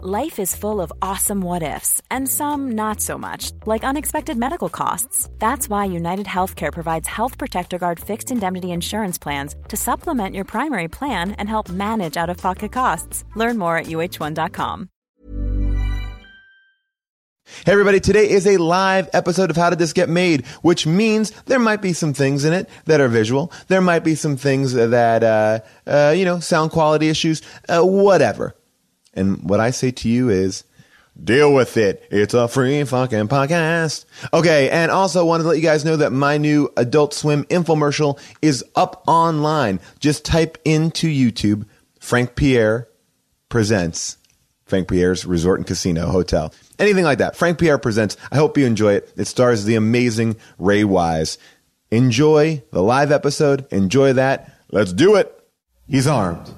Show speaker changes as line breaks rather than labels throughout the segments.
Life is full of awesome what ifs and some not so much, like unexpected medical costs. That's why United Healthcare provides Health Protector Guard fixed indemnity insurance plans to supplement your primary plan and help manage out of pocket costs. Learn more at uh1.com.
Hey everybody, today is a live episode of How Did This Get Made, which means there might be some things in it that are visual. There might be some things that, uh, uh, you know, sound quality issues, uh, whatever. And what I say to you is, deal with it. It's a free fucking podcast. Okay. And also wanted to let you guys know that my new Adult Swim infomercial is up online. Just type into YouTube, Frank Pierre presents Frank Pierre's Resort and Casino Hotel. Anything like that. Frank Pierre presents. I hope you enjoy it. It stars the amazing Ray Wise. Enjoy the live episode. Enjoy that. Let's do it. He's armed.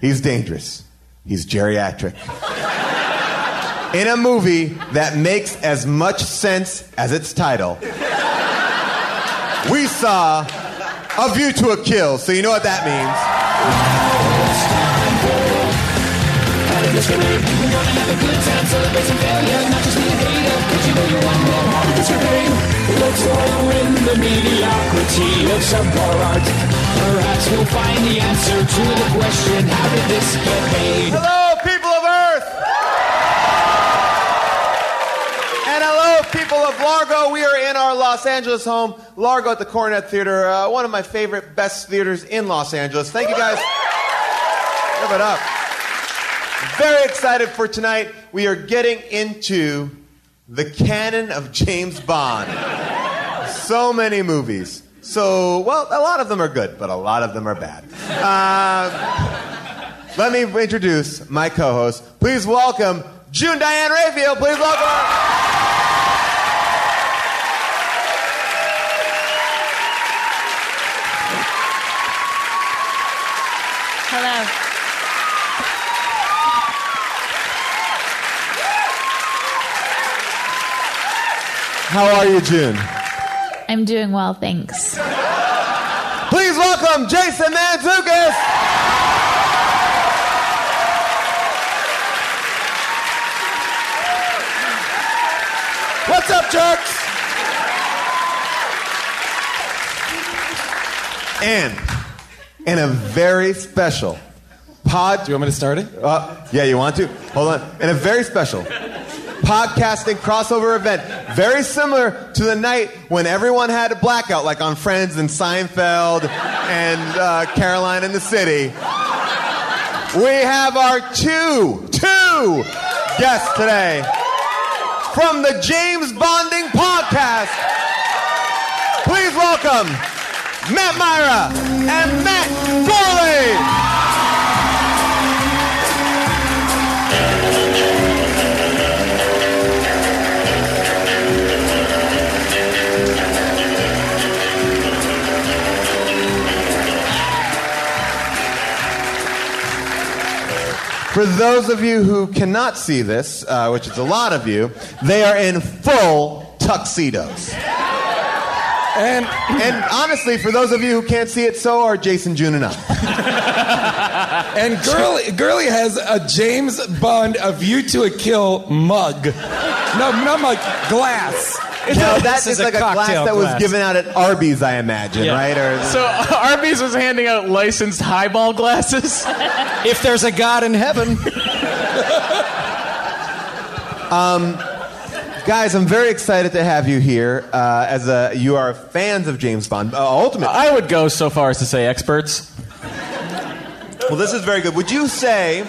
He's dangerous. He's geriatric. In a movie that makes as much sense as its title, we saw A View to a Kill, so you know what that means. Hello, people of Earth! And hello, people of Largo. We are in our Los Angeles home, Largo at the Coronet Theater, uh, one of my favorite, best theaters in Los Angeles. Thank you guys. Give it up. Very excited for tonight. We are getting into the canon of James Bond. So many movies. So, well, a lot of them are good, but a lot of them are bad. Uh, Um, Let me introduce my co-host. Please welcome June Diane Raphael. Please welcome. her.
Hello.
How are you, June?
I'm doing well, thanks.
Please welcome Jason Mantzoukas. What's up, jerks? And in a very special pod.
Do you want me to start it?
Uh, yeah, you want to? Hold on. And a very special podcasting crossover event, very similar to the night when everyone had a blackout, like on Friends and Seinfeld and uh, Caroline in the City. We have our two, two guests today from the James Bonding Podcast. Please welcome Matt Myra and Matt Foley. For those of you who cannot see this, uh, which is a lot of you, they are in full tuxedos.
And
And honestly, for those of you who can't see it, so are Jason, June, and I.
and Girly, Girly has a James Bond of You to a Kill mug. No, not mug, glass. It's
Now,
a-
that
This
is
is a
like a glass
cocktail
that
glass.
was given out at Arby's, I imagine,
Yeah.
right? Or
So Arby's was handing out licensed highball glasses.
If there's a God in heaven,
Um, guys, I'm very excited to have you here. Uh, as a, you are fans of James Bond, uh, ultimately.
I would go so far as to say experts.
Well, this is very good. Would you say,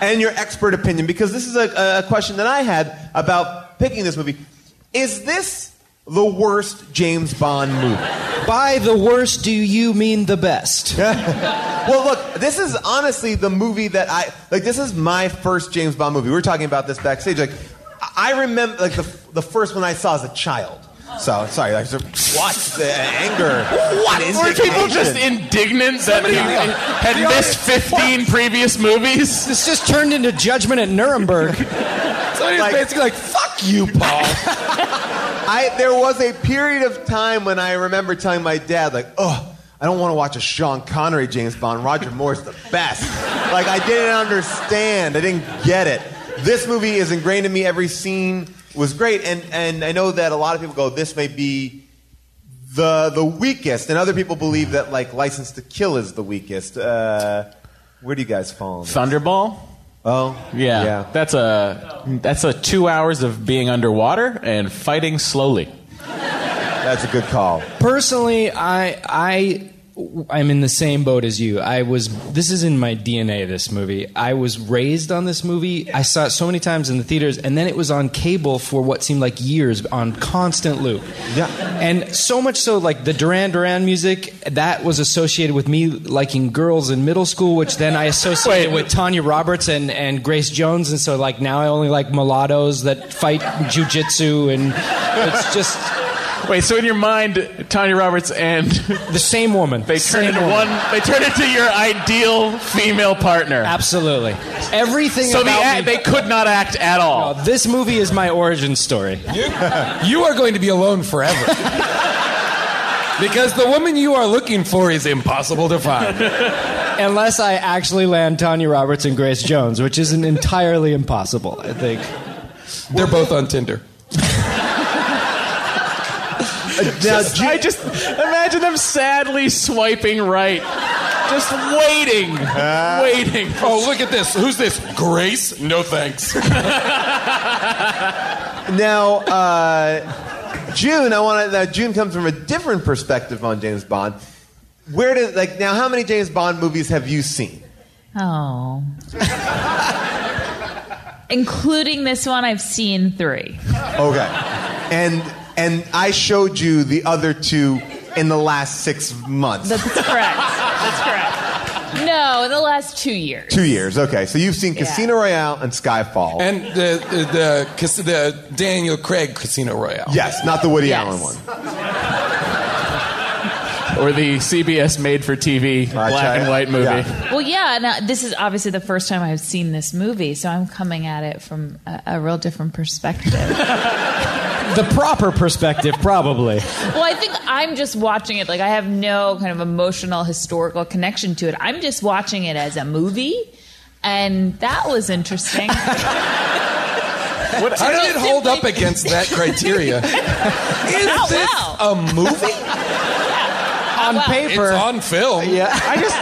and your expert opinion, because this is a, a question that I had about picking this movie, is this the worst James Bond movie.
By the worst, do you mean the best?
Well, look, this is honestly the movie that I like. This is my first James Bond movie. We were talking about this backstage. Like, I I remember like the the first one I saw as a child. So sorry, like what the anger?
What?
and
Were people just
indignation.
indignant that
Somebody-
we
yeah.
had
The
missed
audience-
15 previous movies?
This just turned into judgment at Nuremberg.
Somebody's
Like-
basically like, fuck you, Paul.
I there was a period of time when I remember telling my dad like, oh. I don't want to watch a Sean Connery James Bond. Roger Moore's the best. Like I didn't understand. I didn't get it. This movie is ingrained in me. Every scene was great, and and I know that a lot of people go, this may be the the weakest, and other people believe that like License to Kill is the weakest. Uh, where do you guys fall? on this?
Thunderball?
Oh,
Yeah,
yeah.
That's a that's a 2 hours of being underwater and fighting slowly.
That's a good call.
Personally, I I I'm in the same boat as you. I was this is in my DNA this movie. I was raised on this movie. I saw it so many times in the theaters and then it was on cable for what seemed like years on constant loop.
Yeah.
And so much so like the Duran Duran music that was associated with me liking girls in middle school which then I associated
Wait.
with Tanya Roberts and and Grace Jones and so like now I only like mulattoes that fight jujitsu and it's just
Wait, so in your mind, Tanya Roberts and
the same woman.
they turn
Same
into
woman.
one. They turn into your ideal female partner.
Absolutely. Everything
So the
about
act,
me-
they could not act at all.
Oh, this movie is my origin story.
you are going to be alone forever. because the woman you are looking for is impossible to find.
Unless I actually land Tanya Roberts and Grace Jones, which isn't entirely impossible, I think.
They're both on Tinder.
Uh, Now,
Just- I just imagine them sadly swiping right, just waiting,
Uh,
waiting.
Oh, look at this. Who's this? Grace? No thanks.
Now, uh, June, I want to. Now, June comes from a different perspective on James Bond. Where does like now? How many James Bond movies have you seen?
Oh. Including this one, I've seen three.
Okay, and and I showed you the other two in the last six months,
That's correct. That's correct. No, in the last two years.
two years. Okay, so you've seen Casino Royale and Skyfall.
And the, the, the, cas- the Daniel Craig Casino Royale.
yes, not the Woody
Yes.
Allen one.
Or the CBS made-for-TV
I tell
black and
ya.
white movie.
Yeah.
Well, yeah, and this is obviously the first time I've seen this movie, so I'm coming at it from a, a real different perspective.
The proper perspective, probably.
Well, I think I'm just watching it. Like, I have no kind of emotional, historical connection to it. I'm just watching it as a movie, and that was interesting.
How did it hold up against that criteria? is
Not
this
well.
a movie?
On
It's
paper,
on film.
yeah.
I just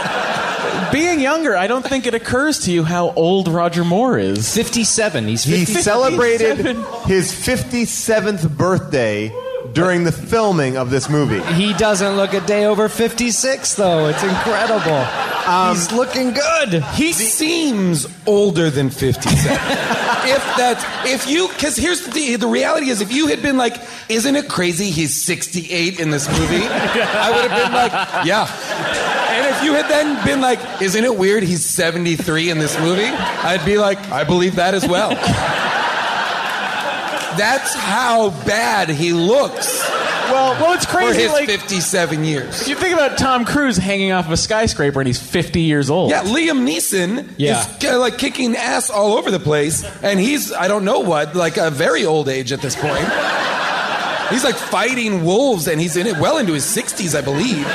being younger, I don't think it occurs to you how old Roger Moore is.
57. He's
He
50.
celebrated his 57th birthday during the filming of this movie.
He doesn't look a day over 56, though. It's incredible.
Um,
He's looking good.
He seems older than 57. if that's if you cuz here's the the reality is if you had been like isn't it crazy he's 68 in this movie? I would have been like, yeah. And if you had then been like, isn't it weird he's 73 in this movie? I'd be like, I believe that as well. That's how bad he looks
Well, well, it's
for
crazy.
his
Like
57 years.
you think about Tom Cruise hanging off of a skyscraper and he's 50 years old.
Yeah, Liam Neeson
Yeah.
is uh, like kicking ass all over the place, and he's I don't know what, like a very old age at this point. he's like fighting wolves, and he's in it well into his sixties, I believe.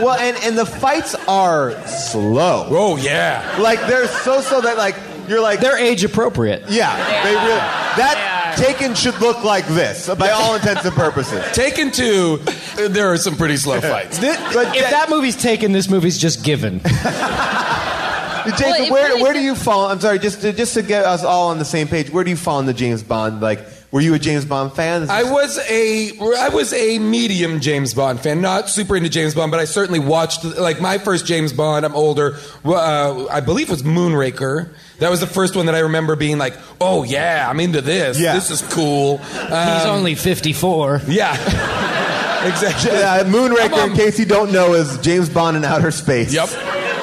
Well, and, and the fights are slow.
Oh yeah,
Like they're so so that like you're like
They're age appropriate.
yeah they,
are.
really that Taken should look like this by all intents and purposes.
Taken Two. uh, There are some pretty slow fights.
Thi- but
If that movie's taken, this movie's just given.
Jason,
Well, it
where
really
where do you fall? I'm sorry, just to, just to get us all on the same page. Where do you fall in the James Bond? Like, were you a James Bond fan?
I was a I was a medium James Bond fan, not super into James Bond, but I certainly watched like my first James Bond. I'm older. Uh, I believe was Moonraker. That was the first one that I remember being like, oh yeah, I'm into this.
Yeah.
This is cool.
He's
Um,
only 54.
Yeah. exactly.
Uh,
I'm
Moonraker,
on-
in case you don't know, is James Bond in outer space.
Yep.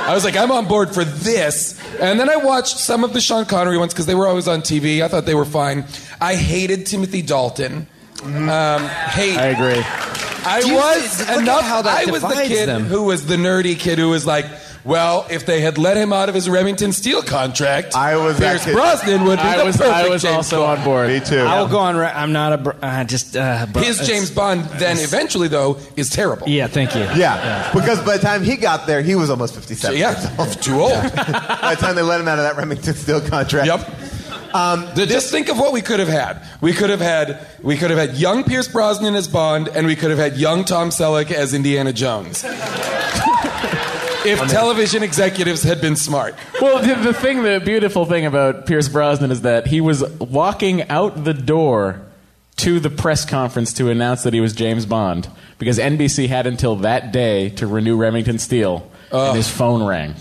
I was like, I'm on board for this. And then I watched some of the Sean Connery ones because they were always on TV. I thought they were fine. I hated Timothy Dalton. Um, hate.
I agree.
I
Do you see-
was
look at
enough.
how that
I was the
divides
kid
them.
who was the nerdy kid who was like, well, if they had let him out of his Remington Steel contract,
I was that
Pierce
kid.
Brosnan would be
I
the
was,
perfect
I was
James
also
Bond.
on board.
Me too.
I will go on. Re- I'm not a. Br- uh, just uh, bro-
His
it's-
James Bond then eventually though is terrible.
Yeah, thank you.
Yeah, because by the time he got there, he was almost 57.
Yeah, too old.
by the time they let him out of that Remington Steel contract. Uh,
Yep.
Um,
The- just think of what we could have had. We could have had we could have had young Pierce Brosnan as Bond, and we could have had young Tom Selleck as Indiana Jones. if television executives had been smart,
Well, the, the thing, the beautiful thing about Pierce Brosnan is that he was walking out the door to the press conference to announce that he was James Bond because NBC had until that day to renew Remington Steele, and his phone rang.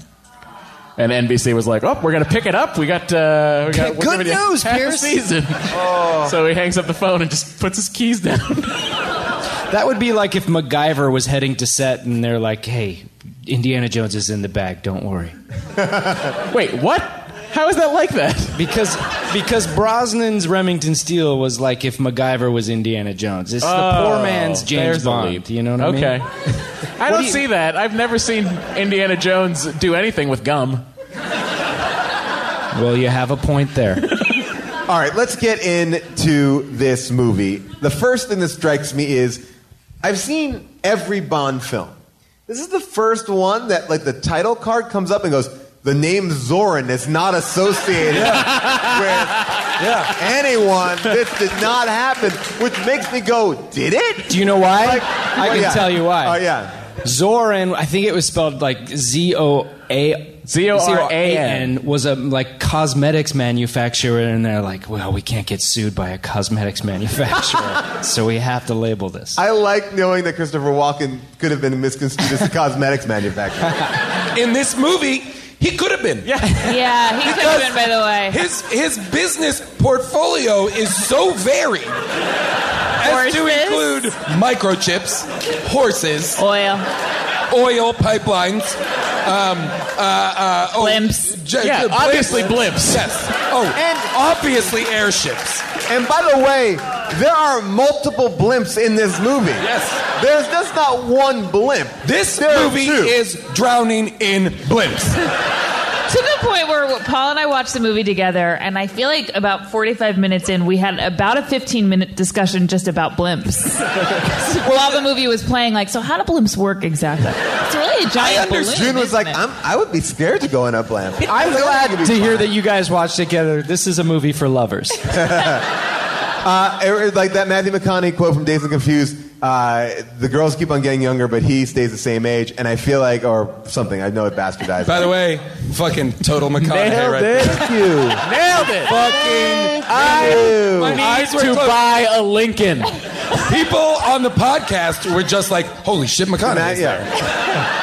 And NBC was like, "Oh, we're gonna pick it up. We got, uh, we got
Good
we're giving you
news,
half the
Pierce." Oh.
Season. So he hangs up the phone and just puts his keys down.
That would be like if MacGyver was heading to set and they're like, "Hey, Indiana Jones is in the bag. Don't worry."
Wait, what? How is that like that?
Because because Brosnan's Remington Steele was like if MacGyver was Indiana Jones. It's the poor
Oh,
man's James
there's the
Bond.
leap.
You know what I
okay.
mean?
I
do
don't
you-
see that. I've never seen Indiana Jones do anything with gum.
Well, you have a point there.
All right, let's get into this movie. The first thing that strikes me is I've seen every Bond film. This is the first one that like the title card comes up and goes, "The name Zorin is not associated with
Yeah.
anyone. This did not happen," which makes me go, "Did it?"
Do you know why?
Like-
I
well,
can
yeah.
tell you why.
Oh yeah.
Zoran, I think it was spelled like Z O A
Z-O-R-A-N,
was a like cosmetics manufacturer, and they're like, well, we can't get sued by a cosmetics manufacturer, so we have to label this.
I like knowing that Christopher Walken could have been misconstrued as a cosmetics manufacturer.
in this movie, he could have been. Yeah.
Yeah, he could have been, by the way.
His his business portfolio is so varied as to
Horses.
include microchips, horses,
Oil.
oil pipelines, um, uh, uh, oh,
Blimps.
j-
Yeah,
j-
obviously blimps.
Yes. Oh, and obviously airships.
and by the way, there are multiple blimps in this movie.
Yes.
There's just not one blimp.
This
There are
movie
two.
is drowning in blimps.
To the point where Paul and I watched the movie together, and I feel like about 45 minutes in, we had about a 15 minute discussion just about blimps. While the movie was playing, like, so how do blimps work exactly? It's really a giant
understand.
balloon.
June was
isn't
like,
it?
I'm, I would be scared to go in a blimp.
I'm
feel like it
glad
would
to
be
hear
fun.
that you guys watched together. This is a movie for lovers.
Uh, it- it- like that Matthew McConaughey quote from Days and Confused. Uh, the girls keep on getting younger, but he stays the same age. And I feel like, or something. I know it bastardized.
By the way, fucking total McConaughey right there.
Thank you.
Nailed it.
Fucking
I
My eyes
need
were
to
closed.
buy a Lincoln.
people on the podcast were just like, "Holy shit, McConaughey!"
Matt, yeah.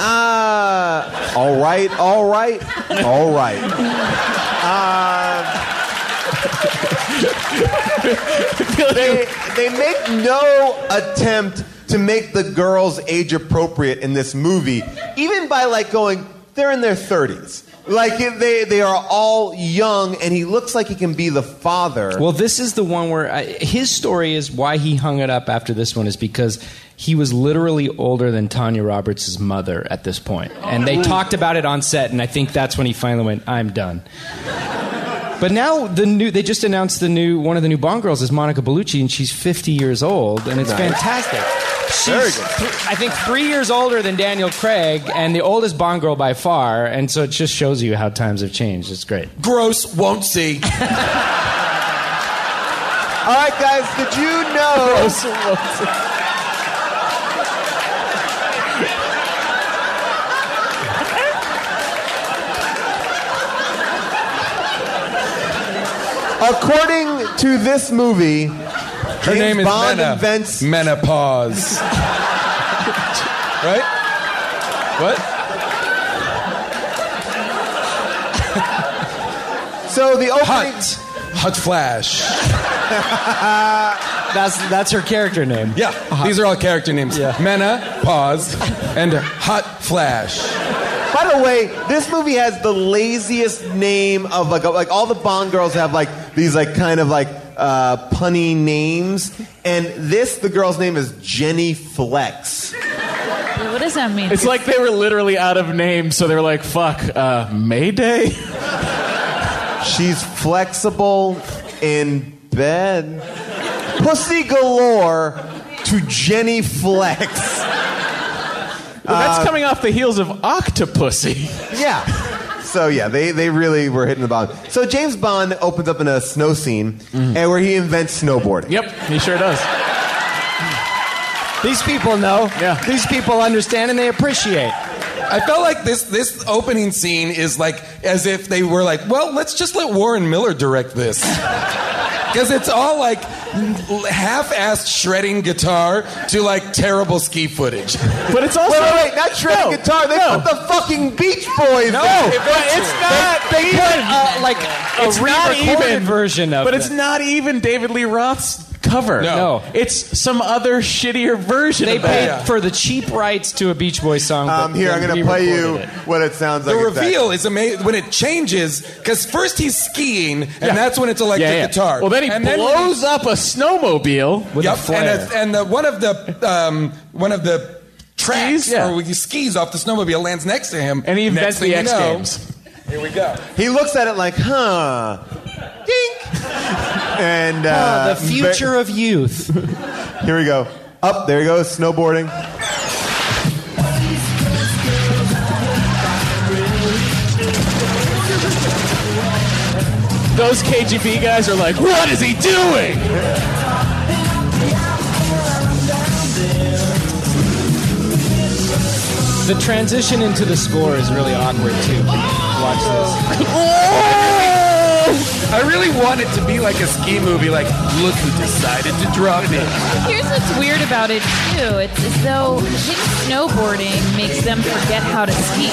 Uh, all right, all right, all right. Uh, they, they make no attempt to make the girls age appropriate in this movie, even by like going, they're in their 30s. Like they, they are all young, and he looks like he can be the father.
Well, this is the one where I, his story is why he hung it up after this one is because he was literally older than Tanya Roberts' mother at this point. And they talked about it on set, and I think that's when he finally went, I'm done. But now the new they just announced the new one of the new Bond girls is Monica Bellucci and she's 50 years old and it's fantastic. She's
Very good.
th- I think 3 years older than Daniel Craig and the oldest Bond girl by far and so it just shows you how times have changed. It's great.
Gross, won't see.
all right, guys, did you know? According to this movie,
Her
James
name is
Bond
Mena.
invents.
menopause. right? What?
So the opening.
Hut. Hut Flash.
Uh, That's that's her character name. Uh-huh.
Yeah, these are all character names.
Yeah.
Mena, Pause, and Hot Flash.
By the way, this movie has the laziest name of like like all the Bond girls have like these like kind of like uh, punny names, and this the girl's name is Jenny Flex.
What does that mean?
It's like they were literally out of name, so they were like, fuck, uh, Mayday?
She's flexible in bed, pussy galore to Jenny Flex.
Uh,
Uh,
That's coming off the heels of Octopussy.
Yeah. So yeah, they, they really were hitting the bottom. So James Bond opens up in a snow scene, and where he invents snowboarding.
Mm-hmm. Yep, he sure does.
These people know.
Yeah.
These people understand and they appreciate.
I felt like this this opening scene is like as if they were like, well, let's just let Warren Miller direct this. Because it's all like half-assed shredding guitar to like terrible ski footage.
But it's also.
Wait, wait, wait, not shredding
No,
guitar. They
no.
put the fucking Beach Boys.
No,
in.
but it's
not. They, put uh, like a
It's not
re-recorded
even-
version of
But
it.
it's not even David Lee Roth's cover.
No.
No.
It's some other shittier version
They
of that.
paid
Yeah.
for the cheap rights to a Beach Boy song.
Um,
but
here, I'm
then
gonna play you
re-recorded it.
what it sounds
The
like.
reveal is amazing when it changes because first he's skiing and that's when it's electric
Yeah, yeah.
guitar.
Well, then he
and
blows up a snowmobile.
with
yep,
a flare.
and, a, and the, one of the um, one of the tracks
Skis? Yeah.
or he skis off the snowmobile lands next to him,
And he
Next
invents
thing
the
you
X
know-
Games.
Here we go.
exactly. He looks at it like, huh, dink, and
Oh,
uh,
the future of youth.
ba- here we go. Up there he goes snowboarding.
Those KGB guys are like, what is he doing?
The transition into the score is really awkward too. Watch this.
I really want it to be like a ski movie, like, look who decided to drop it.
Here's what's weird about it too. It's as though kids snowboarding makes them forget how to ski.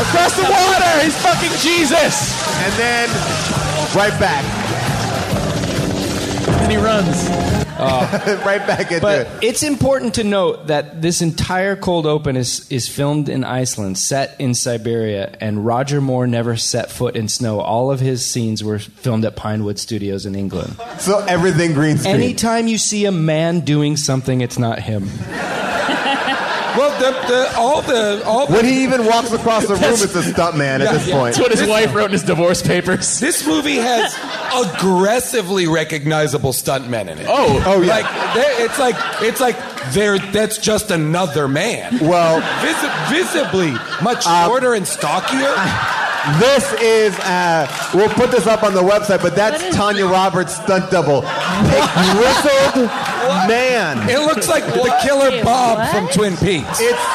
Across the water! He's fucking Jesus!
And then right back,
And he runs.
right back into it.
But it's important to note that this entire cold open is is filmed in Iceland, set in Siberia, and Roger Moore never set foot in snow. All of his scenes were filmed at Pinewood Studios in England.
So everything green screen.
Anytime you see a man doing something, it's not him.
Well, the, the, all the, all the,
when he even walks across the room, it's a stunt man at this point.
That's what his wife wrote in his divorce papers.
this movie has aggressively recognizable stuntmen in it.
Oh.
Oh, yeah.
Like, they- it's like, it's like, they're, that's just another man.
Well,
Visi- visibly much
Uh,
shorter and stockier.
this is, uh, we'll put this up on the website, but that's
What is-
Tanya Roberts' stunt double. A grizzled man.
It looks like the killer
Wait,
Bob
what?
from Twin Peaks.
It's,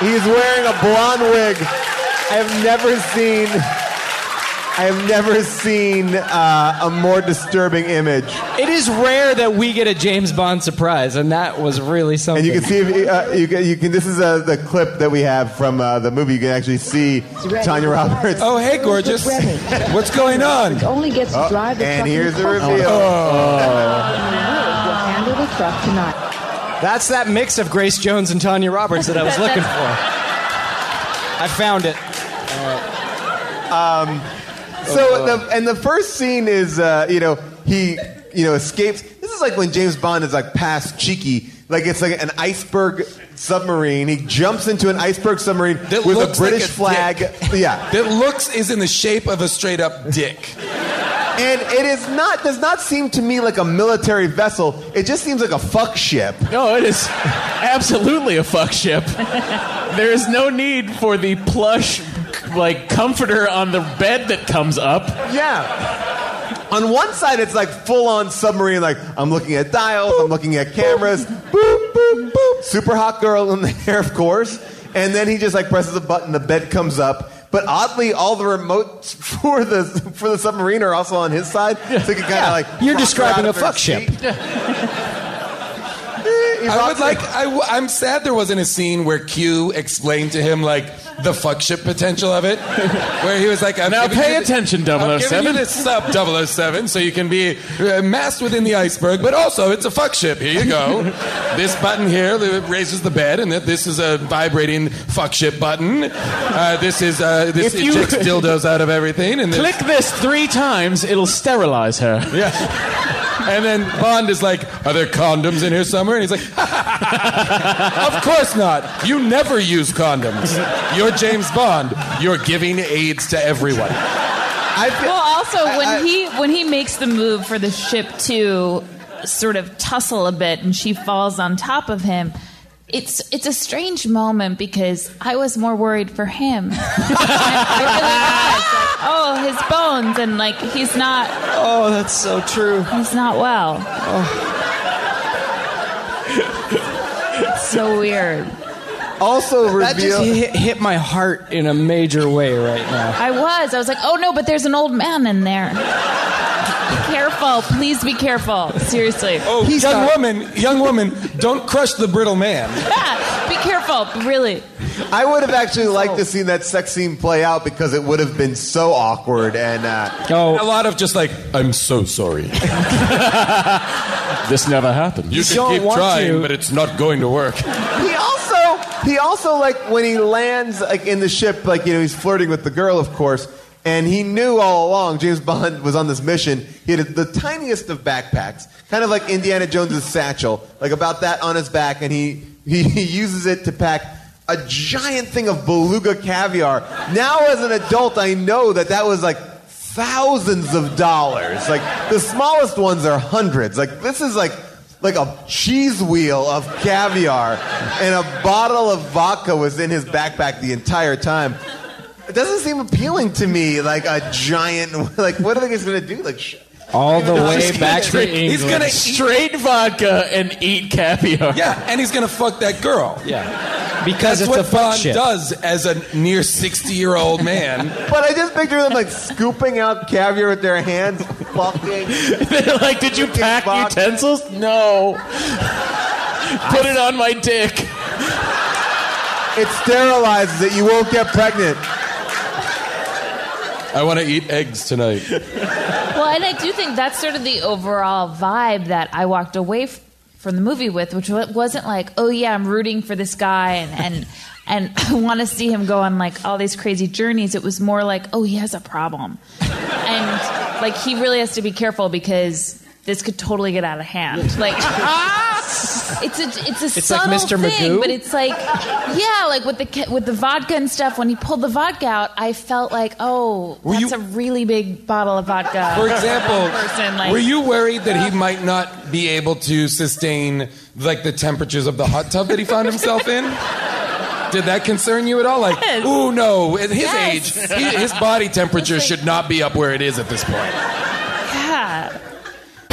he's wearing a blonde wig. I have never seen, I have never seen uh, a more disturbing image.
It is rare that we get a James Bond surprise, and that was really something.
And you can see, if, uh, you can, you can, this is uh, the clip that we have from uh, the movie. You can actually see Tanya Roberts.
Oh, hey, gorgeous. What's going on?
Only gets to drive the truck
Oh, and
in
here's the
car.
reveal. Oh.
We'll handle the truck tonight.
That's that mix of Grace Jones and Tanya Roberts that I was looking for. I found it.
Um, So
Oh,
the, and the first scene is uh, you know he you know escapes. This is like when James Bond is like past cheeky, like it's like an iceberg submarine. He jumps into an iceberg submarine
That
with a
looks like
British
a
flag.
dick.
Yeah,
That looks is in the shape of a straight up dick.
and it is not does not seem to me like a military vessel. It just seems like a fuck ship.
No, it is absolutely a fuck ship. There is no need for the plush, like, comforter on the bed that comes up.
Yeah. On one side, it's like full on submarine. Like I'm looking at dials, I'm looking at cameras. Boop boop boop. Super hot girl in there, of course. And then he just like presses a button, the bed comes up. But oddly, all the remotes for the for the submarine are also on his side. So he can kind of like
You're
prop her
describing
out of
a
her
fuck ship.
seat. Eh, He's
I would
awesome.
like. I, w- I'm sad there wasn't a scene where Q explained to him like the fuck shit potential of it, where he was like, I'm
Now
giving
pay
you the-
attention,
I'm giving
007.
you this sub 007, so you can be uh, masked within the iceberg, but also it's a fuck ship. Here you go. this button here that raises the bed, and that this is a vibrating fuck ship button. Uh, this is uh, this
If
it
you-
ejects dildos out of everything, and this-
Click this three times, it'll sterilize her.
yeah. And then Bond is like, "Are there condoms in here somewhere?" And he's like, "Of course not. You never use condoms. You're James Bond. You're giving AIDS to everyone."
I feel-
Well, also when
I- I-
he when he makes the move for the ship to sort of tussle a bit, and she falls on top of him. It's it's a strange moment because I was more worried for him. I really was. Like, oh, his bones, and like he's not
Oh, that's so true.
he's not well. so weird.
also
That just
reveal.
hit, hit my heart in a major way right now.
I was. I was like, oh no, but there's an old man in there. Be careful, please be careful. Seriously.
Oh,
He's
young
not-
woman, young woman, don't crush the brittle man.
Yeah, be careful, really.
I would have actually liked to see that sex scene play out because it would have been so awkward and. Uh,
A
Oh,
lot of just like, I'm so sorry.
This never happened.
You
don't
can keep
want
trying,
to.
but it's not going to work.
he also he also like when he lands like in the ship like you know he's flirting with the girl of course and he knew all along James Bond was on this mission he had the tiniest of backpacks kind of like Indiana Jones's satchel like about that on his back and he he, he uses it to pack a giant thing of beluga caviar now as an adult I know that that was like thousands of dollars like the smallest ones are hundreds like this is like like a cheese wheel of caviar and a bottle of vodka was in his backpack the entire time. It doesn't seem appealing to me. Like a giant, like what are they just gonna do? Like, sh-
all the way
He's
back
gonna
to
drink-
England.
he's gonna
Straight vodka and eat caviar.
Yeah, and he's gonna fuck that girl.
yeah,
That's
because it's
what
a fuck
Bond
ship.
does as a near 60 year old man.
but I just picture them like scooping out caviar with their hands, fucking.
They're like, did you pack
Vodka.
utensils? No. Put it on my dick.
It sterilizes it. You won't get pregnant.
I want to eat eggs tonight.
Well, and I do think that's sort of the overall vibe that I walked away f- from the movie with, which wa- wasn't like, oh yeah, I'm rooting for this guy and and, and I want to see him go on like all these crazy journeys. It was more like, oh, he has a problem, and like he really has to be careful because this could totally get out of hand. Like. It's a it's a
It's like
subtle
Mr.
thing,
Magoo?
but it's like yeah, like with the ca- with the vodka and stuff. When he pulled the vodka out, I felt like oh,
Were
that's
you-
a really big bottle of vodka.
For example,
Person, like-
were you worried that he might not be able to sustain like the temperatures of the hot tub that he found himself in? Did that concern you at all? Like,
Yes.
ooh, no, at his
Yes.
age, he, his body temperature
It's like-
should not be up where it is at this point.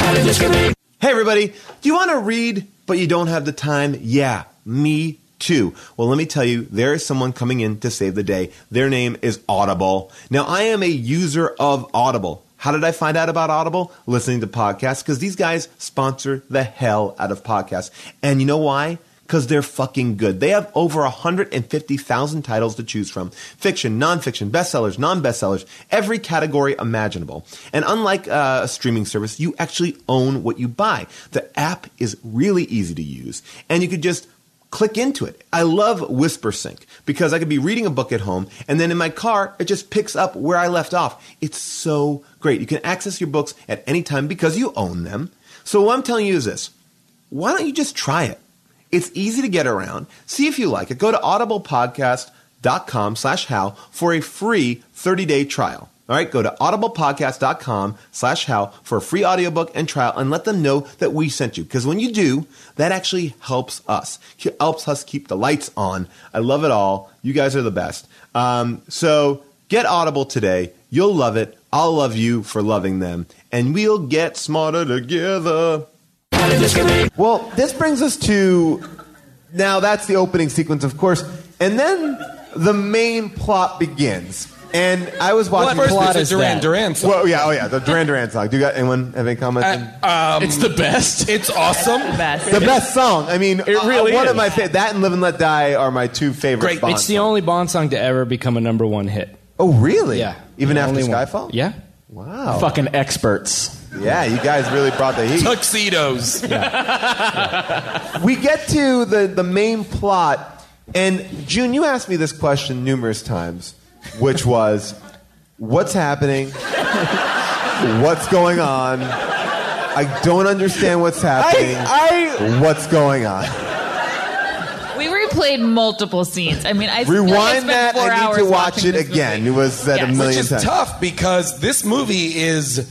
Yeah.
Hey, everybody, do you want to read, but you don't have the time? Yeah, me too. Well, let me tell you, there is someone coming in to save the day. Their name is Audible. Now, I am a user of Audible. How did I find out about Audible? Listening to podcasts, because these guys sponsor the hell out of podcasts. And you know why? because they're fucking good. They have over 150,000 titles to choose from fiction, nonfiction, bestsellers, non bestsellers, every category imaginable. And unlike uh, a streaming service, you actually own what you buy. The app is really easy to use, and you could just click into it. I love WhisperSync because I could be reading a book at home and then in my car it just picks up where I left off. It's so great. You can access your books at any time because you own them. So what I'm telling you is this. Why don't you just try it? It's easy to get around. See if you like it. Go to audiblepodcast.com slash how for a free 30-day trial. All right, go to audiblepodcast.com slash how for a free audiobook and trial and let them know that we sent you. Because when you do, that actually helps us. It helps us keep the lights on. I love it all. You guys are the best. Um, so get Audible today. You'll love it. I'll love you for loving them. And we'll get smarter together. Well, this brings us to now that's the opening sequence, of course, and then the main plot begins. And I was watching.
First,
plot
there's
is
a Duran
that?
Duran song. Uh,
Well, yeah, oh yeah, the Duran Duran song. Do you got anyone have any comments? on-
it's the best.
um, It's awesome.
Best.
the best song. I mean, uh,
really
one
is.
of my favorite. That and Live and Let Die are my two favorite.
Great.
Bond
It's the
songs.
only Bond song to ever become a number one hit.
Oh, really?
Yeah.
Even
The
after
only one.
Skyfall? Oh.
Yeah.
Wow.
Fucking experts.
Yeah, you guys really brought the heat.
Tuxedos.
we get to the, the main plot, and June, you asked me this question numerous times, which was, what's happening? What's going on? I don't understand what's happening.
I-
what's going on?
We replayed multiple scenes. I mean, I feel like I
Rewind
spent
that.
Four
I need
hours
to watch
watching
it
this
again.
movie.
It was said
Yes.
a
Which
million
is
times.
tough because this movie is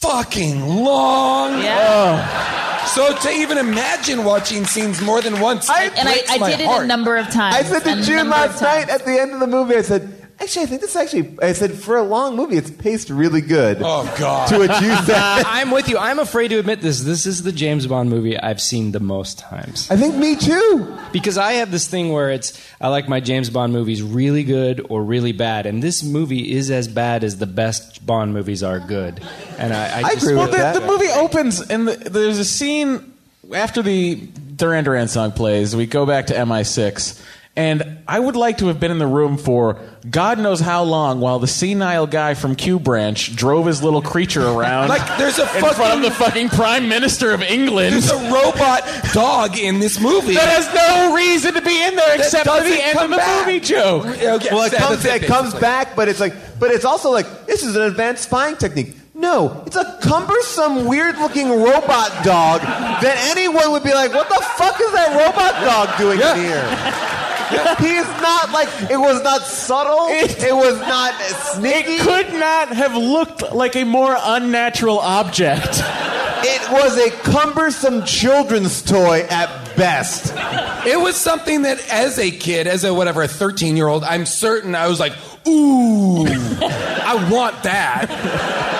fucking long.
Yeah.
So to even imagine watching scenes more than once,
I-
it
and I,
breaks
I
my
did it
heart.
a number of times.
I said
A
to June
number of
last night
times.
at the end of the movie, I said, actually, I think this actually, I said, for a long movie, it's paced really good.
Oh god.
To which you said,
Uh, I'm with you. I'm afraid to admit this. This is the James Bond movie I've seen the most times.
I think me too.
Because I have this thing where it's I like my James Bond movies really good or really bad, and this movie is as bad as the best Bond movies are good. And I, I, just
agree
feel
with
that
the,
way.
the movie opens and the, there's a scene after the Duran Duran song plays. We go back to MI6, and I would like to have been in the room for God knows how long while the senile guy from Q Branch drove his little creature around.
Like, there's a
in front
fucking-
of the fucking Prime Minister of England.
There's a robot dog in this movie.
That has no reason to be in there except for the end of the movie joke.
Okay,
Well, it
so
comes,
that's
it comes back, but it's like, but it's also like, this is an advanced spying technique. No, it's a cumbersome, weird-looking robot dog that anyone would be like, "What the fuck is that robot dog doing in here?" He's not like it was not subtle. It,
It-
was not sneaky.
It could not have looked like a more unnatural object.
It was a cumbersome children's toy at best.
It was something that, as a kid, as a whatever, a 13 year old, I'm certain I was like, ooh, I want that.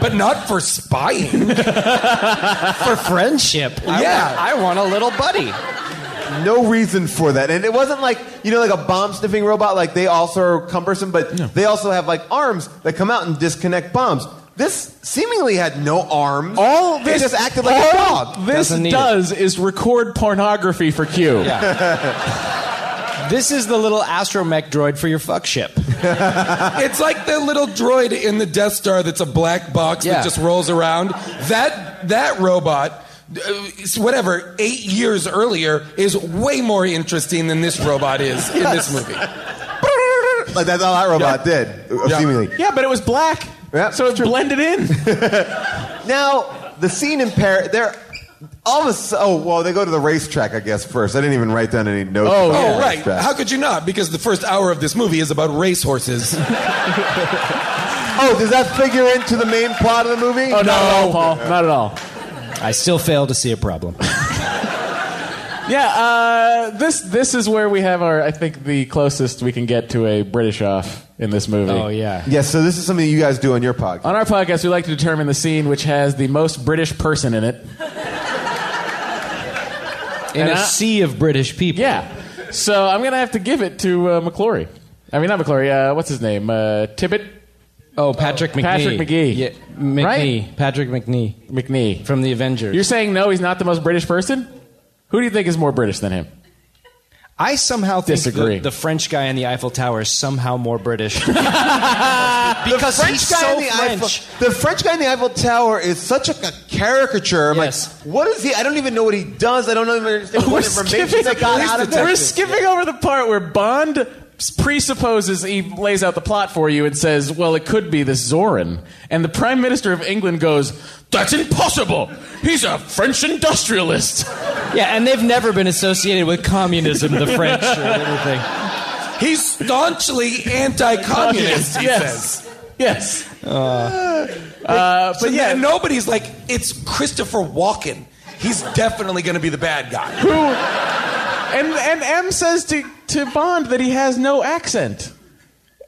But not for spying.
for friendship.
Yeah.
I want, I want a little buddy.
No reason for that. And it wasn't like, you know, like a bomb sniffing robot, like they also are cumbersome, but they also have like arms that come out and disconnect bombs. This seemingly had no arms.
All
It
this
just acted like a
all
dog.
This
Doesn't need it.
does is record pornography for Q.
This is the little astromech droid for your fuck ship.
It's like the little droid in the Death Star that's a black box
Yeah.
that just rolls around. That, that robot. uh, it's Whatever, eight years earlier is way more interesting than this robot is in this movie.
Like that's all that robot did, uh,
Yeah.
seemingly.
Yeah, but it was black.
Yeah,
so it blended in.
Now, the scene in Paris, they're all of a sudden, oh, well, they go to the racetrack, I guess, first. I didn't even write down any notes.
Oh,
about
Oh,
the
right.
racetrack.
How could you not? Because the first hour of this movie is about racehorses.
oh, does that figure into the main plot of the movie?
Oh, not at all, Paul. Not at all.
I still fail to see a problem.
Yeah, uh, this this is where we have our. I think the closest we can get to a British off in this movie.
Oh yeah.
Yes, so this is something you guys do on your podcast.
On our podcast, we like to determine the scene which has the most British person in it.
In a
And I-
sea of British people.
Yeah. So I'm gonna have to give it to uh, McClory. I mean, not McClory. Uh, what's his name? Uh, Tibbet
Oh, Patrick McNee.
Patrick McGee.
Yeah, McNee.
Right?
Patrick McNee
McNee.
from the Avengers.
You're saying no? He's not the most British person. Who do you think is more British than him?
I somehow think
Disagree.
The, the French guy in the Eiffel Tower is somehow more British. because he's so French.
Eiffel, the French guy in the Eiffel Tower is such a, a caricature. I'm
Yes.
like, what is he? I don't even know what he does. I don't even understand what information they got out of
we're
Texas.
skipping over the part where Bond presupposes he lays out the plot for you and says, "Well, it could be this Zorin," and the Prime Minister of England goes, "That's impossible. He's a French industrialist.
Yeah, and they've never been associated with communism, the French or anything.
He's staunchly anti-communist. He says.
yes, yes." Uh, but
But
yeah,
yeah, nobody's like it's Christopher Walken. He's definitely going to be the bad guy.
who? And and M says to to Bond that he has no accent.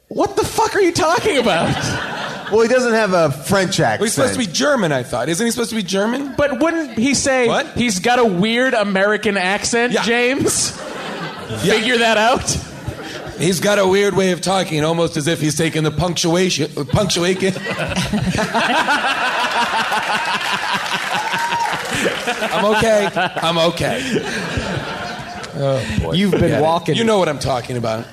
What the fuck are you talking about?
Well, he doesn't have a French accent.
He's supposed to be German, I thought. Isn't he supposed to be German?
But wouldn't he say
What?
he's got a weird American accent,
Yeah.
James? Figure that out.
He's got a weird way of talking, almost as if he's taking the punctuation. Punctuation. I'm okay. I'm okay. Oh, boy.
You've been
Forget it.
walking-
You know what I'm talking about.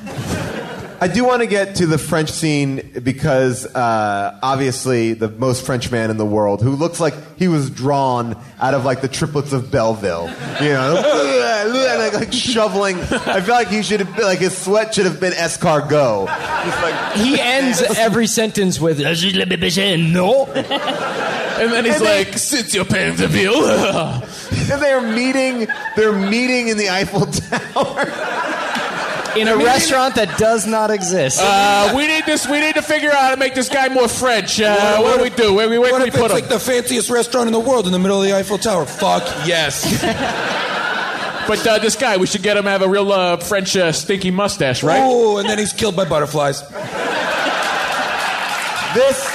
I do want to get to the French scene because uh, obviously the most French man in the world, who looks like he was drawn out of like the triplets of Belleville, you know, like, like shoveling. I feel like he should have been, like his sweat should have been escargot. Just like,
He ends every sentence with no.
And then he's
And they-
like, since you're paying the bill.
and they're meeting. They're meeting in the Eiffel Tower.
in a restaurant that does not exist.
Uh, we need this. We need to figure out how to make this guy more French. Uh, what, do we do? Where, we- where
what
can we
if
put
it's
him?
like the fanciest restaurant in the world in the middle of the Eiffel Tower? Fuck yes.
but uh, this guy, we should get him to have a real uh, French uh, stinky mustache, right?
Oh, and then he's killed by butterflies.
This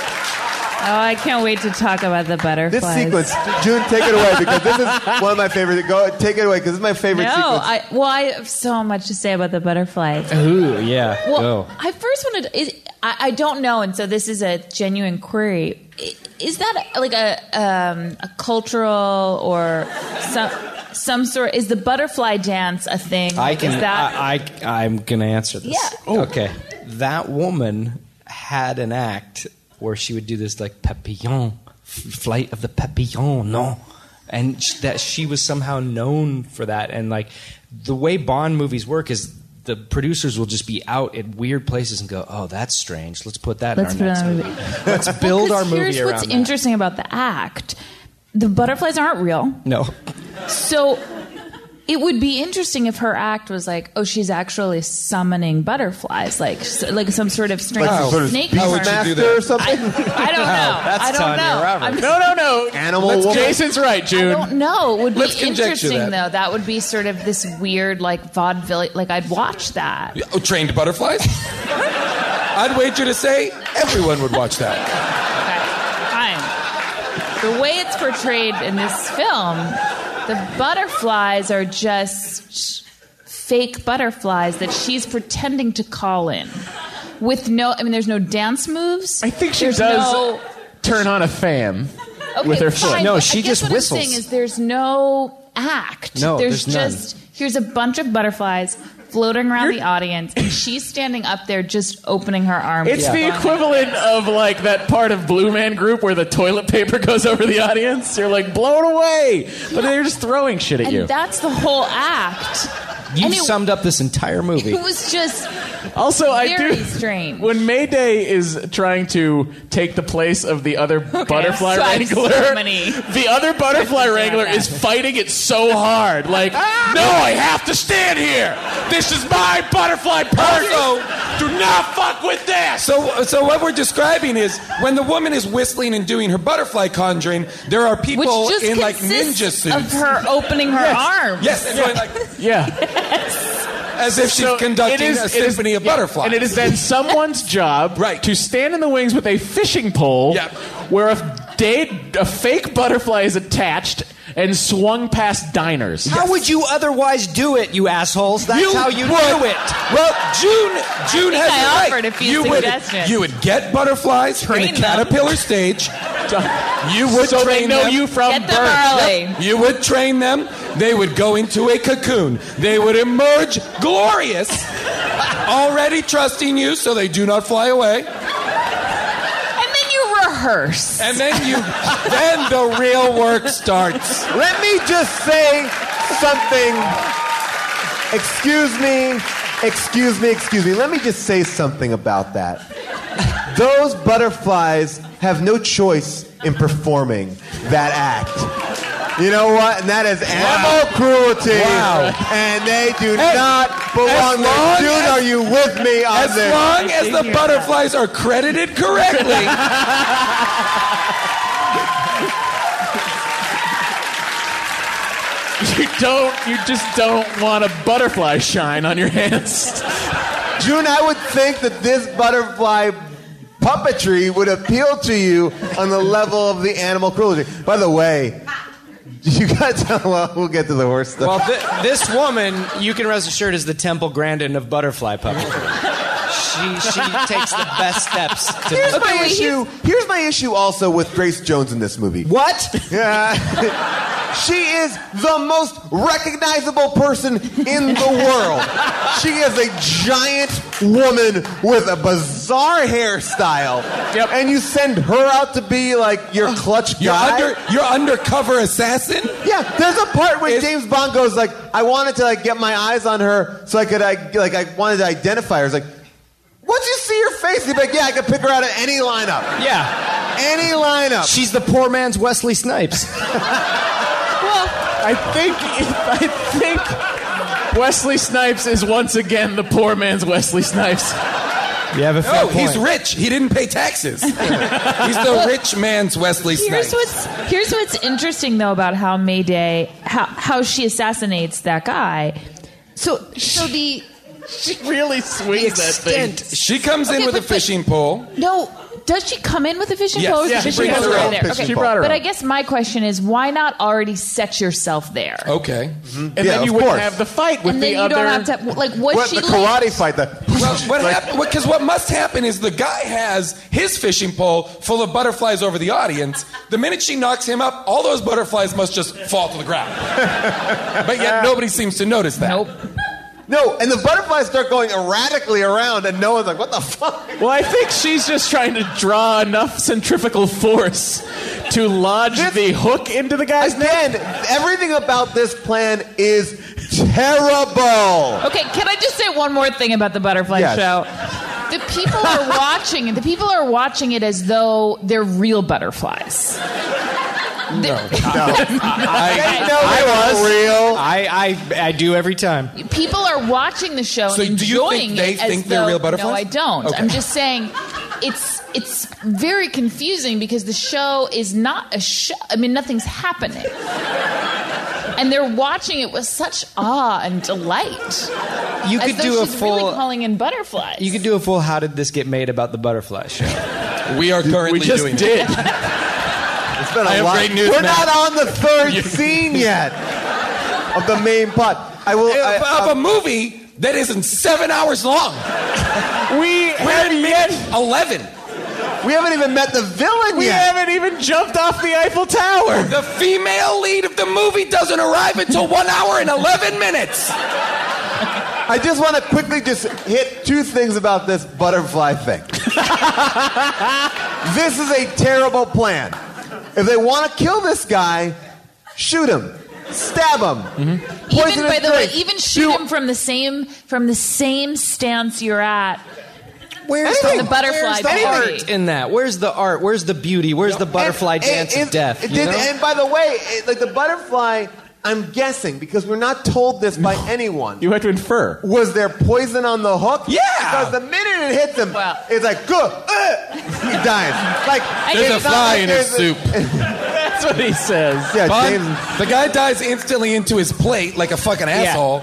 Oh, I can't wait to talk about the butterflies.
this sequence, June, take it away because this is one of my favorite. Go take it away because it's my favorite
No,
sequence.
I well, I have so much to say about the butterflies.
Ooh, yeah.
Well,
go.
I first wanted. Is, I, I don't know, and so this is a genuine query. I- Is that like a um, a cultural or some some sort? Is the butterfly dance a thing?
I
Like,
can.
Is that
I, I I'm gonna answer this.
Yeah.
Oh.
Okay. That woman had an act where she would do this like papillon, f- flight of the papillon, no, and sh- that she was somehow known for that. And like the way Bond movies work is the producers will just be out at weird places and go, "Oh, that's strange. Let's put that
Let's
in
put
our
it
next
on a
movie. Let's build
Well,
our
'cause
movie
Here's
around
what's
that."
interesting about the act: the butterflies aren't real.
no.
So it would be interesting if her act was like, oh, she's actually summoning butterflies, like s- like some sort of strange
Like some sort of
snake.
How would
charm.
you
Master
do that?
or something.
I don't know.
that's
I don't
Tanya
know.
Roberts.
I'm-
No, no, no.
Animal
Let's-
woman.
Jason's right,
I
June.
don't know. It would be
Let's conjecture
interesting
that.
though. That would be sort of this weird, like vaudeville. Like I'd watch that.
Oh, trained butterflies? I'd wager to say everyone would watch that.
Fine. The way it's portrayed in this film, the butterflies are just fake butterflies that she's pretending to call in. With no, I mean, there's no dance moves.
I think she
There's
does
no-
turn on a fan
Okay,
with her foot.
fine,
No,
but
she
I guess
just
what
whistles.
I'm saying is there's no act.
No, there's none.
just here's a bunch of butterflies floating around the audience, and she's standing up there just opening her arms.
It's
to
the
them.
equivalent of like that part of Blue Man Group where the toilet paper goes over the audience. You're like blown away, but they're just throwing shit at
And
you.
that's the whole act.
You
And it-
summed up this entire movie.
It was just
Also, I
very
do.
strange.
When Mayday is trying to take the place of the other butterfly
so I have so
wrangler,
many
the other butterfly
questions
wrangler
about
is
that. Ah!
fighting it so hard. Like, no, I have to stand here. This is my butterfly party.
Also-
do not fuck with this.
So, so what we're describing is when the woman is whistling and doing her butterfly conjuring, there are
which
people
just
in like
consists
ninja suits.
of her opening her arms.
Yes, and going like
yeah.
as if she's
So
conducting
it is-
a
it is-
symphony of
yeah,
butterflies.
And it is then someone's job
Right.
to stand in the wings with a fishing pole
Yeah.
where a, day, a fake butterfly is attached and swung past diners.
How would you otherwise do it, you assholes? That's how you
would-
do it.
Well, June, June
think
has
I
it right.
offered a few
you Would,
suggestions.
you would get butterflies
Train
in a
them.
caterpillar stage. You would
so
train
they know
them.
you from
Get them
birth.
early.
You would train them. They would go into a cocoon. They would emerge glorious, already trusting you, so they do not fly away.
And then you rehearse.
And then you, then the real work starts.
Let me just say something. Excuse me, excuse me, excuse me. Let me just say something about that. Those butterflies have no choice in performing that act. You know what? And that is animal cruelty.
Wow.
And they do
Hey,
not belong
as long
there. Dude,
as-
are you with me on
As
this?
long as the butterflies are credited correctly.
You don't. You just don't want a butterfly shine on your hands.
June, I would think that this butterfly puppetry would appeal to you on the level of the animal cruelty. By the way, you got to, well, we'll get to the worst stuff.
Well, thi- this woman, you can rest assured, is the Temple Grandin of butterfly puppetry. she she takes the best steps. To
Here's
Okay,
my
wait,
issue. Here's my issue also with Grace Jones in this movie.
what?
Yeah. she is the most recognizable person in the world. she is a giant woman with a bizarre hairstyle.
Yep.
And you send her out to be like your clutch
You're,
guy.
under, you're undercover assassin?
yeah, there's a part where
It's-
James Bond goes like, "I wanted to like get my eyes on her so I could I, like I wanted to identify her." It's like, once you see her face, you're like, "Yeah, I could pick her out of any lineup,
Yeah,
any lineup."
she's the poor man's Wesley Snipes.
I think I think Wesley Snipes is once again the poor man's Wesley Snipes.
You have a fair
No, he's rich. He didn't pay taxes. he's the rich man's Wesley
Here's
Snipes.
what's here's what's interesting though about how Mayday how how she assassinates that guy. So so the
She really swings that thing.
she comes in
Okay,
with
but-
a fishing pole.
no does she come in with a fishing
Yes.
pole? or
Yeah,
is the
she
fishing
brings
pole
her
right
own
there?
fishing
Okay.
pole. She brought her
But I
own.
guess my question is why not already set yourself there?
Okay.
Mm-hmm. And
Yeah,
then you
of
wouldn't
course.
have the fight with
and then
the
you
other.
don't have to like was
What
she
the
like-
karate fight? The
Well, what happened? Because what must happen is the guy has his fishing pole full of butterflies over the audience. The minute she knocks him up, all those butterflies must just fall to the ground. but yet nobody seems to notice that.
Nope.
No, and the butterflies start going erratically around, and no one's like, "What the fuck?"
Well, I think she's just trying to draw enough centrifugal force to lodge the hook into the guy's
Again, everything about this plan is terrible.
Okay, can I just say one more thing about the butterfly
Yes.
show? The people are watching it. The people are watching it as though they're real butterflies.
They know they were real.
I, I I do every time.
People are watching the show
So
and
do you
enjoying
think they
it as
think they're
though-
real butterflies?
No, I don't.
Okay.
I'm just saying it's it's very confusing because the show is not a show. I mean, nothing's happening. And they're watching it with such awe and delight.
You
as
could
though
do a
she's
full.
really calling in butterflies.
you could do a full. How did this get made about the butterfly show?
We are currently
We just
doing
did.
It's been a
I have
lot-
great news,
We're
Matt.
not on the third scene yet of the main plot. I will. I,
Of- of
I- um,
a movie that isn't seven hours long.
we
We're in
haven't
minute
yet.
11.
we haven't even met the villain
We
yet.
haven't even jumped off the Eiffel Tower.
The female lead of the movie doesn't arrive until one hour and 11 minutes.
I just want to quickly just hit two things about this butterfly thing. this is a terrible plan. If they want to kill this guy, shoot him, stab him, poison
Mm-hmm. even
his
by the way,
drink,
even shoot him from the same from the same stance you're at.
Where's
Anything.
the butterfly
where's the
party?
art in that? Where's the art? Where's the beauty? Where's the butterfly
And-
dance
and-
of death?
it
you
did-
know?
And by the way, it, like the butterfly, I'm guessing because we're not told this by anyone.
You had to infer.
was there poison on the hook?
Yeah.
Because the minute it hits him,
Well-
it's like, good, uh, he dies. Like
There's
it's
a
not
fly
like
in his
there's
soup.
That's what he says.
Yeah,
Bond-
James.
the guy dives instantly into his plate like a fucking asshole.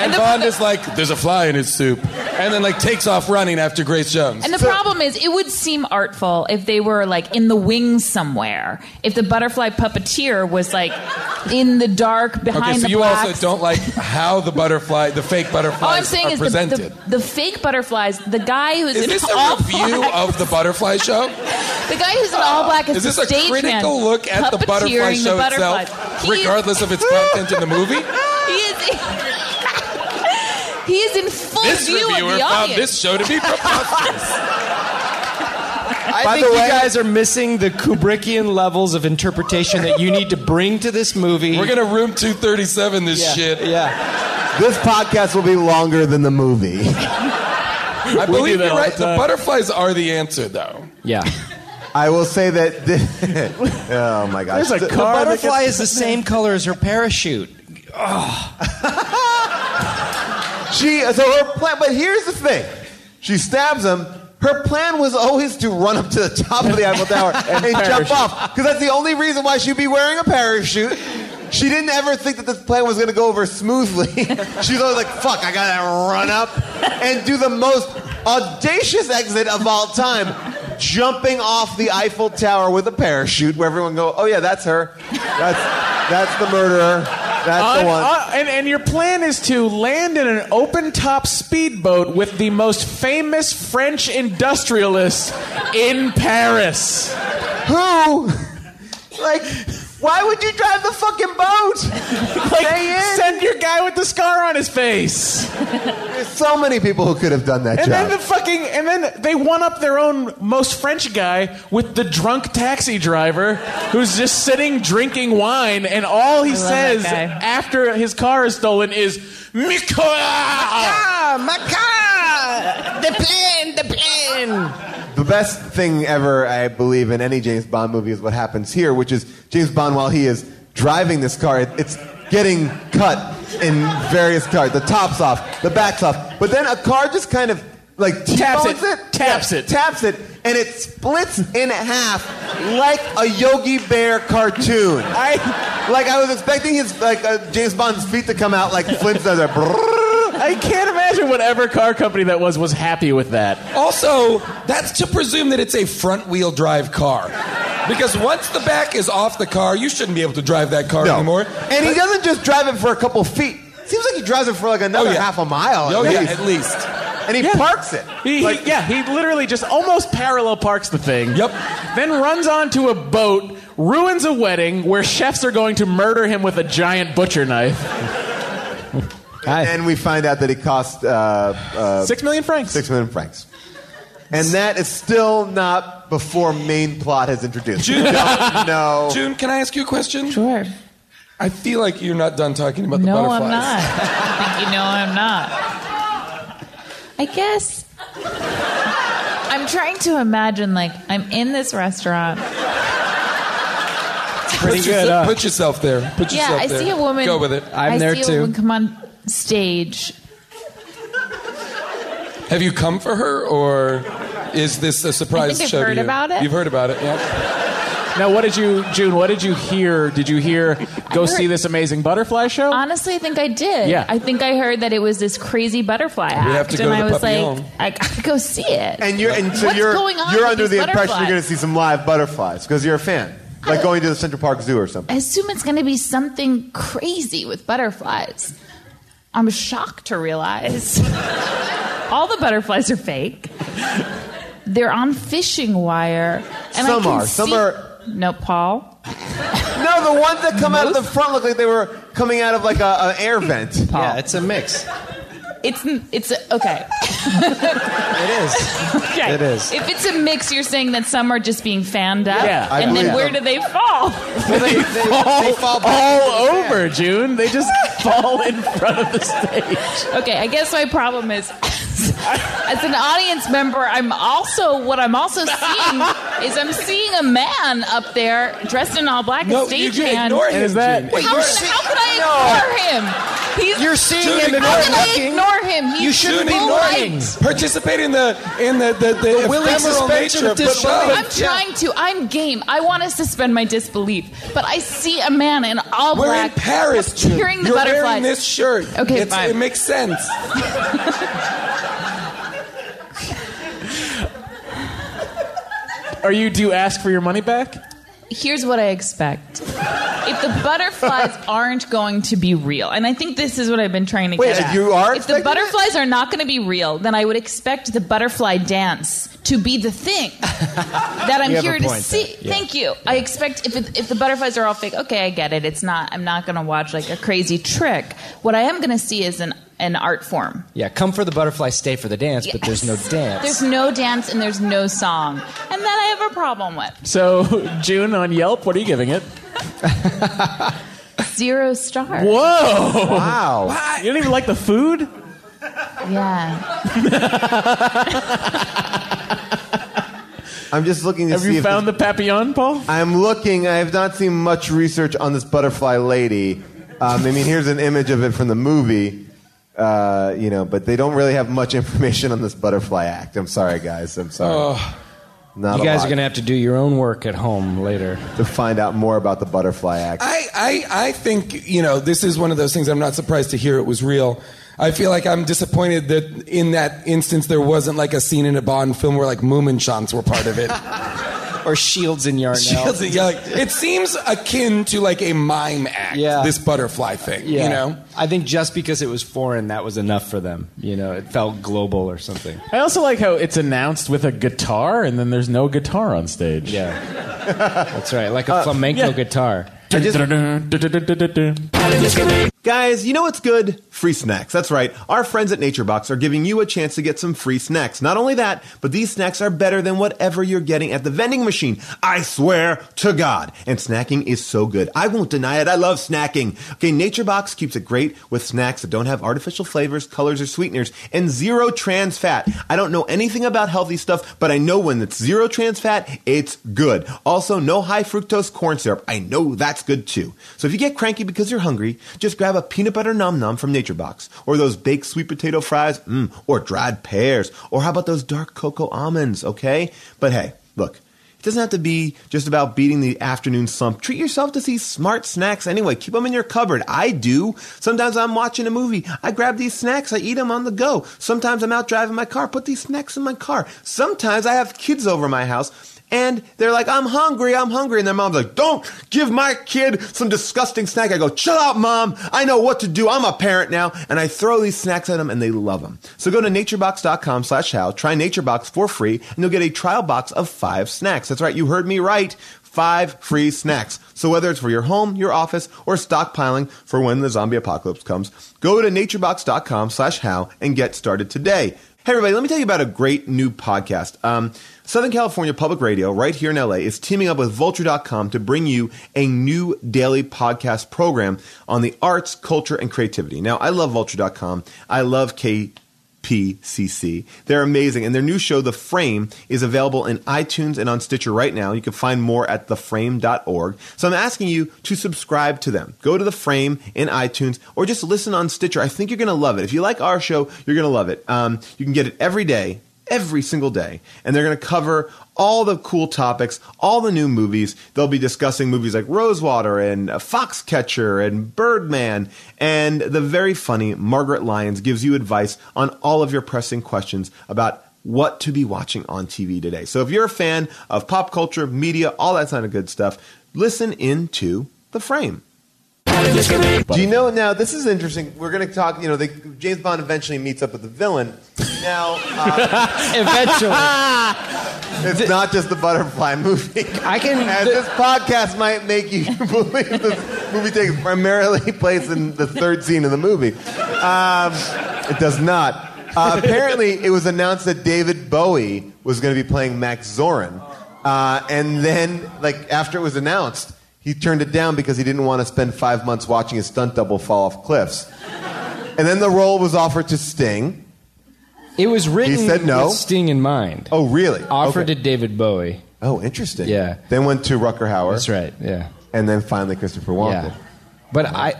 And
the-
Bond is like, there's a fly in his soup. And then, like, takes off running after Grace Jones.
And the problem is, it would seem artful if they were like in the wings somewhere. If the butterfly puppeteer was like in the dark behind
okay, so
the
you
blacks.
also don't like how the butterfly, the fake
All I'm
butterflies
saying
are
is the,
presented.
the, the fake butterflies. The guy who's
is
in
this a
all
review
black,
of the butterfly show?
the guy who's in all black is,
Is this
the
a
stage
critical look at the butterfly show itself, regardless of its content in the movie?
He is. He is in full
This
view of
reviewer
the
found
audience.
this show to be preposterous.
I
By
think
the way-
you guys are missing the Kubrickian levels of interpretation that you need to bring to this movie.
We're gonna room 237 this
yeah,
shit.
Yeah.
This podcast will be longer than the movie.
I believe
that
you're
all
right.
the
The,
time.
butterflies are the answer, though.
Yeah.
I will say that. thi- oh my gosh!
There's a
The-
car
the
that
butterfly is the same color as her parachute.
She so her plan, but here's the thing: she stabs him. Her plan was always to run up to the top of the Eiffel Tower and, jump
parachute.
off, because that's the only reason why she'd be wearing a parachute. She didn't ever think that this plan was going to go over smoothly. She's always like, "Fuck, I gotta run up and do the most audacious exit of all time." Jumping off the Eiffel Tower with a parachute, where everyone go, "Oh yeah, that's her. That's that's the murderer. That's the
On-
one.
on- and, and your plan is to land in an open top speedboat with the most famous French industrialist in Paris.
Who? Like, why would you drive the fucking boat?
Like,
Stay in.
send your guy with the scar on his face.
There's so many people who could have done that job.
And then the fucking and then they one up their own most French guy with the drunk taxi driver who's just sitting drinking wine and all he
love that
says
guy.
after his car is stolen is Mikola!
the plane, the plane. The best thing ever, I believe, in any James Bond movie is what happens here, which is James Bond, while he is driving this car, it- it's getting cut in various cars. The top's off, the back's off, but then a car just kind of like
Taps it,
T-bones
taps
Yeah,
it.
taps it, and it splits in half like a Yogi Bear cartoon.
I
Like I was expecting his like uh, James Bond's feet to come out like Flintstones. Like, brrrr.
I can't imagine whatever car company that was was happy with that.
Also, that's to presume that it's a front wheel drive car. Because once the back is off the car, you shouldn't be able to drive that car anymore.
And he doesn't just drive it for a couple feet. Seems like he drives it for like another
Oh, yeah.
half a mile.
Oh,
at
yeah,
least.
at least.
And he parks it.
He, he-
Like,
yeah, he literally just almost parallel parks the thing.
Yep.
Then runs onto a boat, ruins a wedding where chefs are going to murder him with a giant butcher knife.
And we find out that he cost uh, uh,
Six million francs.
six million francs. And that is still not before main plot has introduced.
June-
no.
June, can I ask you a question?
Sure.
I feel like you're not done talking about the
No,
butterflies.
I'm not. I think you know I'm not. I guess. I'm trying to imagine, like, I'm in this restaurant.
Pretty good. Put yourself there. Put
Yeah,
yourself
I
there.
see a woman.
Go with it.
I'm
I
there
see
too.
a woman come on stage.
Have you come for her, or is this a surprise
think I've
show to
heard
you?
about it.
You've heard about it. Yeah.
Now, what did you, June? What did you hear? Did you hear? Go
heard-
see this amazing butterfly show.
Honestly, I think I did.
Yeah.
I think I heard that it was this crazy butterfly act,
have to go
and
to
I was
Papillon.
like, I gotta go see it.
And you're and so
What's
you're
going on
you're
with
under
these
the impression you're
butterflies?
going to see some live butterflies because you're a fan, like going to the Central Park Zoo or something.
I assume it's gonna be something crazy with butterflies. I'm shocked to realize all the butterflies are fake. They're on fishing wire, and I
Some
can
are. Some
see-
are-
No, Paul.
No, the ones that come out of the front look like they were coming out of like a, an air vent.
Yeah, it's a mix.
It's it's okay.
It is.
Okay.
It is.
If it's a mix, you're saying that some are just being fanned up,
Yeah, I
and
believe
then where
so.
do they fall?
they, fall,
fall back
all
into the
over, June. They just fall in front of the stage.
Okay, I guess my problem is as an audience member, I'm also what I'm also seeing is I'm seeing a man up there dressed in all black,
No,
a
you
stagehand.
can ignore him.
Is that-
June.
Wait,
How,
Ignore
can,
him.
how can I ignore him? He's
You're seeing
Dude,
him and
how
how
not
can I
looking.
ignore him? He's
You shouldn't
full
ignore
light.
him.
Participate in the in the the, the,
The willing
ephemeral
suspension
nature
of
of the
disbelief.
show.
I'm trying to. I'm game. I want to suspend my disbelief, but I see a man in all
We're
black.
in Paris, June.
Hearing the
You're
butterflies.
wearing this shirt.
Okay,
It's-
fine.
it makes sense.
Are you? Do you ask for your money back?
here's what I expect. If the butterflies aren't going to be real, and I think this is what I've been trying to
Wait,
get at.
you are
If the
expecting
butterflies are not going to be real, then I would expect the butterfly dance to be the thing that I'm
You have a
here to
point
see.
there. Yeah.
Thank you. I expect if it, if the butterflies are all fake, okay, I get it. It's not. I'm not going to watch like a crazy trick. What I am going to see is an an art form.
Yeah, come for the butterfly, stay for the dance, but there's no
Yes.
dance.
There's no dance and there's no song, and that I have a problem with.
So, June on Yelp, what are you giving it?
Zero stars.
Whoa!
Wow.
You don't even like the food.
Yeah.
I'm just looking to
Have
see
you
if
found the papillon, Paul?
I'm looking. I have not seen much research on this butterfly lady. Um, I mean, here's an image of it from the movie. Uh, you know, but they don't really have much information on this butterfly act. I'm sorry, guys. I'm sorry.
Oh,
not
you
a
guys
lot
are gonna have to do your own work at home later.
to find out more about the butterfly act.
I, I, I think, you know, this is one of those things I'm not surprised to hear it was real. I feel like I'm disappointed that in that instance there wasn't like a scene in a Bond film where like Moomin shots were part of it.
or Shields and Yarnell.
Shields and- yeah, like, it seems akin to like a mime act.
Yeah.
This butterfly thing.
Yeah.
You know.
I think just because it was foreign, that was enough for them. You know, it felt global or something.
I also like how it's announced with a guitar and then there's no guitar on stage.
Yeah, that's right. Like
Uh,
a flamenco guitar.
I just- Guys, you know what's good? Free snacks. That's right. Our friends at Nature Box are giving you a chance to get some free snacks. Not only that, but these snacks are better than whatever you're getting at the vending machine. I swear to God. And snacking is so good. I won't deny it. I love snacking. Okay, Nature Box keeps it great with snacks that don't have artificial flavors, colors, or sweeteners, and zero trans fat. I don't know anything about healthy stuff, but I know when it's zero trans fat, it's good. Also, no high fructose corn syrup. I know that's good too. So if you get cranky because you're hungry, just grab a peanut butter num num from Nature Box, or those baked sweet potato fries, mm, or dried pears, or how about those dark cocoa almonds, okay? But hey, look. It doesn't have to be just about beating the afternoon slump. Treat yourself to these smart snacks anyway. Keep them in your cupboard. I do. Sometimes I'm watching a movie. I grab these snacks. I eat them on the go. Sometimes I'm out driving my car. Put these snacks in my car. Sometimes I have kids over my house and they're like, I'm hungry. I'm hungry. And their mom's like, don't give my kid some disgusting snack. I go, shut up, mom. I know what to do. I'm a parent now. And I throw these snacks at them and they love them. So go to naturebox.com slash how, try naturebox for free, and you'll get a trial box of five snacks. That's right. You heard me right. Five free snacks. So whether it's for your home, your office, or stockpiling for when the zombie apocalypse comes, go to naturebox.com slash how and get started today. Hey, everybody, let me tell you about a great new podcast. Um, Southern California Public Radio, right here in LA, is teaming up with Vulture.com to bring you a new daily podcast program on the arts, culture, and creativity. Now, I love Vulture.com. I love K. PCC. They're amazing. And their new show, The Frame, is available in iTunes and on Stitcher right now. You can find more at theframe.org. So I'm asking you to subscribe to them. Go to The Frame in iTunes or just listen on Stitcher. I think you're going to love it. If you like our show, you're going to love it. Um, you can get it every day every single day, and they're going to cover all the cool topics, all the new movies. They'll be discussing movies like Rosewater and uh, Foxcatcher and Birdman, and the very funny Margaret Lyons gives you advice on all of your pressing questions about what to be watching on TV today. So if you're a fan of pop culture, media, all that kind of good stuff, listen into The Frame. Do you know now? This is interesting. We're going to talk. You know, the, James Bond eventually meets up with the villain. Now, uh,
Eventually,
it's not just the butterfly movie.
I can-
As this podcast might make you believe this movie takes primarily place in the third scene of the movie. Um, it does not. Uh, apparently, it was announced that David Bowie was going to be playing Max Zorin, uh, and then, like after it was announced, he turned it down because he didn't want to spend five months watching his stunt double fall off cliffs. And then the role was offered to Sting.
it was written
said no.
with Sting in mind.
Oh, really?
Offered
Okay.
to David Bowie.
Oh, interesting.
Yeah.
Then went to Rucker Hauer.
That's right. Yeah.
And then finally Christopher
Yeah.
Walken.
But I,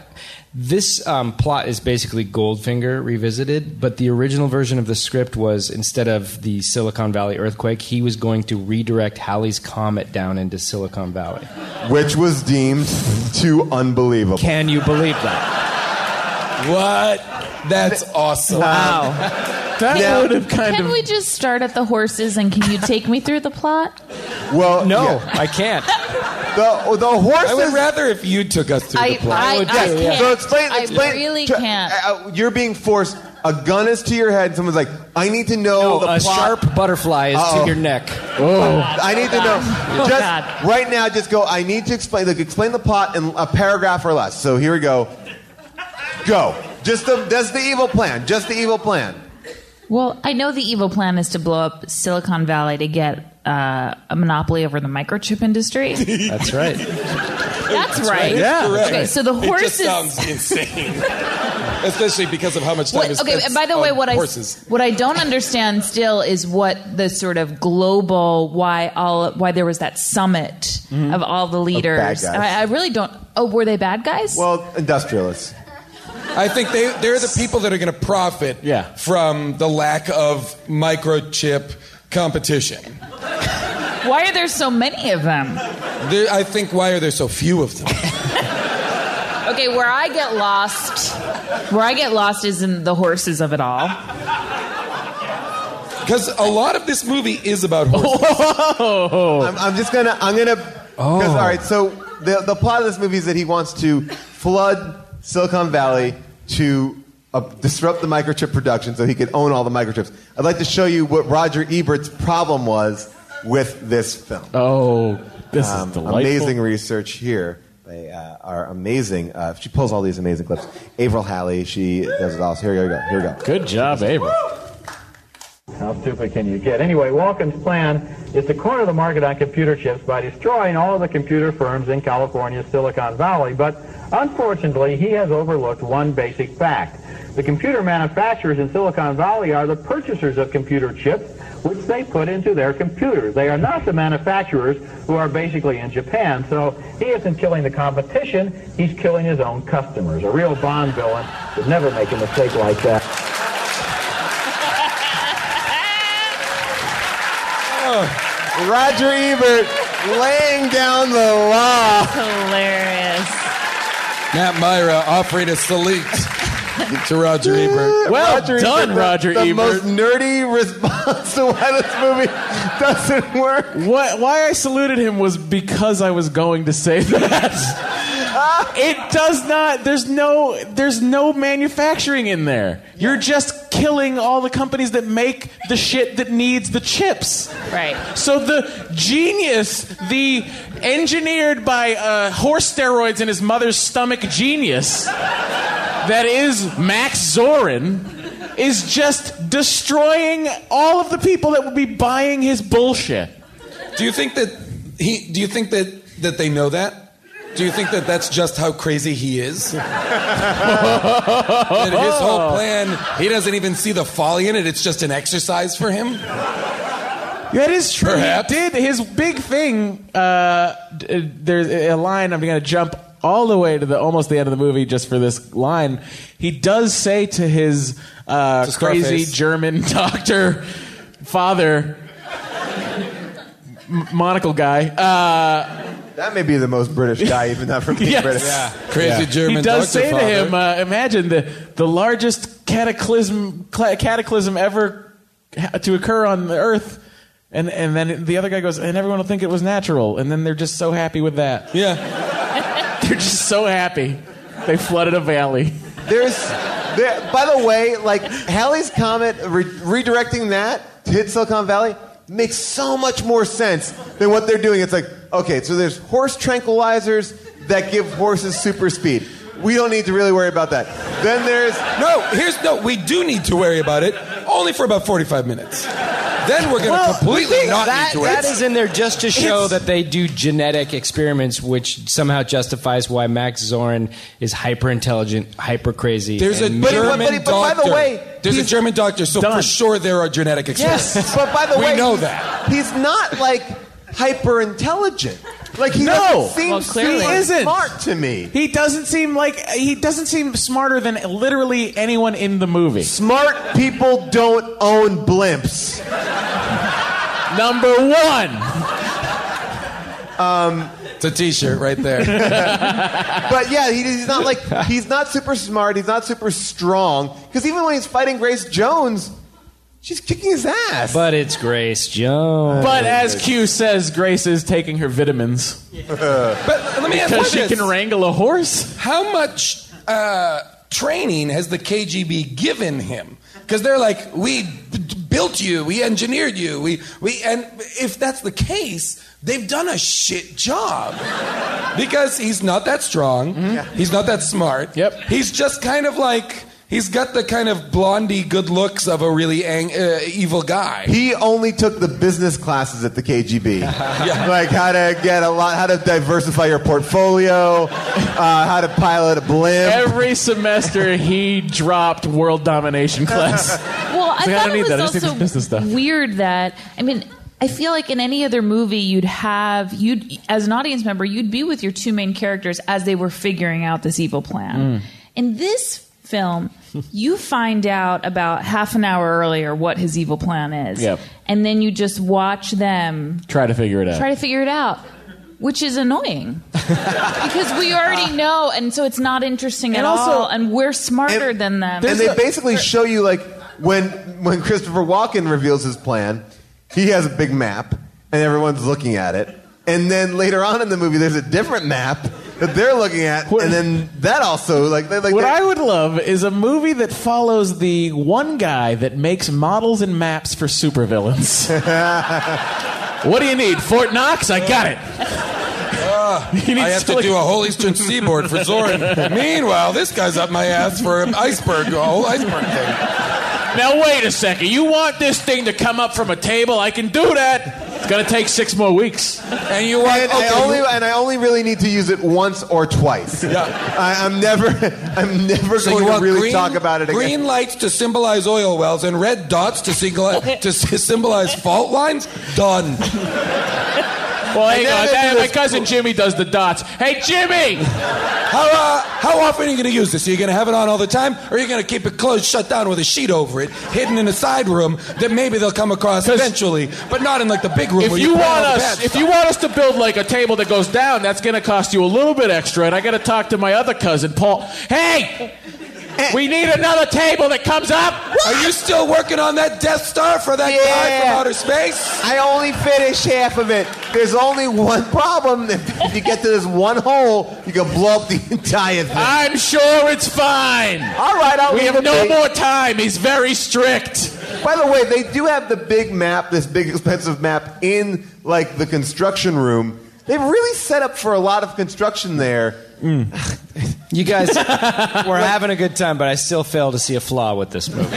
this um, plot is basically Goldfinger revisited. But the original version of the script was instead of the Silicon Valley earthquake, he was going to redirect Halley's comet down into Silicon Valley.
Which was deemed too unbelievable.
Can you believe that?
What? That's awesome.
That
Yeah.
would have kind
Can
of.
we just start at the horses and can you take me through the plot?
well,
No,
yeah.
I can't.
The, the horses.
I would rather if you took us through
I,
the plot.
I,
Oh,
I, can't.
So explain, explain.
I really
to-
can't.
uh, uh, you're being forced. A gun is to your head. Someone's like, I need to
No,
know the
a
plot.
sharp butterfly is
Uh-oh. Oh.
to your neck. Oh.
I need to know.
Oh,
Just
God.
right now, just go. I need to explain. Like, explain the plot in a paragraph or less. So here we go. Go. Just the. That's the evil plan. Just the evil plan.
Well, I know the evil plan is to blow up Silicon Valley to get uh, a monopoly over the microchip industry.
That's right.
That's right.
Yeah. Correct.
Okay, so the
It just
horses.
sounds insane, especially because of how much time
What-
is
okay,
spent
and by the way,
on
what I
horses.
what I don't understand still is what the sort of global why all why there was that summit
Mm-hmm.
of all the leaders.
guys.
I, I really don't. Oh, were they bad guys?
Well, industrialists.
I think they they're the people that are going to profit
Yeah.
from the lack of microchip competition.
why are there so many of them?
There- I think why are there so few of them?
Okay, where I get lost, where I get lost is in the horses of it all.
because a lot of this movie is about horses.
I'm, I'm just gonna. I'm gonna. Oh. All right. So the the plot of this movie is that he wants to flood Silicon Valley to uh, disrupt the microchip production so he could own all the microchips. I'd like to show you what Roger Ebert's problem was with this film.
Oh, this
Um,
is delightful.
amazing research here. They uh, are amazing. Uh, she pulls all these amazing clips. Avril Halley, she does it all. So here we go. Here we go.
Good job, Abel.
How stupid can you get? Anyway, Walken's plan is to corner the market on computer chips by destroying all of the computer firms in California's Silicon Valley. But unfortunately, he has overlooked one basic fact. The computer manufacturers in Silicon Valley are the purchasers of computer chips, which they put into their computers. They are not the manufacturers who are basically in Japan. So he isn't killing the competition, he's killing his own customers. A real Bond villain would never make a mistake like that.
Oh, Roger Ebert laying down the law.
Hilarious.
Matt Myra offering a salute to Roger Ebert.
Well
Roger
done,
Ebert, the-
Roger
the
Ebert.
most nerdy response to why this movie doesn't work.
What, why I saluted him was because I was going to say that. it does not. There's no. There's no manufacturing in there. You're just killing all the companies that make the shit that needs the chips.
Right.
So the genius, the engineered by uh, horse steroids in his mother's stomach genius, that is Max Zorin, is just destroying all of the people that would be buying his bullshit.
Do you think that he? Do you think that that they know that? Do you think that that's just how crazy he is? that his whole plan, he doesn't even see the folly in it. It's just an exercise for him.
That is true.
Perhaps.
He did his big thing. Uh, d- uh, there's a line. I'm going to jump all the way to the almost the end of the movie just for this line. He does say to his uh,
To Scarface.
crazy German doctor father, m- monocle guy. Uh,
That may be the most British guy, even not from being
Yes.
British.
Yeah.
Crazy German.
he does
doctor
say
father.
to him, uh, "Imagine the the largest cataclysm cla cataclysm ever ha- to occur on the Earth." And and then the other guy goes, and everyone will think it was natural, and then they're just so happy with that.
Yeah.
They're just so happy. They flooded a valley.
There's, there, by the way, like Halley's comment re- redirecting that to hit Silicon Valley makes so much more sense than what they're doing. It's like, okay, so there's horse tranquilizers that give horses super speed. We don't need to really worry about that. Then there's
No, here's no. We do need to worry about it, only for about 45 minutes. Then we're going to completely not
that,
need to worry.
that is in there just to show
It's-
that they do genetic experiments, which somehow justifies why Max Zorin is hyper intelligent, hyper crazy.
There's a
and
But-
German
but- but by the
doctor.
way,
there's a
he's-
German doctor, so
Done.
for sure there are genetic experiments.
Yes, but by the
We
way,
know
he's-
that.
he's not like hyper intelligent. Like he
No.
doesn't seem
Well, clearly.
super
He isn't.
smart to me.
He doesn't seem like he doesn't seem smarter than literally anyone in the movie.
Smart people don't own blimps.
Number one.
It's a T-shirt right there.
Um, But yeah, he, he's not like he's not super smart. He's not super strong. Because even when he's fighting Grace Jones, she's kicking his ass.
but it's Grace Jones.
But as Q says, Grace is taking her vitamins
but let me ask you
because she
this:
can wrangle a horse.
How much uh, training has the KGB given him? Because they're like, we b- d- built you, we engineered you, we we. And if that's the case, they've done a shit job because he's not that strong. He's not that smart.
Mm-hmm. Yep.
He's just kind of like. He's got the kind of blondie good looks of a really ang- uh, evil guy.
he only took the business classes at the KGB, like how to get a lot, how to diversify your portfolio, uh, how to pilot a blimp.
Every semester, he dropped world domination class.
Well, I
like, I
thought
don't
it
need
was
that. I just need
also
this business stuff.
weird that I mean. I feel like in any other movie, you'd have you'd as an audience member, you'd be with your two main characters as they were figuring out this evil
Hmm.
plan.
Mm.
In this film, you find out about half an hour earlier what his evil plan is,
Yep.
and then you just watch them
Try to figure it out.
try to figure it out, which is annoying because we already know, and so it's not interesting
And
at
also-
all, and we're smarter
And-
than them.
and they basically show you like when when Christopher Walken reveals his plan, he has a big map and everyone's looking at it. And then later on in the movie, there's a different map that they're looking at, and then that also like they like
What
they-
I would love is a movie that follows the one guy that makes models and maps for supervillains. what do you need? Fort Knox? I got it.
Uh, I have to do a whole Eastern Seaboard for Zorin. Meanwhile, this guy's up my ass for an iceberg, a whole iceberg thing.
Now wait a second. You want this thing to come up from a table? I can do that. It's gonna take six more weeks.
And you want
And
okay,
I only and I only really need to use it once or twice.
Yeah.
I, I'm never I'm never
so you
going to
want
really
green,
talk about it
green
again.
lights to symbolize oil wells and red dots to, single, to symbolize fault lines? Done.
Well, hang
then
on.
they
That-
do
my
this-
cousin Jimmy does the dots. Hey, Jimmy.
How, uh, how often are you going to use this? Are you going to have it on all the time? Or are you going to keep it closed, shut down with a sheet over it, hidden in a side room that maybe they'll come across
'Cause
eventually, but not in like the big room
If
where
you
plan all
want
the
us,
bad
if
stuff.
you want us to build like a table that goes down, that's gonna cost you a little bit extra. And I gotta talk to my other cousin, Paul. Hey, we need another table that comes up.
Are you still working on that Death Star for that guy
Yeah.
from outer space?
I only finish half of it. There's only one problem. If, if you get to this one hole, you can blow up the entire thing.
I'm sure it's fine.
All right, I'll
We
leave
have
it
no
be.
more time. He's very strict.
By the way, they do have the big map, this big expensive map in like the construction room. They've really set up for a lot of construction there.
Hmm.
You guys were having a good time, but I still fail to see a flaw with this movie.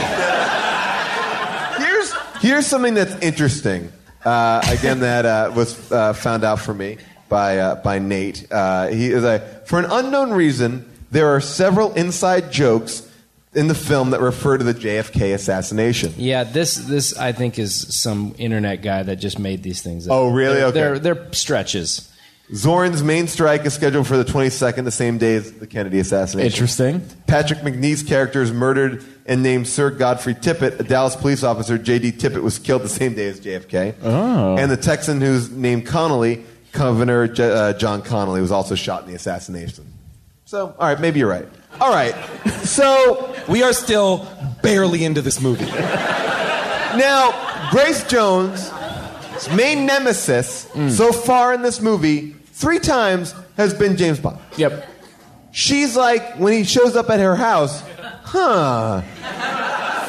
Here's here's something that's interesting. Uh, again, that uh, was uh, found out for me by uh, by Nate. Uh, he is a for an unknown reason. There are several inside jokes in the film that refer to the JFK assassination.
Yeah, this this I think is some internet guy that just made these things up.
Oh, really?
They're, They're,
Okay.
they're stretches.
Zorin's main strike is scheduled for the 22nd, the same day as the Kennedy assassination.
Interesting.
Patrick McNeese character is murdered and named Sir Godfrey Tippett. A Dallas police officer, J.D. Tippett, was killed the same day as JFK.
Oh.
And the Texan who's named Connolly, Governor J- uh, John Connolly, was also shot in the assassination. So, all right, maybe you're right. All right. So
We are still barely into this movie.
now, Grace Jones' main nemesis
Mm.
so far in this movie, three times, has been James Bond.
Yep.
She's like, when he shows up at her house, huh,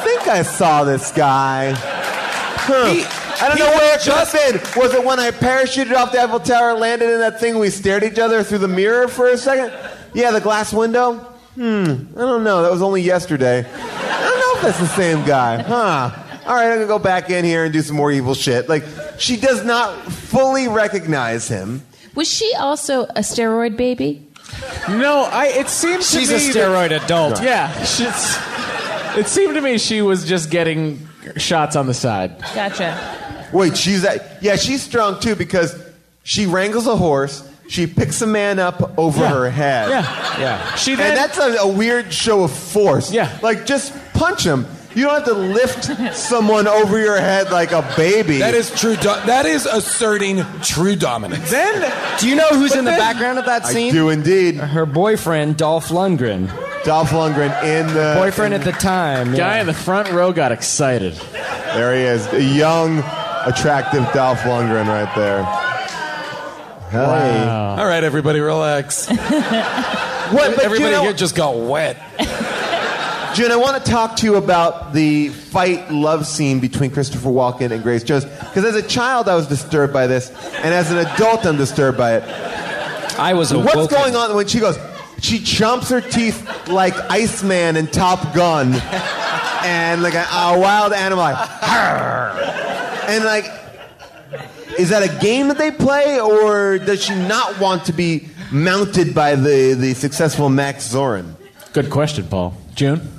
think I saw this guy. Huh.
He-
I don't
he
know where it
just-
just in. Was it when I parachuted off the Eiffel Tower, landed in that thing, we stared at each other through the mirror for a second? Yeah, the glass window? Hmm, I don't know. That was only yesterday. I don't know if that's the same guy, huh? All right, I'm gonna go back in here and do some more evil shit. Like, she does not fully recognize him.
Was she also a steroid baby?
No, I. It seems
She's
to
a
me
steroid adult.
That, Oh, yeah. She's, it seemed to me she was just getting shots on the side.
Gotcha.
Wait, she's at, yeah, she's strong too because she wrangles a horse. She picks a man up over
Yeah.
her head.
Yeah.
Yeah.
She then.
And that's a, a weird show of force.
Yeah.
Like, just punch him. You don't have to lift someone over your head like a baby.
That is true. Do- that is asserting true dominance.
then
Do you know who's in the
then-
background of that
I
scene?
do indeed.
Her boyfriend, Dolph Lundgren.
Dolph Lundgren in the.
Boyfriend at the time.
guy
yeah.
in the front row got excited.
There he is. A young, attractive Dolph Lundgren right there. Hey.
All right, everybody, relax.
What, but you
everybody
know-
here just got wet.
Jen, I want to talk to you about the fight love scene between Christopher Walken and Grace Jones. Because as a child, I was disturbed by this, and as an adult, I'm disturbed by it.
I was
What's
awoken.
going on when she goes, she chomps her teeth like Iceman in Top Gun, and like a, a wild animal, like, "Arr!" and like, is that a game that they play, or does she not want to be mounted by the, the successful Max Zorin?
Good question, Paul. June.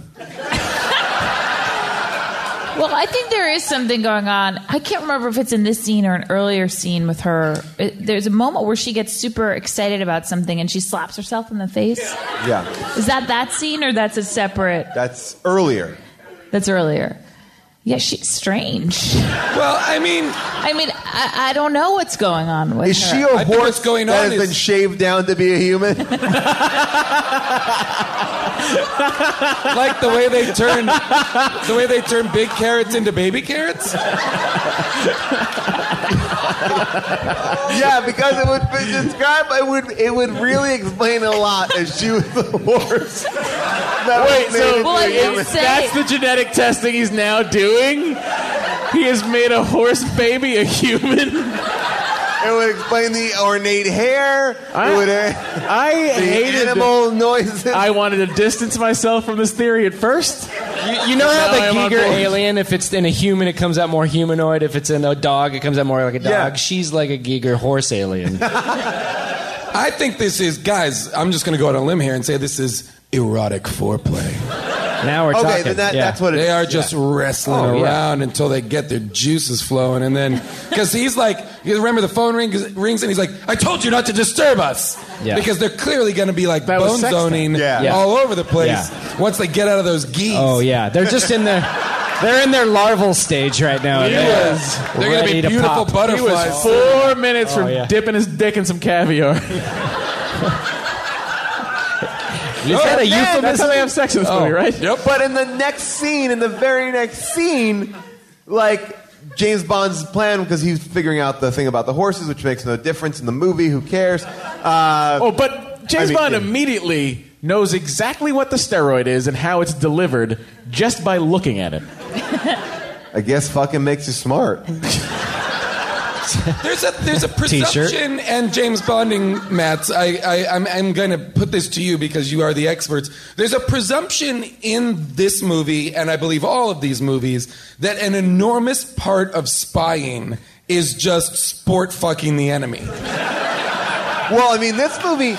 Well, I think there is something going on. I can't remember if it's in this scene or an earlier scene with her. It, there's a moment where she gets super excited about something and she slaps herself in the face.
Yeah,
Is that that scene or that's a separate?
that's earlier.
That's earlier. Yeah, she's strange.
Well, I mean,
I mean, I, I don't know what's going on with her.
Is she a
I think
horse
what's going
that
on
has
is-
been shaved down to be a human?
like the way they turn the way they turn big carrots into baby carrots.
yeah, because it would be describe. It would it would really explain a lot if she was the horse. That
Wait,
was made
so
into
Well,
a
I didn't
human.
say-
that's the genetic testing he's now doing? He has made a horse baby a human?
it would explain the ornate hair.
I-
it would, uh,
I
the
hated
animal noises.
I wanted to distance myself from this theory at first.
You, you know how
Now I
the
am on
Giger
board.
alien, if it's in a human, it comes out more humanoid. If it's in a dog, it comes out more like a dog.
Yeah.
She's like a Giger horse alien.
I think this is, guys. I'm just going to go out on a limb here and say this is erotic foreplay.
now we're
okay,
talking.
then that,
Yeah.
that's what it is.
They are just wrestling
Oh, yeah.
around until they get their juices flowing, and then because he's like, you remember the phone ring, rings, and he's like, "I told you not to disturb us,"
Yeah.
because they're clearly going to be like
That was
bone
sex then.
zoning
Yeah. Yeah.
all over the place
Yeah.
once they get out of those geese.
Oh yeah, they're just in their they're in their larval stage right now. and they're
was-
they're going to
ready
be
to
beautiful
pop.
He was
butterflies.
four minutes from
Oh, yeah.
dipping his dick in some caviar.
Is that a
Oh, man,
That's how
euphemism?
they have sex in this movie, right?
Yep.
But in the next scene, in the very next scene, like James Bond's plan because he's figuring out the thing about the horses, which makes no difference in the movie. Who cares? Uh,
Oh, but James
I mean,
Bond
yeah.
immediately knows exactly what the steroid is and how it's delivered just by looking at it.
I guess fucking makes you smart.
There's a there's a
T-shirt.
presumption and James Bonding, Matt. I, I I'm I'm going to put this to you because you are the experts. There's a presumption in this movie, and I believe all of these movies, that an enormous part of spying is just sport fucking the enemy.
Well, I mean, this movie.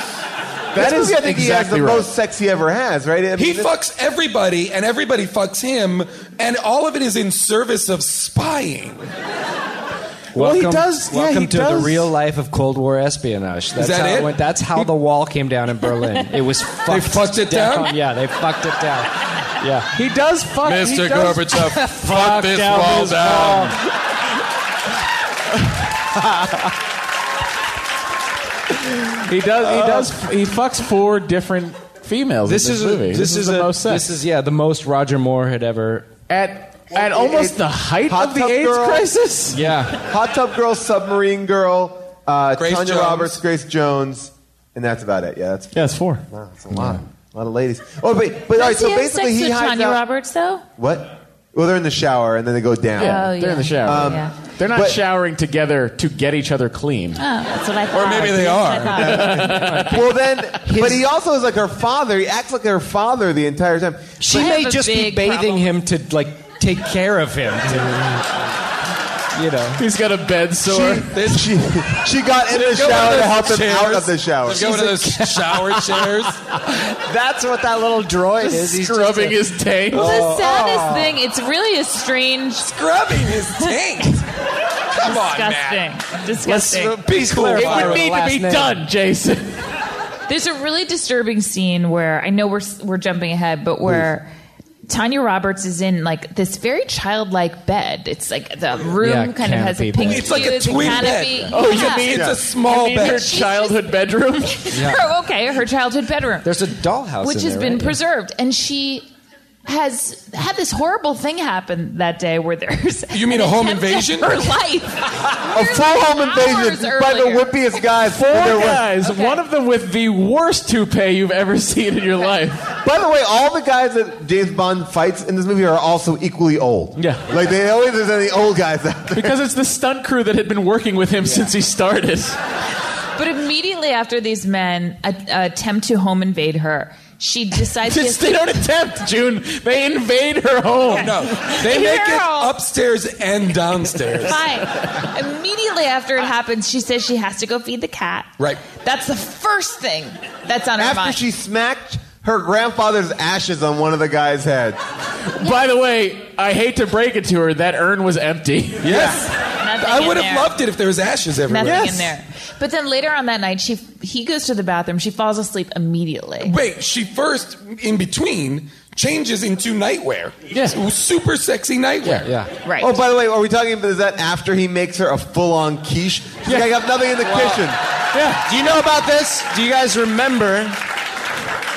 That
is
is, I think he has the
exactly right.
most sex he ever has, right? I mean,
He
this-
fucks everybody, and everybody fucks him, and all of it is in service of spying.
Well, he
Welcome-
does- yeah,
Welcome
he
to
does-
the real life of Cold War espionage. That's
that
how
it?
went. That's how the wall came down in Berlin. It was fucked.
fucked it down?
Yeah, they fucked it down. Yeah, he does fuck. he does
fuck
this down wall this down.
He does. He
Uh,
does. He fucks four different females.
This
in
is
this
a,
movie.
this, is,
the
a,
most sex.
this is yeah the most Roger Moore had ever.
at at almost
it-
the height
Hot
of the
Tub
AIDS
Girl.
crisis.
Yeah,
Hot Tub Girl, Submarine Girl, uh,
Grace
Tanya
Jones.
Roberts, Grace Jones, and that's about it. Yeah, that's,
Yeah, it's four.
wow, that's a lot. A lot of ladies. Oh, but but all right.
Does he
So
have
basically,
sex
he
with
hides
Tanya
out.
Roberts though.
What? Well, they're in the shower and then they go down.
Yeah,
Oh,
they're in
yeah.
the shower.
Um, Yeah.
They're not
but-
showering together to get each other clean.
Oh, that's what I thought.
maybe they
That's what I thought.
Well, then, but he also is like her father. He acts like her father the entire time.
she
I have
may
a
just be
big
bathing
problem.
him to like take care of him. to- you know.
He's got a bed sore.
She, she, she got in the
Go one of
shower to
those
help him out
chairs.
of the shower.
Go one of those shower chairs.
That's what that little droid is. He's just
Scrubbing
a-
his tank.
the
Oh.
saddest thing. It's really a strange,
Oh. Scrubbing his tank. Come on, Matt.
disgusting, disgusting.
Be cool.
It
Fire
would
with
need to
last
be
name.
done, Jason.
There's a really disturbing scene where I know we're we're jumping ahead, but where Tanya Roberts is in like this very childlike bed. It's like the room
Yeah,
kind of has
canopy
a
bed.
pink
It's like a
hue, the
twin
canopy.
bed. Oh,
yeah.
you mean it's a small
In her
bed?
childhood bedroom.
Her- okay, her childhood bedroom,
There's a dollhouse,
which
in
has
there,
been
right?
preserved, and she has had this horrible thing happen that day where there's
You mean
an
a home
attempt at
invasion?
her life "Ah."
a full home invasion by the whippiest guys.
Four
There were-
guys, one of them with the worst toupee you've ever seen in your life.
By the way, all the guys that James Bond fights in this movie are also equally old.
Yeah.
like they always there's any old guys out there.
Because it's the stunt crew that had been working with him since he started.
But immediately after these men a- attempt to home invade her, she decides she has
Just- they don't attempt, June. They invade her home.
No, they make it
Girl.
upstairs and downstairs.
Fine. Immediately after it happens, she says she has to go feed the cat.
Right.
That's the first thing that's on her
After
mind.
she smacked her grandfather's ashes on one of the guys' heads.
By the way, I hate to break it to her, that urn was empty.
Yes,
Nothing
I
in
would
there.
have loved it if there was ashes everywhere.
Nothing in there. But then later on that night, she he goes to the bathroom. She falls asleep immediately.
Wait, she first in between changes into nightwear. Yes. Super sexy nightwear.
Yeah.
Right.
Oh, by the way, are we talking about is that after he makes her a full-on quiche? She's like, I got nothing in the kitchen.
Yeah. Do you know about this? Do you guys remember?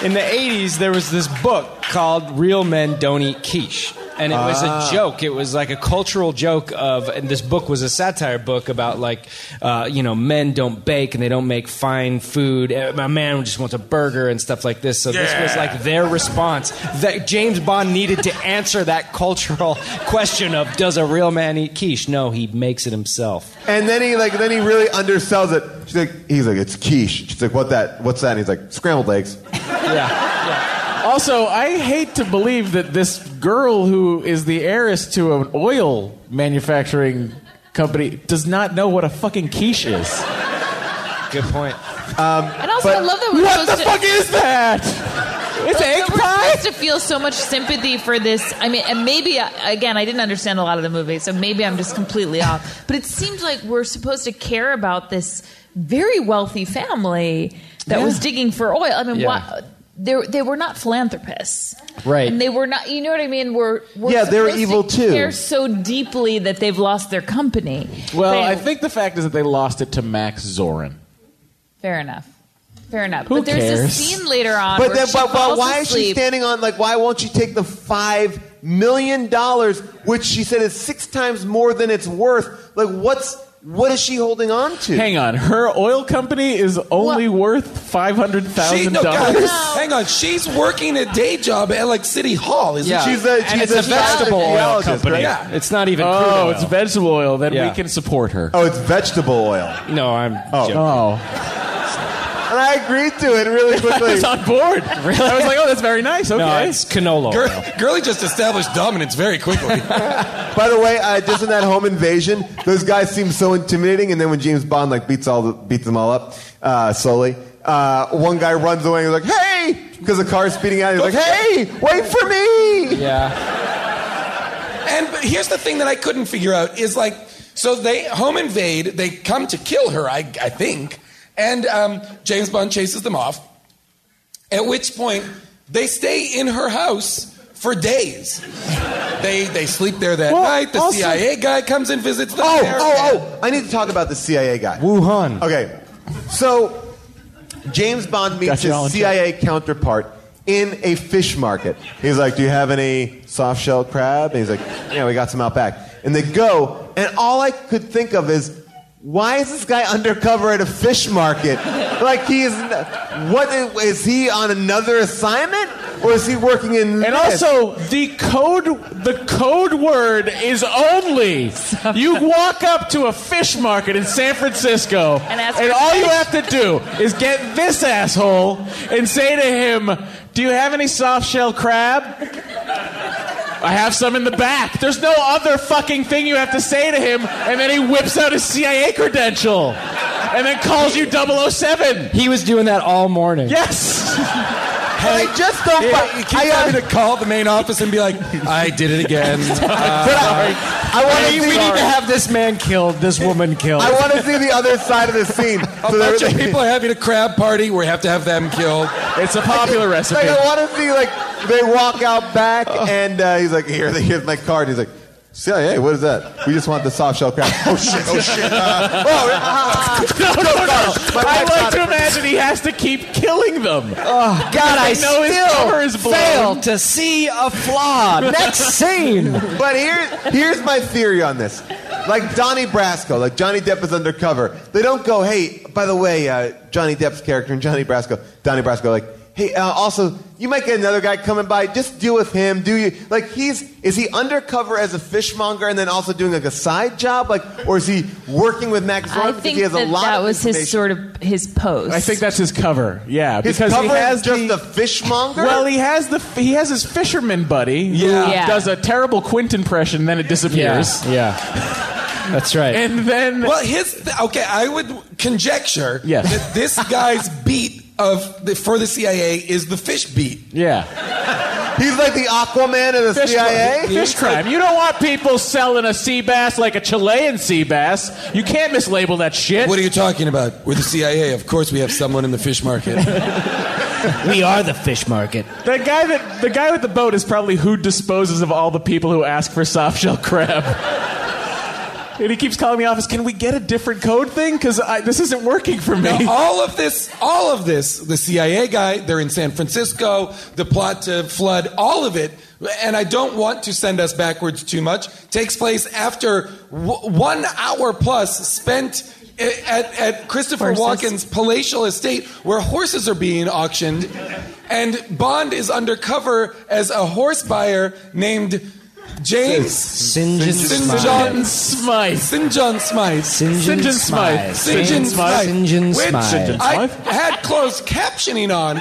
In the 80s, there was this book called Real Men Don't Eat Quiche. And it was
Ah.
a joke. It was like a cultural joke of, and this book was a satire book about like, uh, you know, men don't bake and they don't make fine food. Uh, My man just wants a burger and stuff like this. So this was like their response. That James Bond needed to answer that cultural question of, does a real man eat quiche? No, he makes it himself.
And then he like then he really undersells it. She's like, he's like, it's quiche. She's like, what that? What's that? And he's like, scrambled eggs.
Yeah.
Also, I hate to believe that this girl who is the heiress to an oil manufacturing company does not know what a fucking quiche is.
Good point.
And also, I love that we're
What
supposed
the
to.
fuck is that? It's egg
that we're
pie?
supposed to feel so much sympathy for this. I mean, and maybe uh, again, I didn't understand a lot of the movie, so maybe I'm just completely off. But it seems like we're supposed to care about this very wealthy family that was digging for oil. I mean,
Yeah.
why? They, they were not philanthropists,
Right.
And they were not. You know what I mean? We're, we're
Yeah, they were
supposed
evil,
to
too.
Care so deeply that they've lost their company.
Well, I
They-
think the fact is that they lost it to Max Zorin.
fair enough. Fair enough.
Who
but there's a
cares?
scene later on.
But
where
then,
she
but, but
falls
why is she
asleep.
standing on like? Why won't she take the five million dollars, which she said is six times more than it's worth? Like, what's what is she holding on to?
Hang on, her oil company is only worth five hundred
She,
thousand
no, guys,
dollars.
hang on. She's working a day job at like City Hall, isn't
Yeah.
she?
She's a,
And
she's
it's a vegetable oil
geologist,
company.
right?
Yeah.
It's not even. crude
Oh,
oil.
it's vegetable oil. Then
Yeah.
we can support her.
Oh, it's vegetable oil.
No, I'm.
Oh.
joking.
Oh,
And I agreed to it really
I
quickly.
was on board. Really? I was like, oh, that's very nice. Okay.
no, it's canola
Girl,
oil.
Girly just established dominance very quickly.
By the way, uh, just in that home invasion, those guys seem so intimidating. And then when James Bond like beats all the, beats them all up uh, slowly, uh, one guy runs away and he's like, "Hey!" Because the car's speeding out. He's like, "Hey, wait for me!"
Yeah.
And but here's the thing that I couldn't figure out is like, so they home invade, they come to kill her, I, I think, and um, James Bond chases them off. At which point, they stay in her house for days. they they sleep there that
Well,
night. The
also-
CIA guy comes and visits them.
Oh,
there.
oh, oh! I need to talk about the CIA guy.
Wuhan.
Okay, so James Bond meets
Got you all in
his CIA counterpart in a fish market. He's like, "Do you have any soft shell crab?" And he's like, "Yeah, we got some out back." And they go, and all I could think of is, why is this guy undercover at a fish market? Like he is, what is, is he on another assignment, or is he working in?
And
this?
also, the code the code word is only. You walk up to a fish market in San Francisco,
And ask for
all
fish.
you have to do is get this asshole and say to him, "Do you have any soft shell crab?" I have some in the back. There's no other fucking thing you have to say to him, and then he whips out his CIA credential and then calls you 007.
He was doing that all morning.
Yes.
I just don't.
Yeah, you
fi-
keep
I, uh,
having to call the main office and be like, I did it again.
but I, I want
We,
to
we need to have this man killed, this woman killed.
I want to see the other side of the scene.
a
there was-
bunch of people are having a crab party. We have to have them killed.
It's a popular recipe. Oh.
Like I want to see like they walk out back and uh, he's like, here, here's my card. He's like. CIA, what is that? We just want the soft shell crab. Oh shit! Oh shit! Uh, oh, ah,
No, no, no.
My
I
wife
like
got
to
it.
imagine he has to keep killing them.
Oh, God, I
know his cover is blown.
to see a flaw. Next scene.
but here, here's my theory on this. Like Donnie Brasco, like Johnny Depp is undercover. They don't go, hey, by the way, uh, Johnny Depp's character and Johnny Brasco, Donnie Brasco, like, hey, uh, also, you might get another guy coming by. Just deal with him. Do you like he's is he undercover as a fishmonger and then also doing like a side job, like, or is he working with Max Zorn
I
because
think
he has
that
a lot
that
of
was his
information?
sort of his pose.
I think that's his cover. Yeah,
His
because
cover
he has
is just
the.
the fishmonger.
well, he has the he has his fisherman buddy.
Yeah.
who
Yeah.
does a terrible Quint impression, then it disappears.
Yeah. That's right.
And then
Well, his th- okay. I would conjecture
Yes.
that this guy's beat of the, for the CIA is the fish beat.
yeah,
he's like the Aquaman of the
fish
CIA.
fish crime. You don't want people selling a sea bass like a Chilean sea bass. You can't mislabel that shit.
What are you talking about? We're the CIA. Of course, we have someone in the fish market.
we are the fish market.
The guy that the guy with the boat is probably who disposes of all the people who ask for soft shell crab. And he keeps calling the office. Can we get a different code thing? Because this isn't working for me.
Now, all of this, all of this, the CIA guy, they're in San Francisco, the plot to flood, all of it, and I don't want to send us backwards too much, takes place after w- one hour plus spent i- at, at Christopher Walken's palatial estate where horses are being auctioned, and Bond is undercover as a horse buyer named James
St. John
St. John Smythe. St. John Smythe.
St. John Smythe.
St. John Smythe.
St. John
Which
Smythe.
I had closed captioning on,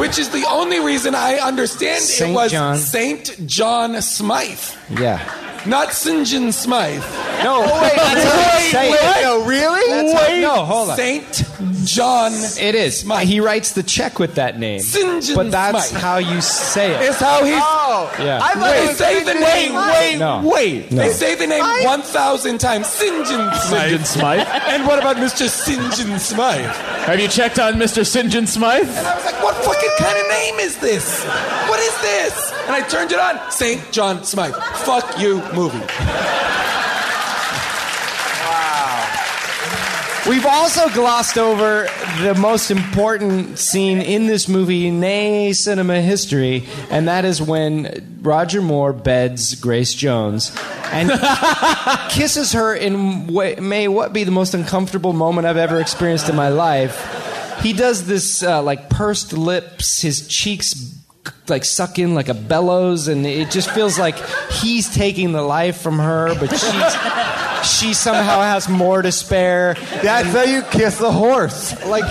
which is the only reason I understand it
Saint
was
John.
St. John Smythe,
Yeah.
not St. John Smythe.
No.
Oh,
wait.
Wait, wait, no, really?
no, hold on.
St. John
It is.
Smythe.
He writes the check with that name.
St. John
But that's
Smythe.
how you say it.
is how he's.
Oh,
Yeah.
I thought it
They
was
say the name. Wait,
No.
wait.
No.
They say the name
I-
1,000 times. St. John
St. John
Smythe.
Smythe.
And what about Mr. St. John Smythe?
Have you checked on Mr. St. John Smythe?
And I was like, what fucking kind of name is this? What is this? And I turned it on. St. John Smythe. Fuck you movie.
We've also glossed over the most important scene in this movie, nay cinema history, and that is when Roger Moore beds Grace Jones and kisses her in what may what be the most uncomfortable moment I've ever experienced in my life. He does this uh, like pursed lips, his cheeks like suck in like a bellows, and it just feels like he's taking the life from her, but she's she somehow has more to spare.
That's how you kiss a horse.
Like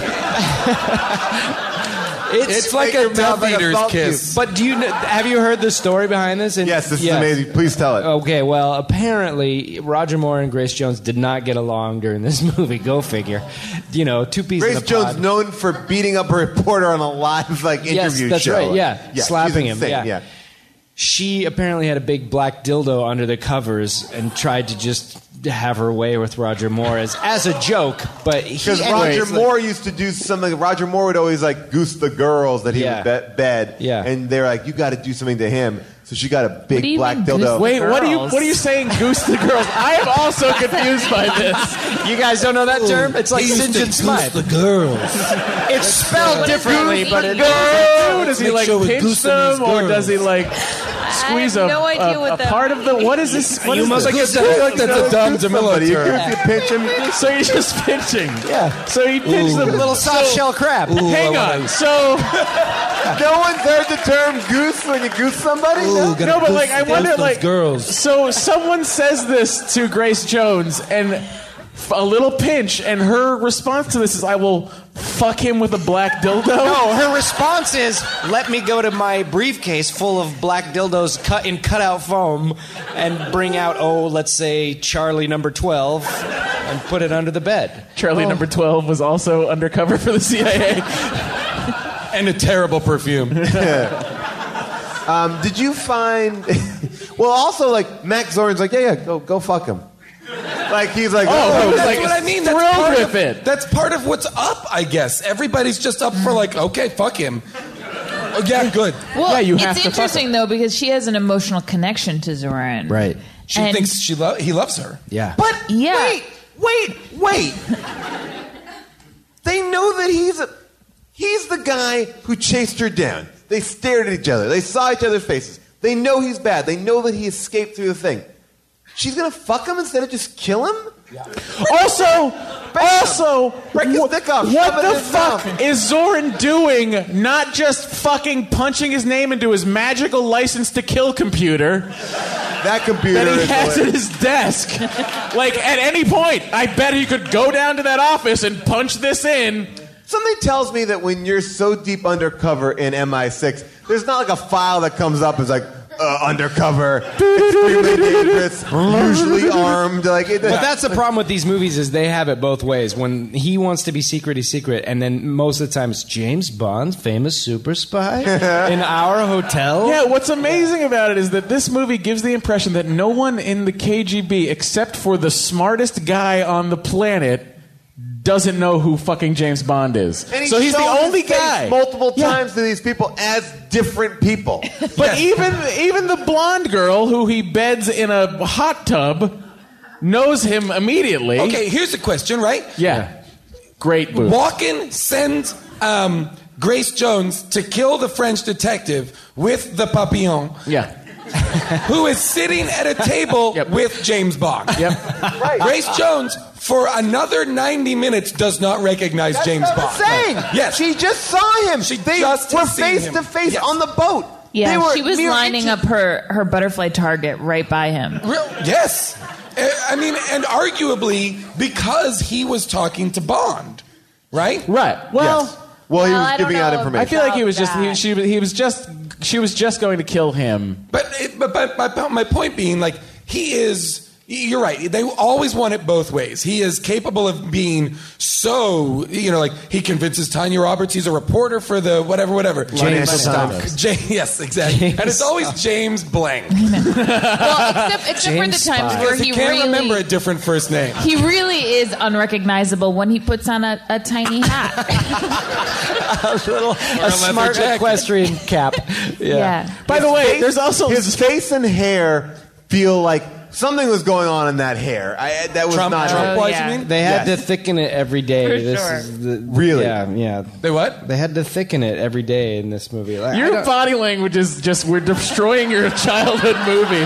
it's,
It's like a
your mouth
Death
like a
Eater's
salt
kiss.
But do you kn- have you heard the story behind this? And-
Yes, this
Yeah.
is amazing. Please tell it.
Okay, well, apparently Roger Moore and Grace Jones did not get along during this movie. Go figure. You know, two pieces.
Grace
in a
Jones,
pod.
known for beating up a reporter on a live like interview
Yes, that's
show.
right, yeah. Slapping
she's
him,
insane,
yeah. she apparently had a big black dildo under the covers and tried to just have her way with Roger Moore as as a joke. But he
Because
and-
Roger Moore used to do something. Roger Moore would always like goose the girls that he
Yeah.
would be- bed.
Yeah.
And they're like, you got to do something to him. So she got a big
do you
black
mean
dildo.
goose-
Wait, what are you
Girls.
what are you saying, Goose the Girls? I am also confused by this.
you guys don't know that term? It's like
He used
St.
to
John
goose
Smythe.
The girls.
It's spelled differently,
Goose
but
the
it
Girl, does he
Make
like
sure we
pinch
goose them,
them,
these
or
girls.
does he like squeeze
have
a,
no idea
a-
what
a
that
part of the? What is this? What
You
is
must
this?
get
I feel like that's a Dom DeMillo
Somebody, you,
term.
you pinch him.
So he's just pinching.
Yeah.
So he pinched them.
little soft shell crab.
Hang on. So
No one's heard the term goose when you goose somebody. no?
no, but like I wonder, like
girls.
So someone says this to Grace Jones, and f- a little pinch, and her response to this is, "I will fuck him with a black dildo."
No, her response is, "Let me go to my briefcase full of black dildos cut in cutout foam, and bring out oh, let's say Charlie number twelve, and put it under the bed."
Charlie number twelve was also undercover for the CIA.
And a terrible perfume.
Um, did you find? well, also like Max Zorn's like, yeah, yeah, go go fuck him. Like he's like,
Oh,
"Oh,
I was
Oh, that's
like
what I mean. That's
thrilled
part
with
of,
it.
That's part of what's up, I guess. Everybody's just up for like, okay, fuck him. Oh, yeah, good.
Well,
Yeah, you
it's
have to fuck
interesting though because she has an emotional connection to Zoran.
Right.
She
And-
thinks she lo- he loves her.
Yeah.
But
Yeah.
wait, wait, wait. they know that he's a, he's the guy who chased her down. They stared at each other. They saw each other's faces. They know he's bad. They know that he escaped through the thing. She's gonna fuck him instead of just kill him.
Also,
Break
also,
Break his
wha-
dick off. Shove
What
it in
the
his
fuck
mouth.
is Zoran doing? Not just fucking punching his name into his magical license to kill computer
That computer.
that he
is
has at
hilarious.
his desk. like at any point, I bet he could go down to that office and punch this in.
Something tells me that when you're so deep undercover in MI6, there's not like a file that comes up as like uh, undercover, extremely dangerous, usually armed. Like it,
But that's the problem with these movies is they have it both ways. When he wants to be secret, he's secret, and then most of the time it's James Bond, famous super spy, in our hotel.
Yeah, what's amazing about it is that this movie gives the impression that no one in the KGB, except for the smartest guy on the planet, doesn't know who fucking James Bond is.
And
so he's the
shown his
only
face
guy.
Multiple
Yeah.
times to these people as different people.
But even even the blonde girl who he beds in a hot tub knows him immediately.
Okay, here's the question, right?
Yeah. Great boob.
Walken sends um, Grace Jones to kill the French detective with the papillon,
Yeah.
who is sitting at a table
Yep.
with James Bond.
Yep.
Grace Jones, for another 90 minutes, does not recognize
That's
James
what I'm
Bond.
saying.
Yes.
She just saw him.
She
they
just
were
has seen
face
him.
to face
Yes.
on the boat. They
Yeah,
were
she was
mere
lining
inches-
up her, her butterfly target right by him.
Real, yes. Uh, I mean, and arguably because he was talking to Bond, right?
Right. Well,
Yes. Well, he
Well,
was
I don't
giving out
know.
I
information.
feel like he was just he,
About
she was- he was just she was just going to kill him.
But, it, but, but, but my point being, like, he is. You're right. They always want it both ways. He is capable of being so, you know, like he convinces Tanya Roberts he's a reporter for the whatever, whatever.
James
But-
Stock.
Ja- yes, exactly. And it's always James Blank.
Well, except, except for the
James
times
Bond.
where
Because
he
he can't
really
remember a different first name.
he really is unrecognizable when he puts on a, a tiny hat.
Or a
a smart
leather jacket.
equestrian cap. Yeah.
yeah.
By the way, there's also
his face and hair feel like something was going on in that hair. I, that was
Trump,
not it.
Trump was,
yeah.
you mean?
They had
Yes.
to thicken it every day.
For
this
sure.
is the,
Really?
Yeah, yeah.
They what?
They had to thicken it every day in this movie. Like, I
your
don't-
body language is just we're destroying your childhood movie.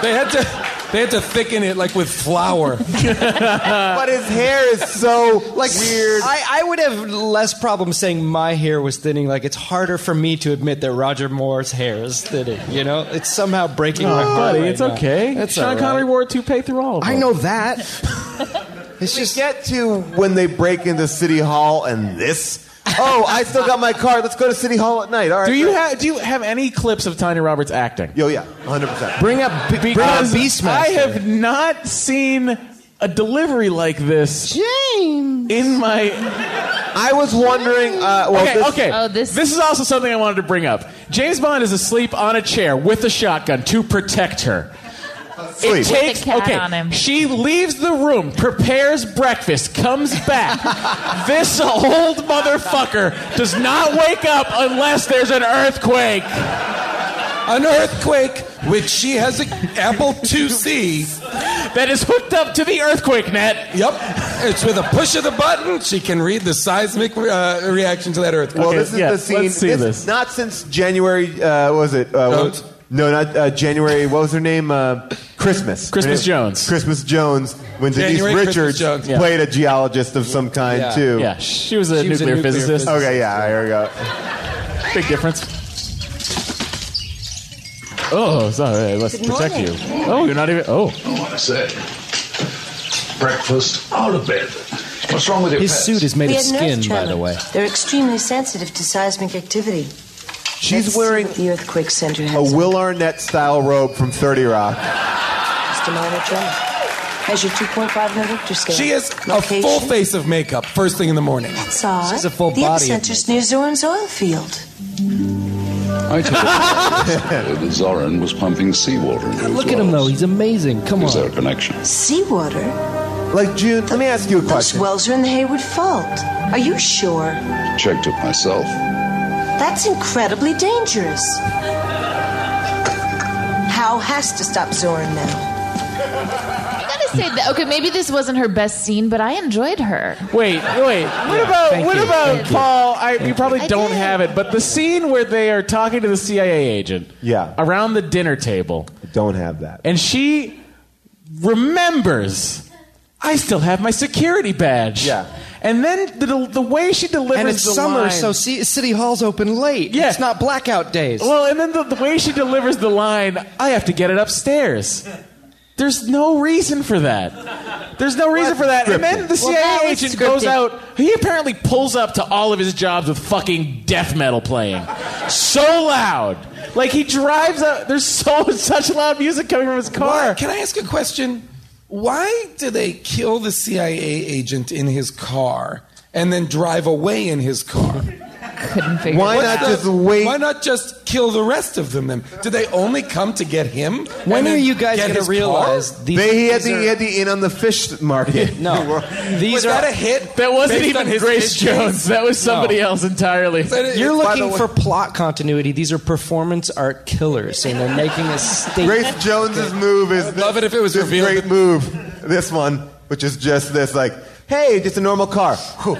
They had to they had to thicken it like with flour.
But his hair is so like weird.
I, I would have less problem saying my hair was thinning. Like it's harder for me to admit that Roger Moore's hair is thinning. You know, it's somehow breaking my heart
buddy,
right
it's
now.
okay.
It's all
Sean
right.
Connery wore a toupee through all of
I
them.
know that. it's
just
just
get to when they break into City Hall and this. Oh, I still got my card. Let's go to City Hall at night. All right.
Do you
great.
have do you have any clips of Tanya Roberts acting?
Yo, yeah, 100. percent
bring up B- bring up
Because
Beastmaster.
I have not seen a delivery like this
James.
in my
I was wondering. Uh, well,
okay,
this-
okay.
Oh,
this,
this-
is also something I wanted to bring up. James Bond is asleep on a chair with a shotgun to protect her.
Sleep.
It
With a
takes
cat
okay.
on him.
She leaves the room, prepares breakfast, comes back. this old motherfucker does not wake up unless there's an earthquake.
An earthquake, which she has an Apple IIc.
That is hooked up to the earthquake net.
Yep, it's with a push of the button she can read the seismic uh, reaction to that earthquake.
Well,
Okay,
this is
yeah,
the scene.
let's see this.
Not since January. Uh, what was it? Uh, what-
Jones?
no, not uh, January. What was her name? Uh, Christmas.
Christmas
Her name-
Jones.
Christmas Jones. When Denise
January Christmas
Richards
Jones. Yeah.
played a geologist of some kind
Yeah.
too.
Yeah, she was a,
She
nuclear,
was a nuclear
physicist.
physicist.
Okay. Yeah. Here we go.
Big difference. Oh, sorry. Let's protect you. Oh, you're not even. Oh.
What I say? Breakfast, out of bed. What's wrong with your
His
pets?
suit is made of skin, by the way.
They're extremely sensitive to seismic activity.
She's wearing
the Earthquake Center
a
has
Will Arnett style robe from Thirty Rock.
just a minor tremor. Measure 2.5 on the Richter scale.
She is a
Location,
full face of makeup first thing in the morning.
That's odd.
She's a full
the
body of
epicenter's near Zoran's oil field.
I told you the Zoran was pumping seawater. into his
Look at him though;
wells.
he's amazing. Come
Is there a
on.
connection?
Seawater?
Like June. Let me ask you a
Those
question.
wells are in the Hayward Fault. Are you sure?
Checked it myself.
That's incredibly dangerous. Hal has to stop Zoran now.
I gotta say that, okay, maybe this wasn't her best scene, but I enjoyed her.
Wait, wait. What about
thank
what
you,
about
thank you.
Paul? I, you probably
I
don't
did.
have it, but the scene where they are talking to the CIA agent,
Yeah.
around the dinner table,
Don't have that.
and she remembers. I still have my security badge.
Yeah.
And then the, the way she delivers
And it's
the
summer,
line-
so C- City Hall's open late.
Yeah.
It's not blackout days.
Well, and then the, the way she delivers the line, I have to get it upstairs. There's no reason for that. There's no reason for that. And then the CIA
that was
agent goes
scripted.
out. He apparently pulls up to all of his jobs with fucking death metal playing. so loud. Like he drives up. There's so such loud music coming from his car.
Why- can I ask a question? Why do they kill the CIA agent in his car and then drive away in his car?
couldn't figure
Why
it
not
out.
just wait? Why not just kill the rest of them? Then do they only come to get him?
When
And
are
then
you guys
get
going to
his
realize
car?
these?
They- he had
these
the
are-
he had the in on the fish market.
no, these
Was
are
that a hit?
That wasn't
based on
even
his
Grace
history?
Jones. That was somebody
No.
else entirely.
That is-
You're
by the
looking
way-
for plot continuity. These are performance art killers, and they're making a statement.
Grace Jones's move is this,
love it if it was
this
revealed
great
that-
move. This one, which is just this, like, hey, just a normal car. Whew.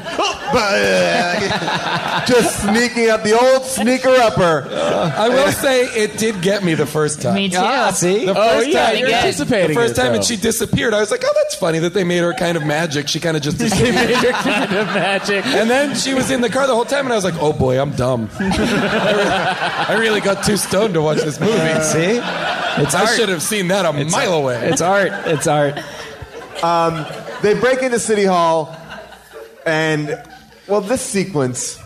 just sneaking up the old sneaker upper.
I will say it did get me the first time.
Me too.
Ah, see?
The
Oh,
first
yeah,
time,
you're anticipating
The first
it,
time, and
though.
she disappeared. I was like, "Oh, that's funny that they made her kind of magic. She kind of just
They
disappeared."
made her kind of magic.
and then she was in the car the whole time, and I was like, "Oh boy, I'm dumb. I, really, I really got too stoned to watch this movie.
See, it's
I
art.
should have seen that a mile away."
It's art. It's art.
Um, They break into City Hall, and, well, this sequence.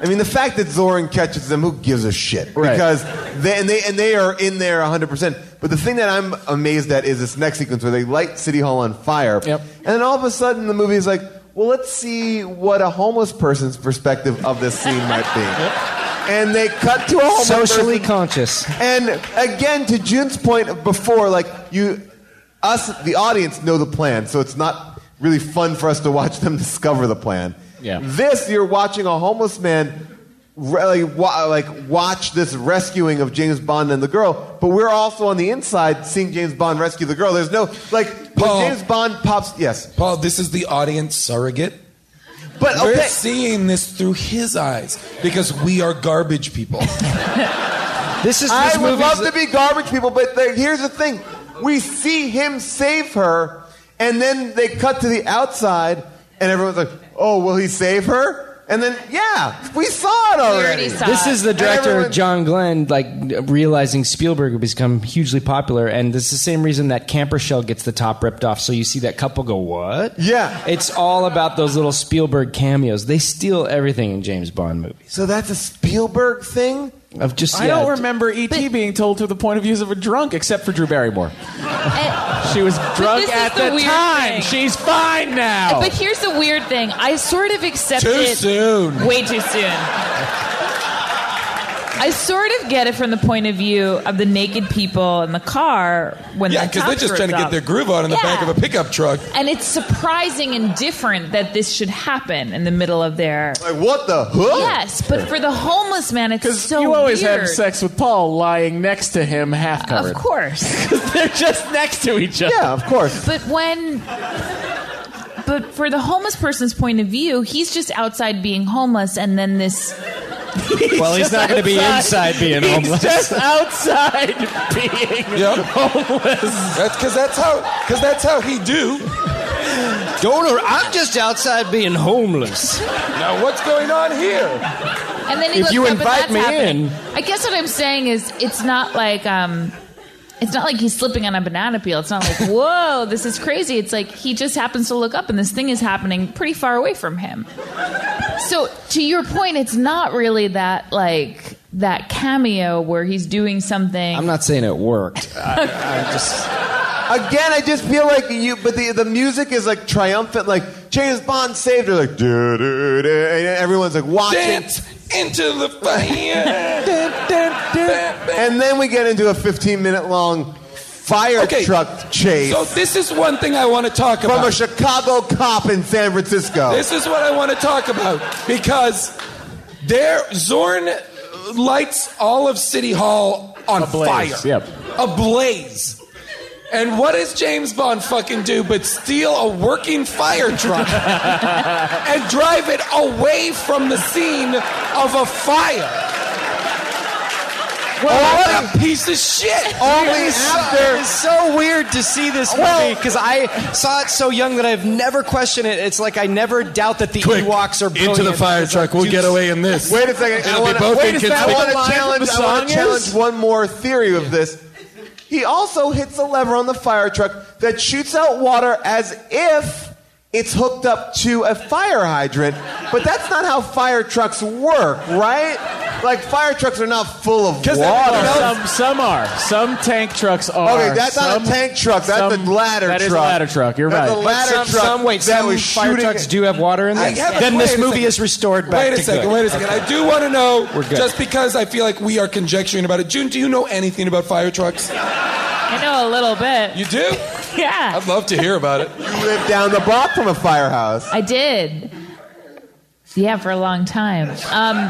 I mean, the fact that Zoran catches them, who gives a shit?
Right.
Because they, and they and they are in there 100. percent But the thing that I'm amazed at is this next sequence where they light City Hall on fire,
Yep.
and then all of a sudden the movie is like, well, let's see what a homeless person's perspective of this scene might be. And they cut to a homeless
Socially
person.
conscious.
And again, to June's point before, like you, us, the audience know the plan, so it's not really fun for us to watch them discover the plan.
Yeah.
This, you're watching a homeless man, really, wa- like watch this rescuing of James Bond and the girl, but we're also on the inside seeing James Bond rescue the girl. There's no like when
Paul.
James Bond pops. Yes,
Paul, this is the audience surrogate.
but okay.
We're seeing this through his eyes because we are garbage people.
This is this
I would
movie's-
love to be garbage people, but the, here's the thing: we see him save her, and then they cut to the outside, and everyone's like, "Oh, will he save her?" And then, yeah, we saw it
already
already.
saw
This is the director
Everyone-
John Glenn, like realizing Spielberg would become hugely popular, and this is the same reason that camper shell gets the top ripped off. So you see that couple go, "What?"
Yeah.
it's all about those little Spielberg cameos. They steal everything in James Bond movies.
so that's a Spielberg thing.
Of just
I
yeah,
don't remember E.T. being told through the point of views of a drunk, except for Drew Barrymore.
And-
She was drunk
Eh, this is
at
the
the,
weird
time.
thing. Eh,
She's fine now.
But here's the weird thing. I sort of accepted
Too soon.
Way too soon. I sort of get it from the point of view of the naked people in the car when
yeah,
because
because they're just trying to get their groove on in the back of a pickup truck.
And it's surprising and different that this should happen in the middle of their.
Like, what the hook?
Yes, but for the homeless man, it's
Because
so
you always
weird.
have sex with Paul lying next to him, half covered.
Of course.
they're just next to each other.
Yeah, of course.
But when. But for the homeless person's point of view, he's just outside being homeless, and then this.
Well, he's not going to be inside being homeless.
Just outside being
Yep.
homeless.
That's because that's how because that's how he do.
Don't. I'm just outside being homeless.
Now what's going on here?
And then he
If
looks
you
up
invite
and that's
me
happening.
in-
I guess what I'm saying is it's not like um, it's not like he's slipping on a banana peel. It's not like whoa, this is crazy. It's like he just happens to look up and this thing is happening pretty far away from him. So to your point, it's not really that like that cameo where he's doing something.
I'm not saying it worked. I, I'm just.
Again, I just feel like you. But the the music is like triumphant. Like James Bond saved her. Like doo doo doo, and everyone's like watching.
Dance into the fire.
And then we get into a 15 minute long fire
Okay.
truck chase
So this is one thing I want to talk
from a
about.
Chicago cop in San Francisco.
This is what I want to talk about because there Zorn lights all of City Hall on
Ablaze,
fire.
yep.
Ablaze. And what does James Bond fucking do but steal a working fire truck and drive it away from the scene of a fire?
Well,
What a piece of shit!
only after. It's so weird to see this movie because I saw it so young that I've never questioned it. It's like I never doubt that the Ewoks are brilliant.
Into the fire truck. We'll get away in this.
Wait a second. I
It'll
want
be
to
both
wait a
in
second. I
Kids'
want
Week.
to challenge.
the
I want to
song
challenge
is?
one more theory of this. He also hits a lever on the fire truck that shoots out water as if it's hooked up to a fire hydrant, but that's not how fire trucks work, right? Like fire trucks are not full of water.
Some, some are. Some tank trucks are.
Okay, that's not a
Some-
tank truck. That's
some-
a ladder
That
truck.
is a ladder truck. You're
That's
right.
a ladder
some,
truck
some, wait,
that
some
was
fire
shooting
trucks
at-
do have water in
I
them.
have a-
Then
wait
this
a
movie
second.
is restored back
Wait a
to
second,
good.
wait a second.
Okay.
I do want to know,
We're good.
just because I feel like we are conjecturing about it. June, do you know anything about fire trucks?
I know a little bit.
You do?
yeah.
I'd love to hear about it.
You live down the block from a firehouse.
I did. Yeah, for a long time. Um,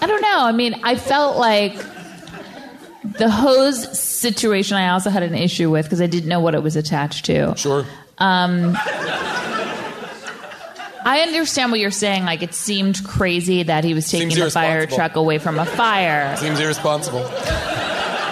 I don't know. I mean, I felt like the hose situation I also had an issue with because I didn't know what it was attached to.
Sure.
Um, I understand what you're saying. Like, it seemed crazy that he was taking
Seems
the fire
irresponsible.
truck away from a fire.
Seems irresponsible.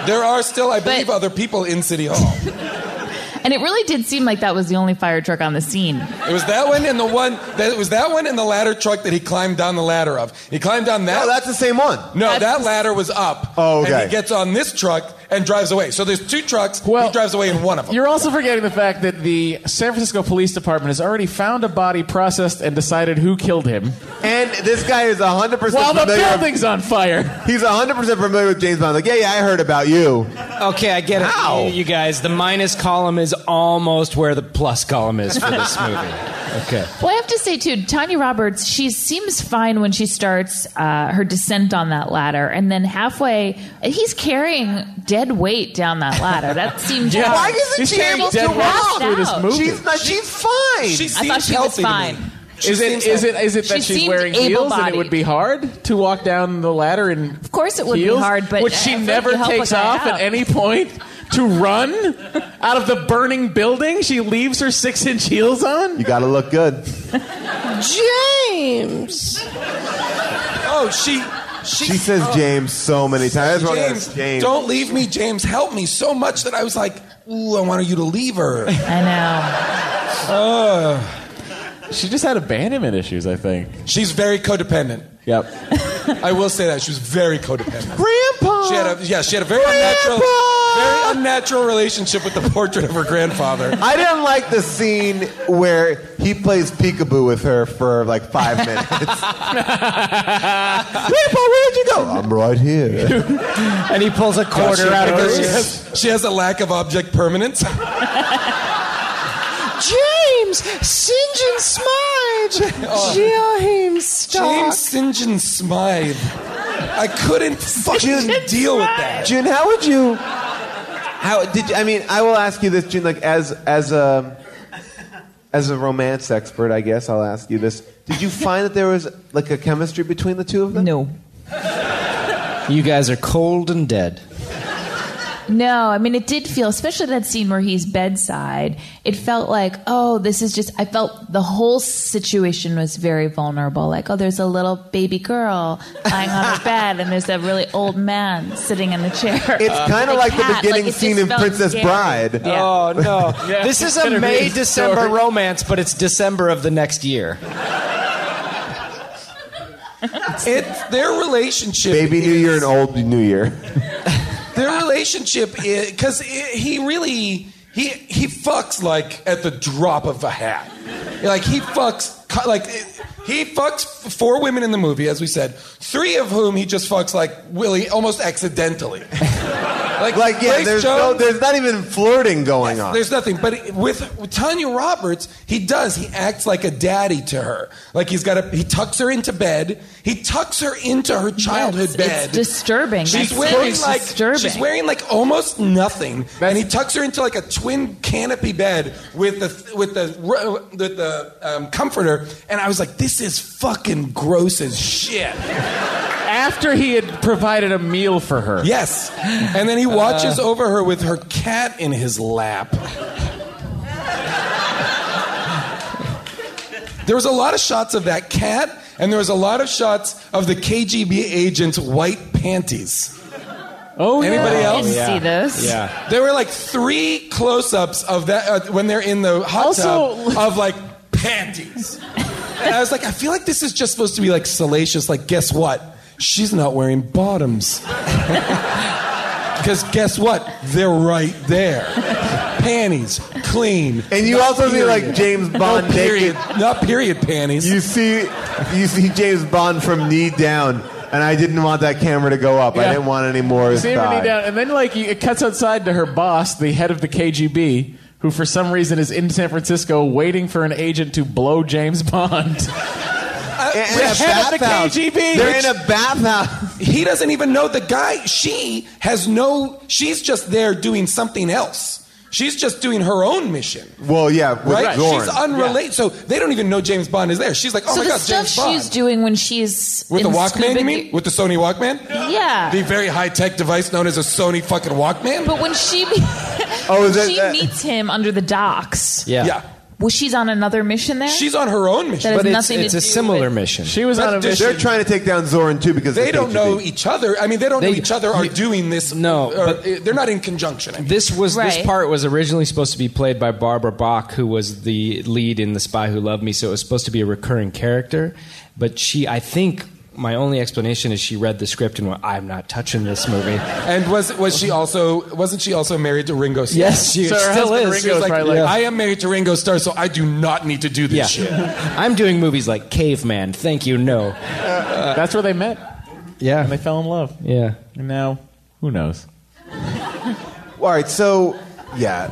There are still, I believe, other people in City Hall.
And it really did seem like that was the only fire truck on the scene.
It was that one and the one that it was that one and the ladder truck that he climbed down the ladder of. He climbed down that.
No, that's the same one.
No, that ladder was up.
Oh, okay.
And he gets on this truck and drives away. So there's two trucks.
Well-
he drives away in one of them.
You're also forgetting the fact that the San Francisco Police Department has already found a body, processed, and decided who killed him.
And this guy is 100%
While the
familiar.
building's on fire.
He's 100% familiar with James Bond. Like, yeah, yeah, I heard about you.
Okay, I get it.
How?
You, you guys, the minus column is almost where the plus column is for this movie. Okay.
Well, I have to say too, Tanya Roberts. She seems fine when she starts uh, her descent on that ladder, and then halfway, he's carrying dead weight down that ladder. That seemed hard.
Why isn't
He's
she
carrying
able
dead
to
weight
walk?
through this movie.
She's not. She's fine.
she seems
I thought she was
healthy to me.
fine.
She
Is it,
seems
is it is it
She
that she's
seemed
wearing heels and
able-bodied.
it would be hard to walk down the ladder in Of
course it would be hard, but
which
I
she
feel like
never
you help a
takes
guy
off
out.
at any point to run out of the burning building. She leaves her six inch heels on.
you gotta look good.
James.
oh, she. She,
She says James so many times. That's why I
James,
said James.
don't leave me, James. Help me so much that I was like, ooh, I wanted you to leave her.
I know.
Ugh.
She just had abandonment issues, I think.
she's very codependent.
Yep.
I will say that she was very codependent.
Grandpa.
She had a yeah, she had a very unnatural, very unnatural relationship with the portrait of her grandfather.
I didn't like the scene where he plays peekaboo with her for like five minutes. Grandpa, where'd you go? I'm right here.
And he pulls a quarter out of
Because she
his.
has, she has a lack of object permanence.
James! St. John Smudge!
Oh.
James, stop.
James St. John Smythe. I couldn't fucking
John
deal with that.
June, how would you? How did you, I mean? I will ask you this, June. Like as as a as a romance expert, I guess I'll ask you this. Did you find that there was like a chemistry between the two of them?
No,
You guys are cold and dead.
no. I mean, it did feel, especially that scene where he's bedside. It felt like, oh, this is just. I felt the whole situation was very vulnerable. Like, oh, there's a little baby girl lying on her bed, and there's a really old man sitting in the chair.
It's kind of like, the
Kat,
beginning
it just
scene in
felt
Princess
scary.
Bride.
Yeah.
Oh no!
Yeah,
this is
it's
a
gonna be
May
a story.
December romance, but it's December of the next year.
It, their relationship,
Baby New
is-
Year and Old New Year.
Their relationship, because he really he he fucks like at the drop of a hat. Like he fucks co- like he fucks four women in the movie, as we said, three of whom he just fucks like Willie almost accidentally. Like
Like yeah,
Grace
there's no,
Jones-
there's not even flirting going on.
There's nothing. But with, with Tanya Roberts, he does. He acts like a daddy to her. Like he's got a. He tucks her into bed. He tucks her into her childhood
Yes,
bed.
It's disturbing.
She's
That
wearing
scene is
like
disturbing.
she's wearing like almost nothing, and he tucks her into like a twin canopy bed with the with the ro- with the um, comforter. And I was like, this is fucking gross as shit.
After he had provided a meal for her.
Yes. And then he watches over her with her cat in his lap. There was a lot of shots of that cat, and there was a lot of shots of the KGB agent's white panties.
Oh, yeah.
Anybody
I
else?
didn't see this.
Yeah.
There were like three close-ups of that uh, when they're in the hot
Also-
tub of like panties. And I was like, I feel like this is just supposed to be like salacious. Like, guess what? She's not wearing bottoms. Because guess what? They're right there. Panties, clean.
And you
No
also see, like,
period.
James
No
Bond
period.
naked.
Not period panties.
You see, you see James Bond from knee down, and I didn't want that camera to go up. I
Yeah.
didn't want any more. of his
See everybody
thigh.
down, and then like you- it cuts outside to her boss, the head of the KGB, who for some reason is in San Francisco waiting for an agent to blow James Bond.
In
The
a
head of the
bathhouse.
KGB.
They're in a bathhouse.
He doesn't even know the guy. She has no. She's just there doing something else. She's just doing her own mission.
Well, yeah, with
Right?
Zorn.
She's unrelated. So they don't even know James Bond is there. She's like, oh
so
my
the
God,
stuff
James Bond.
she's doing when she's
With the
in
Walkman,
scuba
you mean? With the Sony Walkman?
Yeah.
The very high tech device known as a Sony fucking Walkman?
But when she
Oh, is that-
she
that-
meets him under the docks.
Yeah. Yeah.
Well, she's on another mission there.
She's on her own mission.
That has nothing to do with-
mission.
She was on a mission.
They're trying to take down Zoran too because
They
of
don't
KGB.
know each other. I mean, they don't know
They-
each other are
you-
doing this.
No,
or-
but-
uh, they're not in conjunction. I mean.
This was
Right.
this part was originally supposed to be played by Barbara Bach, who was the lead in The Spy Who Loved Me, so it was supposed to be a recurring character. But she, I think, my only explanation is she read the script and went, "I'm not touching this movie."
And was was she also wasn't she also married to Ringo Starr?
Yes, she
So her
still
husband
is.
She was
Ringo's
like,
probably like,
I am married to Ringo Starr, so I do not need to do
Yeah,
this shit.
I'm doing movies like Caveman. Thank you. No.
Uh, that's where they met, and
Yeah.
they fell in love.
Yeah.
And now, who knows?
All right, so yeah,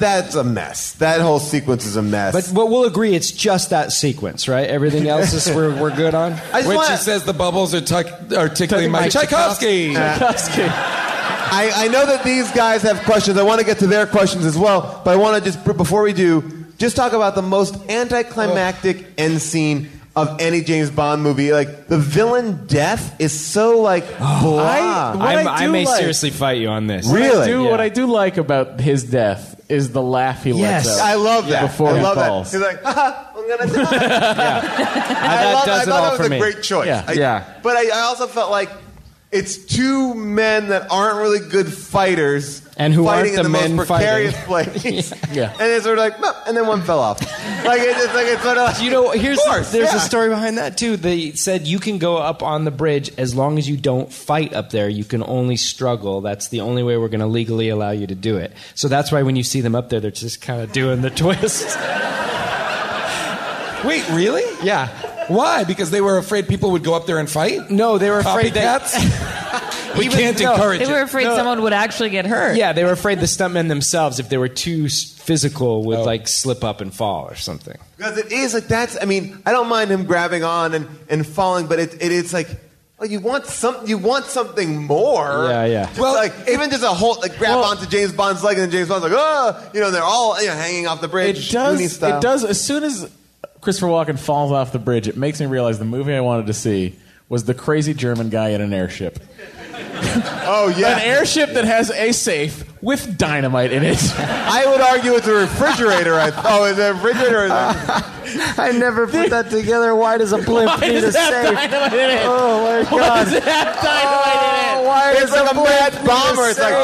that's a mess. That whole sequence is a mess.
But, but we'll agree it's just that sequence, right? Everything else is we're, we're good on.
I just
When she
wanna-
says the bubbles are, tuck, are tickling my Tchaikovsky.
Uh, I, I know that these guys have questions. I want to get to their questions as well, but I want to just before we do, just talk about the most anticlimactic end scene of any James Bond movie. Like the villain death is so like blah.
what
I'm-
I
I
do
may
like-
seriously fight you on this.
Really?
I do,
Yeah.
What I do like about his death is the laugh he
Yes.
lets out.
I love that.
Before
I
he
love
falls.
that. He's like, "Haha, I'm gonna die. I,
that
love,
does
I
it
thought
all
that
for
was a
me.
great choice.
Yeah.
I-
Yeah.
But I, I also felt like it's two men that aren't really good fighters
And who
fighting
aren't the
in
men
the most precarious place.
Yeah.
And it's sort of like, "Meh," and then one fell off. like it's just like it's sort of like,
You know, here's
Of course,
there's
yeah.
a story behind that too. They said you can go up on the bridge as long as you don't fight up there. You can only struggle. That's the only way we're going to legally allow you to do it. So that's why when you see them up there, they're just kind of doing the twist.
Wait, really?
yeah.
Why? Because they were afraid people would go up there and fight.
No, they were afraid that.
Copycats? we
Even-
can't
no.
encourage
They were
it.
afraid someone would actually get hurt.
Yeah, they were afraid the stuntmen themselves, if they were too s- physical, would
Oh.
like slip up and fall or something.
Because it is like that's. I mean, I don't mind him grabbing on and, and falling, but it, it is like, well, you want some, you want something more.
Yeah, yeah.
Just
Well,
like even just a whole like grab onto James Bond's leg, and then James Bond's like, oh, you know, they're all you know, hanging off the bridge.
It does.
Looney style.
It does. As soon as Christopher Walken falls off the bridge, it makes me realize the movie I wanted to see was the crazy German guy in an airship.
Oh yeah.
An airship that has a safe with dynamite in it.
I would argue it's a refrigerator. I, oh, it's a refrigerator. I never put that together. Why does a blimp
Why does it have dynamite in it?
Oh my Oh,
Why does it have dynamite in it?
why it's like a mad bomber. It's like,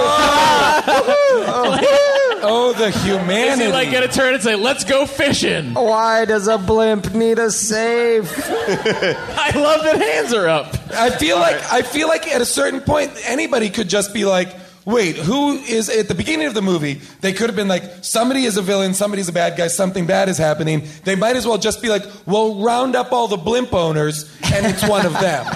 Oh, the
"Ah!" Is
humanity.
he like gonna turn and say, "Let's go fishing"?
Why does a blimp need a safe?
I love that hands are up.
I feel like I feel like at a certain point anybody could just be like, wait, who is at the beginning of the movie? They could have been like, somebody is a villain, somebody's a bad guy, something bad is happening. They might as well just be like, well, round up all the blimp owners, and it's one of them.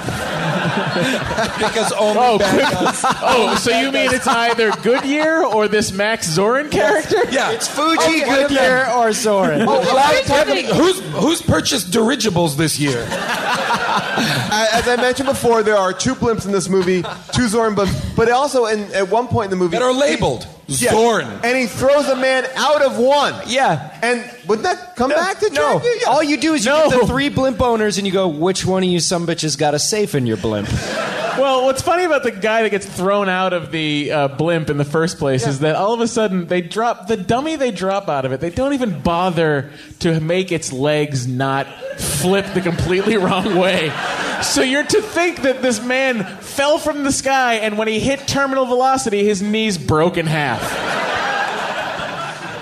because only
Oh,
bad guys.
Oh, so you mean it's either Goodyear or this Max Zorin character?
Yeah, Oh,
It's Fuji
Okay,
Goodyear or Soren.
Oh, last
Wait a
time-
minute.
who's who's purchased dirigibles this year?
I- as I mentioned before, there are two blimps in this movie, two Zorn blimps, but also in, at one point in the movie
That are labeled
he- yeah,
Zorn.
and he throws a man out of one.
Yeah.
and wouldn't that come back to
no.
track you? Yeah.
All you do is you
No.
get the three blimp owners and you go, which one of you some bitches got a safe in your blimp?
Well, what's funny about the guy that gets thrown out of the uh, blimp in the first place is that all of a sudden they drop the dummy they drop out of it. They don't even bother to make its legs not flip the completely wrong way. So you're to think that this man fell from the sky and when he hit terminal velocity, his knees broke in half.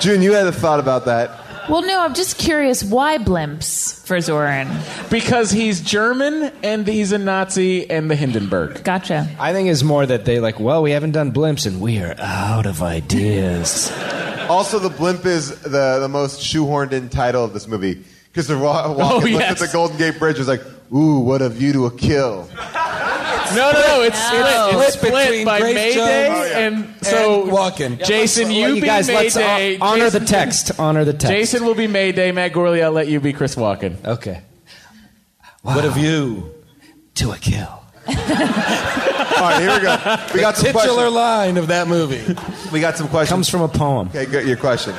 June, you had a thought about that.
Well, no, I'm just curious why blimps for Zoran?
Because he's German and he's a Nazi and the Hindenburg.
Gotcha.
I think it's more that they like, well, we haven't done blimps and we are out of ideas.
Also, the blimp is the, the most shoehorned in title of this movie because the Wa- Walken
Oh,
looked
yes.
at the Golden Gate Bridge and was like, "Ooh, what a view to a kill."
No, no, no. It's split,
No.
it's
Split
split,
between
by
Grace
Mayday
Jones
and so
and Walken.
Jason,
Yeah, let's-
you
you
be
guys, let's uh,
Mayday.
hon- honor
Jason-
the text.
uh, Honor the text.
Jason will be Mayday. Matt Gorley, I'll let you be Chris Walken.
Okay.
What a view
to a kill.
All right, here we go. We got some
Titular
questions.
line of that movie.
We got some questions.
Comes from a poem.
Okay, good. Your question.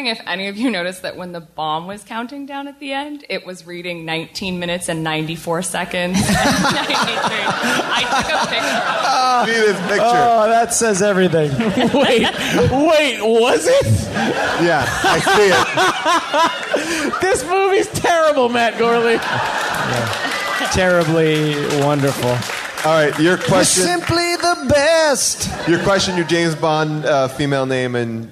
wondering if any of you noticed that when the bomb was counting down at the end, it was reading 19 minutes and 94 seconds. and 93. I took a picture. of it.
See this picture.
Oh, that says everything.
wait, wait, was it?
Yeah, I see it.
This movie's terrible, Matt Gorley.
Terribly wonderful.
All right, your question.
Simply the best.
Your question. Your James Bond uh, female name and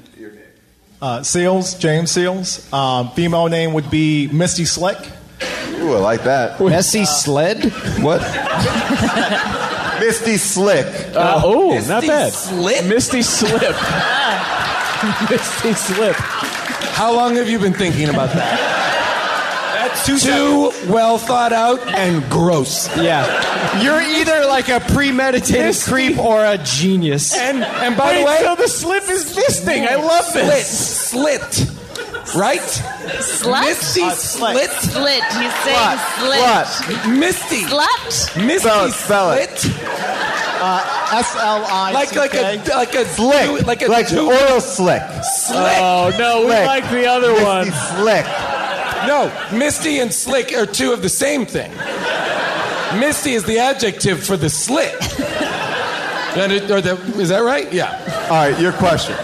Uh, Seals, James Seals. Um, female name would be Misty Slick.
ooh, I like that.
Messy sled.
What? Misty Slick.
Uh, oh,
Misty
not bad.
Slip?
Misty Slip. Misty Slip.
How long have you been thinking about that? That's too, well thought out and gross.
Yeah. You're either like a premeditated creep or a genius.
And and by the
Wait,
way,
so the slip is this thing. I love this.
Slit, slit, right?
Slut? Uh,
Misty
slit.
slit,
Slit. He's saying slit.
Misty,
Slut?
Misty
Spell it, spell it.
slit,
Uh,
S L I.
like like a like a
Slick.
like a
like
two-
oil slick.
slick.
Oh no, we
Slick.
like the other
Misty
one.
Slick.
No, Misty and slick are two of the same thing. Misty is the adjective for the slit. And it- or the- is that right? Yeah.
All right, your question.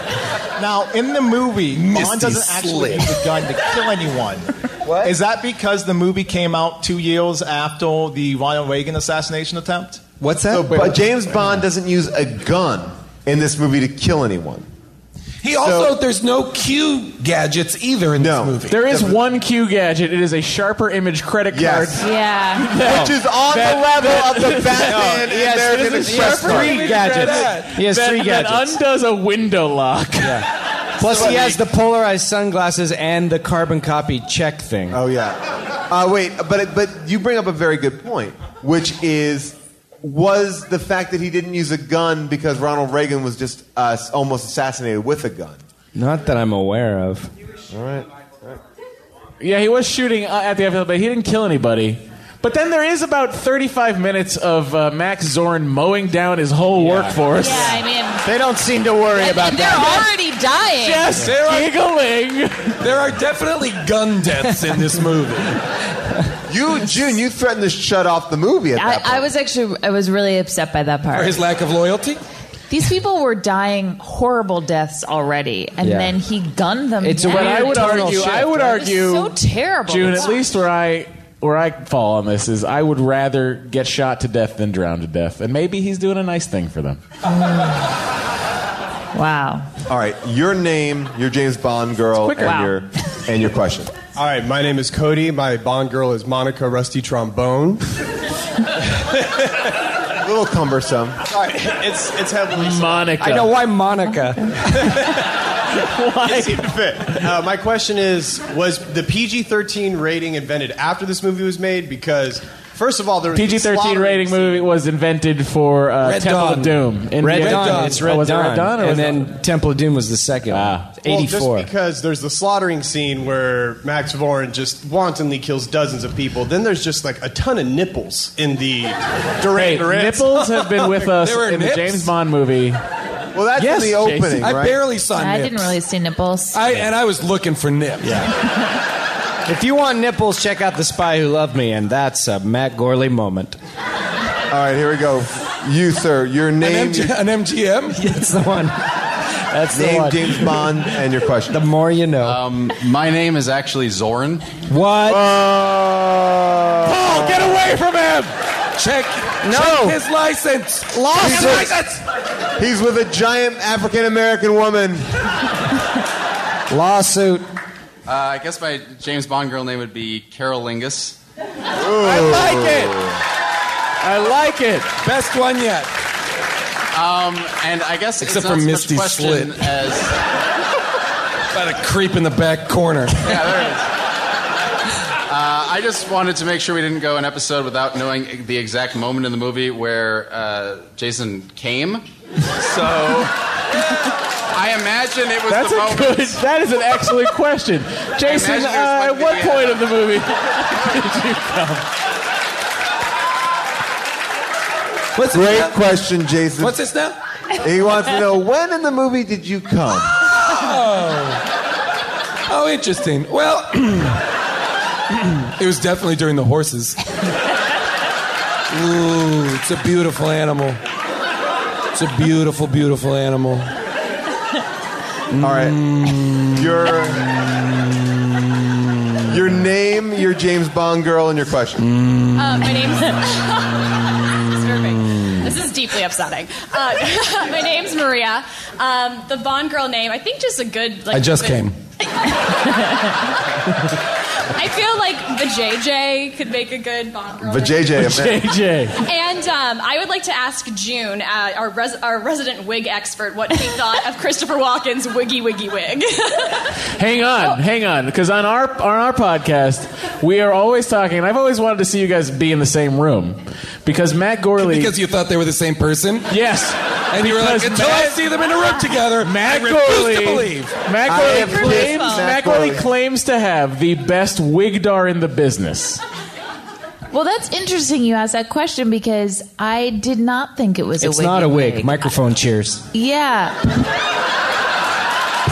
Now, in the movie,
Misty
Bond doesn't actually
Slick.
use a gun to kill anyone. What? Is that because the movie came out two years after the Ronald Reagan assassination attempt?
What's
So, but James Bond doesn't use a gun in this movie to kill anyone.
He
So-
also there's no Q gadgets either in
No.
this movie.
There is one Q gadget. It is a sharper image credit card.
Yes.
Yeah.
Which is on the level of the Batman and American
There's a sharper
Express card.
image
gadgets.
credit
He has
that-
three
That
gadgets.
undoes a window lock.
Plus, he has the polarized sunglasses and the carbon copy check thing.
Oh yeah. Uh, wait, but but you bring up a very good point, which is was the fact that he didn't use a gun because Ronald Reagan was just uh, almost assassinated with a gun.
Not that I'm aware of.
Yeah, he was shooting uh, at the FBI, but he didn't kill anybody. But then there is about 35 minutes of uh, Max Zorn mowing down his whole workforce.
Yeah, I mean,
They don't seem to worry
and they're already dying.
Just giggling.
There are definitely gun deaths in this movie.
You, June, you threatened to shut off the movie at that point.
I, I was actually, I was really upset by that
Or
part.
his lack of loyalty.
These people were dying horrible deaths already, and
Yeah.
then he gunned them.
It's
down.
what
But I would
Tonal
argue, I
shift,
would
right?
argue,
so terrible.
June.
It's-
At least where I where I fall on this is, I would rather get shot to death than drown to death, and maybe he's doing a nice thing for them.
Wow.
All right, your name, your James Bond girl, and
quicker. Wow.
your and your question.
All right, my name is Cody. My Bond girl is Monica Rusty Trombone.
A little cumbersome.
it's it's heavily.
Monica,
I know why Monica.
It seemed to fit. Uh, my question is: Was the PG-13 rating invented after this movie was made? Because first of all, there was
PG thirteen
slaughtering
rating
scene.
movie was invented for uh,
Red
Temple
Dawn.
of Doom. In
Red,
the-
Dawn. It's Red
oh, was it
Dawn.
Red Dawn, or
and
was it-
then Temple of Doom was the second.
Ah.
one. 84.
Well, just because there's the slaughtering scene where Max Voren just wantonly kills dozens of people. Then there's just like a ton of nipples in the
Hey,
Duran Duran.
nipples have been with us
There were
in the
nips?
James Bond movie.
Well, that's
Yes,
in the
Jason.
opening,
I
right?
barely saw
I
nips.
didn't really see nipples.
I, and I was looking for nips.
If you want nipples, check out The Spy Who Loved Me, and that's a Matt Gorley moment.
All right, here we go. You, sir, your
An,
name,
MG, an MGM?
That's the one. That's the
name
one.
James Bond, and your question.
The more you know.
Um, My name is actually Zoran.
Uh,
what?
Paul, get away from him! Check,
No.
check his license.
Lost
Check his
it.
license.
He's with a giant African American woman.
Lawsuit.
Uh, I guess my James Bond girl name would be Carol Lingus.
I like it. I like it. Best one yet.
Um, and I guess
Except
it's
for
not so much
Misty
question
Slit.
as
By the creep in the back corner.
yeah, there it is. Uh, I just wanted to make sure we didn't go an episode without knowing the exact moment in the movie where uh, Jason came. So I imagine it was
That's
the
a
moment.
good. That is an excellent question, Jason.
Imagine there's
Uh, at
one
what
video.
point of the movie did you come?
What's
Great question, Jason.
What's this now?
He wants to know when in the movie did you come?
Oh. oh, interesting. Well, it was definitely during the horses. Ooh, it's a beautiful animal. It's a beautiful, beautiful animal.
All right. Mm. Your your name, your James Bond girl, and your question.
Uh, my name's. Disturbing. This is deeply upsetting. Uh, my name's Maria. Um, the Bond girl name, I think, just a good. Like,
I just
good-
came.
I feel like the JJ could make a good Bond girl. name.
JJ.
And um, I would like to ask June, uh, our, res- our resident wig expert, what she thought of Christopher Walken's Wiggy Wiggy Wig.
Hang on, hang on, because on our on our podcast we are always talking, and I've always wanted to see you guys be in the same room because Matt Gorley.
Because you thought they were the same person?
Yes.
And you were like,
Because
until I
Matt-
see them in a room together,
Matt
I refuse
Gorley,
to believe.
Matt Gorley, claims, Matt Gorley claims to have the best wigdar in the business.
Well, that's interesting you asked that question because I did not think it was
It's
a wig.
not a wig. Microphone cheers.
Yeah.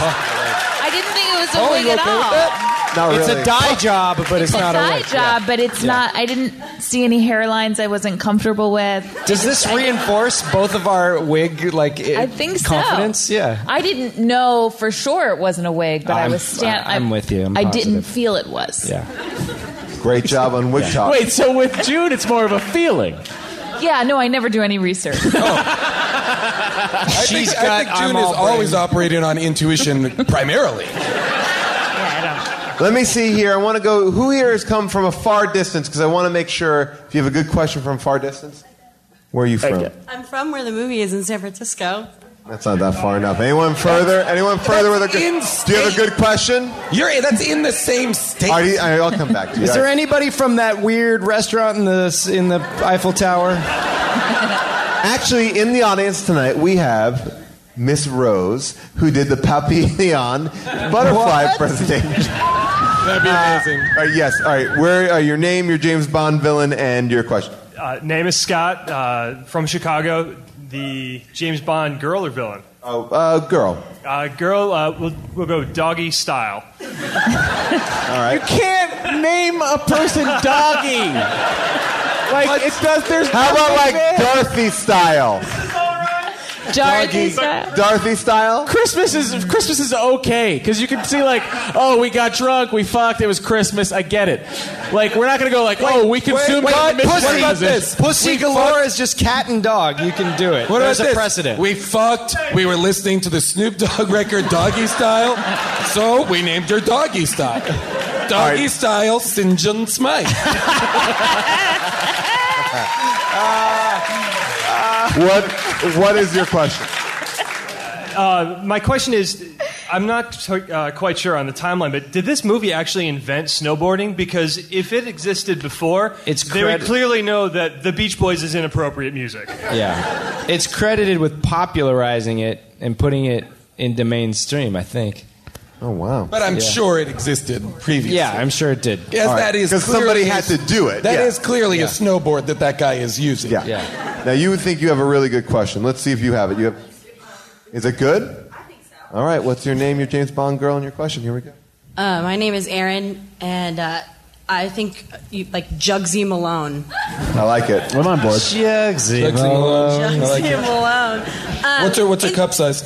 I didn't think it was a
Oh,
wig
you
at
okay
all.
with that? Not
it's
really.
a dye job, but it's,
It's
not
a
a
side
wig.
job, but it's
Yeah.
not. I didn't see any hairlines I wasn't comfortable with.
Does this reinforce both of our wig like
eh,
I think so.
confidence? Yeah.
I didn't know for sure it wasn't a wig, but i
I'm-
was stand.
I'm with you. I'm
I did not
positive.
feel it was.
Great job on Wig Talk.
Wait, so with June, it's more of a feeling.
Yeah. No, I never do any research.
I think,
She's
I think
got I'm
June is
all brain.
always operating on intuition primarily.
Let me see here. I want to go. Who here has come from a far distance? Because I want to make sure if you have a good question from far distance. Where are you from?
I'm from where the movie is in San Francisco.
That's not that far enough. Anyone further? Anyone further with a good? Do you have a good question?
You're that's in the same state.
All right, I'll come back to you.
Is there anybody from that weird restaurant in the in the Eiffel Tower?
Actually, in the audience tonight, we have Miss Rose, who did the Papillon butterfly
What?
presentation. Uh,
That'd be amazing.
All right, yes. All right. Where are your name, your James Bond villain, and your question?
Uh, name is Scott uh, from Chicago. The James Bond girl or villain?
Oh, uh, girl.
Uh, girl, uh, we'll, we'll go doggy style.
All right.
can't name a person doggy. Like it does. There's
How about like Dorothy style?
Dorothy style.
Dorothy style.
Christmas is Christmas is okay because you can see like, oh, we got drunk, we fucked, it was Christmas. I get it. Like we're not gonna go like, oh, we consumed
wait,
all the
pussy- what
Mission
about
Impossible.
this? Pussy
We
galore
fucked-
is just cat and dog. You can do it.
What
There's
about
a
this?
precedent.
We fucked. We were listening to the Snoop Dogg record Doggy Style, so we named her Doggy Style. Doggy Style St. John Smythe.
What What is your question?
Uh, my question is I'm not t- uh, quite sure on the timeline, but did this movie actually invent snowboarding? Because if it existed before, it's they would
cred-
clearly know that the Beach Boys is inappropriate music.
Yeah. It's credited with popularizing it and putting it into mainstream, I think.
Oh wow.
But I'm
Yeah.
sure it existed previously.
Yeah, I'm sure it did.
Yes, that is
Because somebody had to do it.
That is
yeah.
clearly
Yeah.
a snowboard that that guy is using.
Yeah. Now you would think you have a really good question. Let's see if you have it. You have. Is it good? I think so. All right. What's your name, your James Bond girl, and your question? Here we go.
Uh, my name is Aaron, and uh, I think uh, you, like Jugsy Malone.
I like it. I'm on board.
Jugsy
Malone. I like
Jugsy
it.
Malone. Um,
What's her What's her cup size?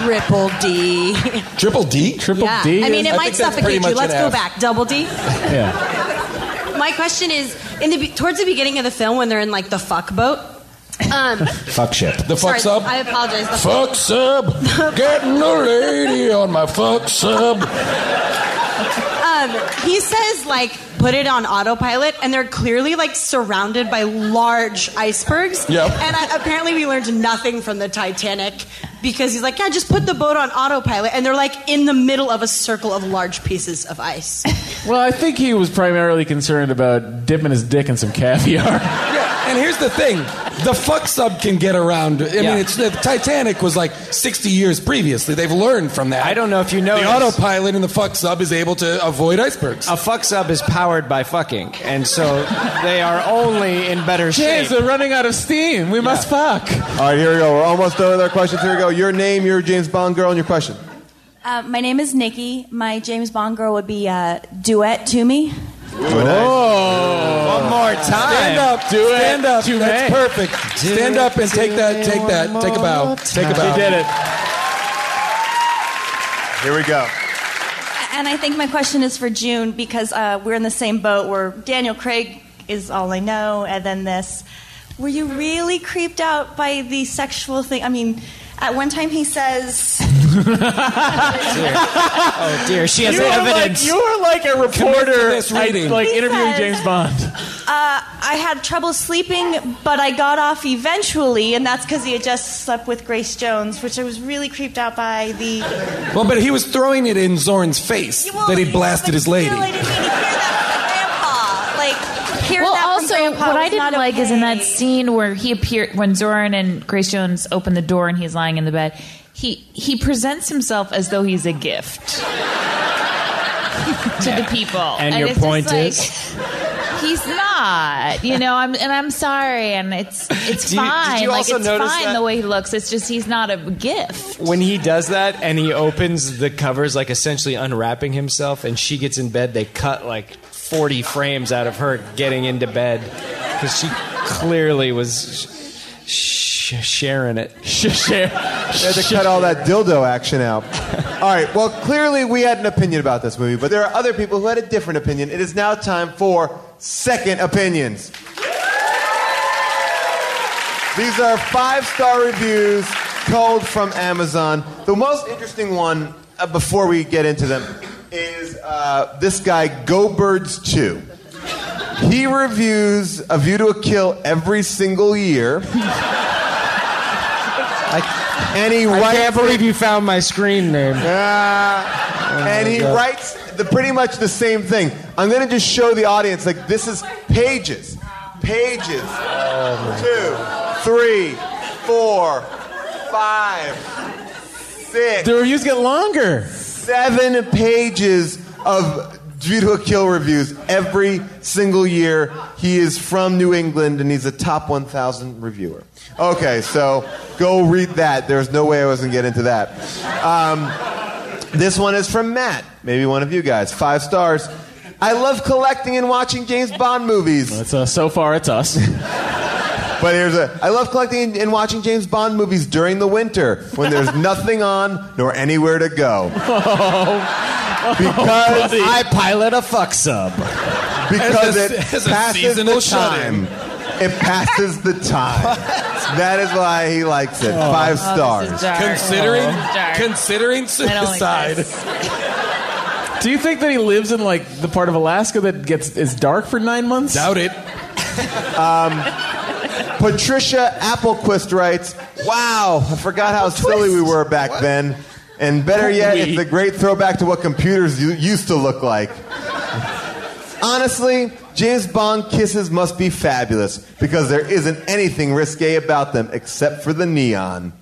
Triple D.
Triple D. Triple
yeah. I mean, it might suffocate you. Let's go back. Double D.
Yeah.
My question is, in the be- towards the beginning of the film, when they're in like the fuck boat, Um,
Fuck ship. The fuck
sorry,
sub?
I apologize. The
Fuck sub. Getting a lady on my fuck sub.
Um, he says like put it on autopilot, and they're clearly like surrounded by large icebergs.
Yep.
And I, apparently we learned nothing from the Titanic because he's like, yeah, just put the boat on autopilot, and they're like in the middle of a circle of large pieces of ice.
Well, I think he was primarily concerned about dipping his dick in some caviar.
And here's the thing the fuck sub can get around. I mean, it's, the Titanic was like 60 years previously. They've learned from that. I don't know if you know. The autopilot in the fuck sub is able to avoid icebergs.
A fuck sub is powered by fucking, and so they are only in better shape.
Jeez, we're running out of steam. We must fuck.
All right, here we go. We're almost done with our questions. Here we go. Your name, your James Bond girl, and your question.
Uh, my name is Nikki. My James Bond girl would be uh, Duet to me.
Oh. One more time. Stand up. Do it. Stand up. That's perfect. Stand up and take that. Take that. Take a bow. Take a bow.
She did it.
Here we go.
And I think my question is for June because uh, we're in the same boat where Daniel Craig is all I know, and then this. Were you really creeped out by the sexual thing? I mean, at one time he says.
Oh dear, she has
You are like-
evidence.
you are like a
Commit to
reporter,
this
like-
reading.
like He interviewing says- James
Bond.
Uh, I had trouble sleeping, but I got off eventually, and that's because he had just slept with Grace Jones, which I was really creeped out by. The
Well, but he was throwing it in Zorn's face that he blasted his lady.
like hearing
well,
that
also
from Grandpa
what I
was
didn't
not
like is in that scene where he appeared when Zoran and Grace Jones open the door and he's lying in the bed. He he presents himself as though he's a gift to the people.
And your
it's just
point
like,
is?
He's not, you know. I'm and I'm sorry, and it's it's
Do you- did
fine.
you
like
also
it's
notice
fine
that-
the way he looks. It's just he's not a gift.
When he does that and he opens the covers, like essentially unwrapping himself, and she gets in bed, they cut like 40 frames out of her getting into bed because she clearly was sh- sh- sharing it.
share.
They had to cut all that dildo action out. All right. Well, clearly we had an opinion about this movie, but there are other people who had a different opinion. It is now time for second opinions. These are five star reviews culled from Amazon. The most interesting one, uh, before we get into them, is uh, this guy, Go Birds 2. He reviews A View to a Kill every single year. and he
I
writes
can't believe you found my screen name. Oh
and he writes the, pretty much the same thing. I'm going to just show the audience like this is pages, pages,
Oh
two, three, four, five, six. The
reviews get longer.
Seven pages of View to a Kill reviews every single year. He is from New England and he's a top 1,000 reviewer. Okay, so go read that. There's no way I was going to get into that. Um, this one is from Matt, maybe one of you guys. Five stars. I love collecting and watching James Bond movies.
It's, uh, so far, it's us.
But here's a. I love collecting and watching James Bond movies during the winter when there's nothing on nor anywhere to go. because
Oh. buddy.
I pilot a fuck sub.
As
Because
a-
it
as a
passes
seasonal
the time.
shut-in.
It passes the time. That is why he likes it.
Oh.
Five
Oh,
stars.
this is dark. Considering- Oh. Dark. considering I don't like suicide.
Do you think that he lives in like the part of Alaska that gets is dark for nine months? Doubt it.
Um, Patricia Applequist writes, "Wow, I forgot how silly we were back then, and better yet, it's a great throwback to what computers u- used to look like." Honestly, James Bond kisses must be fabulous because there isn't anything risque about them except for the neon.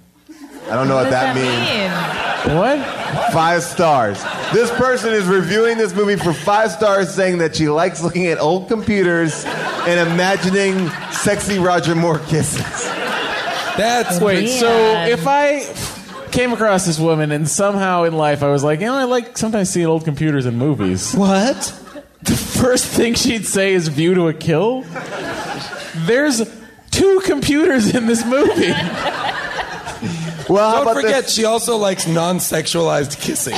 I don't know what, that, means.
What?
Five stars. This person is reviewing this movie for five stars, saying that she likes looking at old computers and imagining sexy Roger Moore kisses.
That's wait. So if I came across this woman and somehow in life I was like, you know, I like sometimes seeing old computers in movies. What? The first thing she'd say is "View to a Kill." There's two computers in this movie.
Well,
don't forget, she also likes non-sexualized kissing.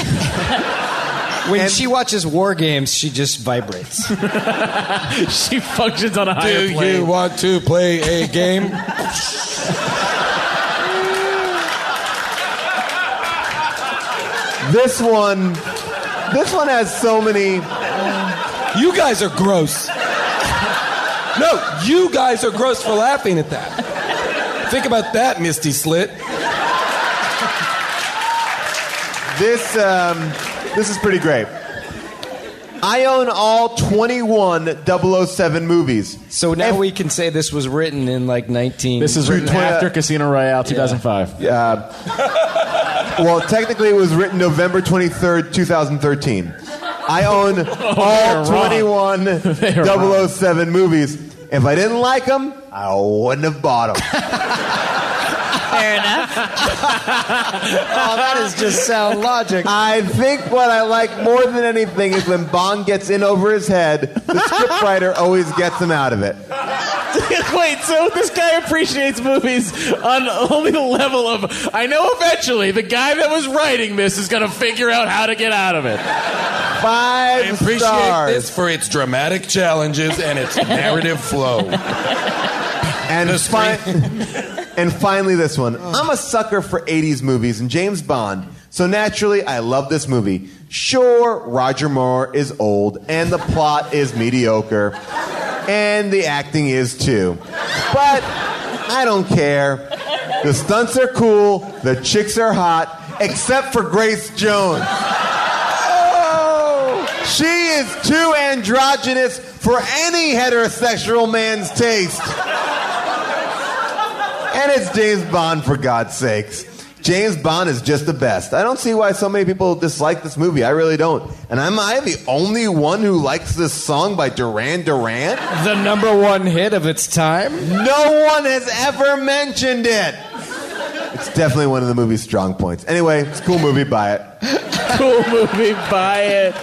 When she watches War Games, she just vibrates.
she functions on a
Do you want to play a game?
This one, this one has so many.
You guys are gross. No, you guys are gross for laughing at that. Think about that, Misty Slit.
This um, this is pretty great. I own all 21 007 movies.
So now we can say this was written in like 19.
This is written after Casino Royale 2005.
Yeah. Well, technically, it was written November 23rd, 2013. I own all
Oh, wrong.
21
wrong.
007 movies. If I didn't like them, I wouldn't have bought them.
Fair enough.
oh, that is just sound logic. I think what I like more than anything is when Bond gets in over his head, the scriptwriter always gets him out of it.
Wait, so this guy appreciates movies on only the level of I know eventually the guy that was writing this is going to figure out how to get out of it.
Five
I appreciate
stars.
this for its dramatic challenges and its narrative flow.
And, fi- and finally, this one. I'm a sucker for 80s movies and James Bond, so naturally, I love this movie. Sure, Roger Moore is old, and the plot is mediocre, and the acting is too. But I don't care. The stunts are cool, the chicks are hot, except for Grace Jones. Oh, She is too androgynous for any heterosexual man's taste. And it's James Bond, for God's sakes. James Bond is just the best. I don't see why so many people dislike this movie. I really don't. And am I the only one who likes this song by Duran Duran?
The number one hit of its time?
No one has ever mentioned it. It's definitely one of the movie's strong points. Anyway, it's a cool movie. Buy it.
cool movie, buy it.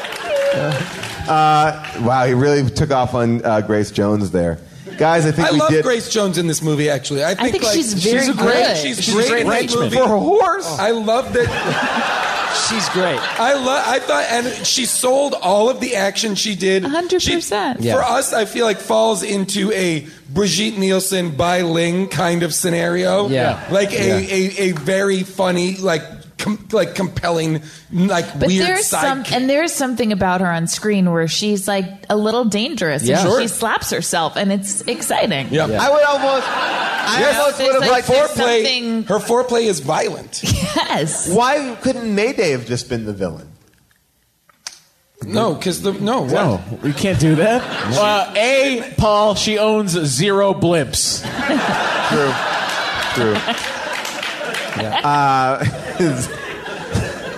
Uh, wow, he really took off on uh, Grace Jones there. Guys, I think
I
we
love
did.
Grace Jones in this movie. Actually, I think,
think
like,
she's very
she's a great,
good.
She's,
She's a
great,
great
in that
henchman.
movie.
For a
horse, I love that.
she's great.
I love. I thought, and she sold all of the action she did. Hundred percent.
Yeah.
For us, I feel like falls into a Brigitte Nielsen by Ling kind of scenario.
Yeah.
like a
Yeah.
a, a very funny like. Com- like compelling, like
But
weird
there's
side
some, and there's something about her on screen where she's like a little dangerous.
Yeah.
and
Sure.
she slaps herself, and it's exciting.
Yeah.
I would almost. I
Yes.
almost would have
There's
liked
like- there's Foreplay- something- her foreplay is violent.
Yes.
Why couldn't Mayday have just been the villain?
No, because the no,
no, we can't do that. Uh, a Paul, she owns zero blimps.
True, true.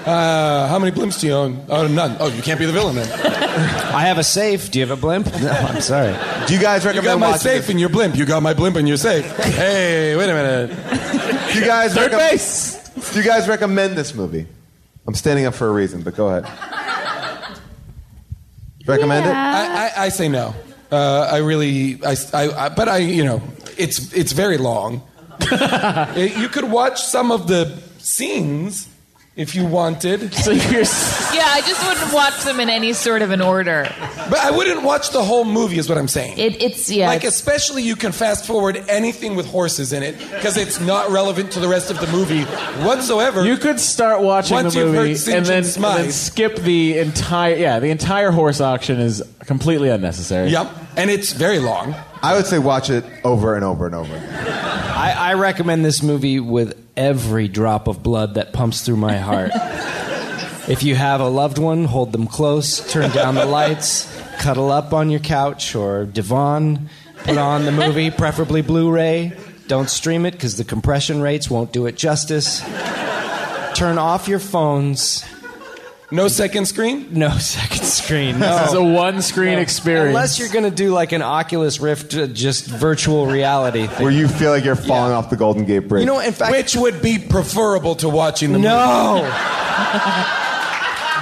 Uh, how many blimps do you own? Oh, none. Oh, you can't be the villain then.
I have a safe. Do you have a blimp? No, I'm sorry.
Do you guys
You got
recommend
my
watching?
safe and your blimp. You got my blimp and your safe. Hey, wait a minute.
this? Do you guys
Third
recommend-
base.
Do you guys recommend this movie? I'm standing up for a reason, but go ahead. Recommend
I, I, I say no. Uh, I really, I, I, I- but I, you know, it's it's very long. It- you could watch some of the scenes if you wanted. So
you're.
Yeah, I just wouldn't watch them in any sort of an order.
But I wouldn't watch the whole movie, is what I'm saying.
It, it's yeah.
Like, especially you can fast forward anything with horses in it because it's not relevant to the rest of the movie whatsoever.
You could start watching
Once
the
you've heard
movie
St.
and then,
John's
and then
Smythe.
skip the entire. Yeah, the entire horse auction is completely unnecessary.
Yep, and it's very long.
it. I would say watch it over and over and over.
I, I recommend this movie with every drop of blood that pumps through my heart. if you have a loved one, hold them close, turn down the lights, cuddle up on your couch or divan, put on the movie, preferably Blu ray. Don't stream it because the compression rates won't do it justice. Turn off your phones.
No second screen?
No second screen. No.
This is a one screen
No.
experience.
Unless you're going to do like an Oculus Rift, uh, just virtual reality thing.
Where you feel like you're falling off the Golden Gate Bridge.
You know, in fact,
Which would be preferable to watching the
no.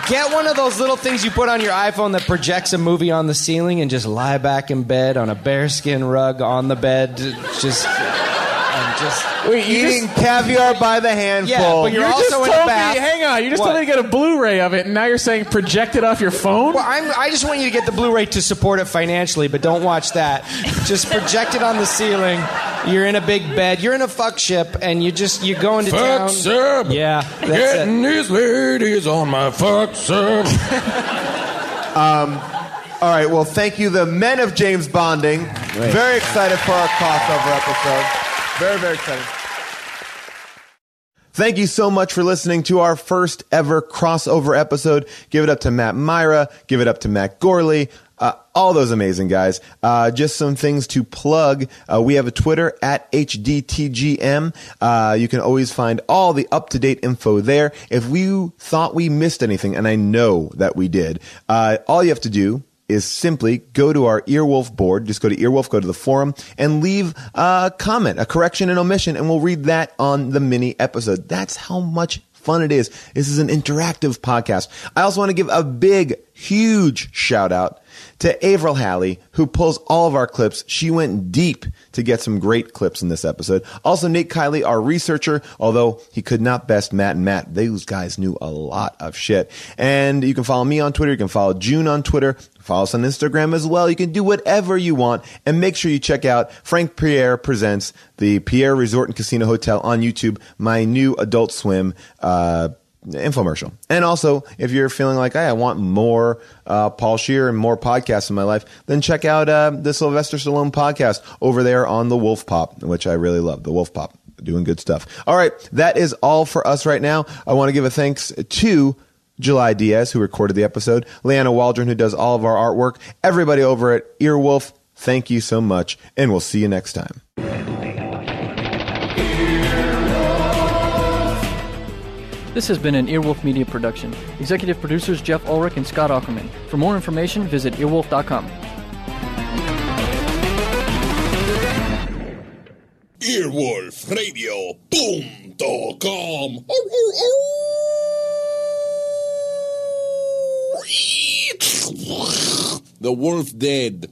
Get one of those little things you put on your iPhone that projects a movie on the ceiling and just lie back in bed on a bearskin rug on the bed, just and just
Wait, you
Eating
just-
caviar by the handful.
Yeah, but you're
you
also
just
in a
told
bath.
me, hang on, you just told
What?
me to get a Blu-ray of it, and now you're saying project it off your phone?
Well, I'm, I just want you to get the Blu-ray to support it financially, but don't watch that. Just project it on the ceiling You're in a big bed. You're in a fuck ship, and you just you're going to
Fuck
town.
ship.
Yeah, that's
Getting
it.
these ladies on my fuck serve.
Um, all right. Well, thank you, the men of James Bonding. Very excited for our crossover episode. Very, very excited. Thank you so much for listening to our first ever crossover episode. Give it up to Matt Myra. Give it up to Matt Gorley. Uh, all those amazing guys. Uh, just some things to plug. Uh, we have a Twitter at HDTGM. Uh, you can always find all the up to date info there. If you thought we missed anything, and I know that we did, uh, all you have to do is simply go to our Earwolf board. Just go to Earwolf, go to the forum, and leave a comment, a correction, an omission, and we'll read that on the mini episode. That's how much fun it is. This is an interactive podcast. I also want to give a big, huge shout out to Avril Halley, who pulls all of our clips. She went deep to get some great clips in this episode. Also, Nate Kiley, our researcher, although he could not best Matt and Matt. Those guys knew a lot of shit. And you can follow me on Twitter. You can follow June on Twitter. Follow us on Instagram as well. You can do whatever you want. And make sure you check out Frank Pierre Presents the Pierre Resort and Casino Hotel on YouTube, my new Adult Swim uh, infomercial. And also, if you're feeling like, hey, I want more uh, Paul Shear and more podcasts in my life, then check out uh, the Sylvester Stallone podcast over there on the Wolf Pop, which I really love. The Wolf Pop, doing good stuff. All right, that is all for us right now. I want to give a thanks to. July Diaz, who recorded the episode, Leanna Waldron, who does all of our artwork, everybody over at Earwolf, thank you so much, and we'll see you next time.
This has been an Earwolf Media production. Executive producers Jeff Ulrich and Scott Ackerman. For more information, visit earwolf.com.
Earwolfradio.com. The wolf dead.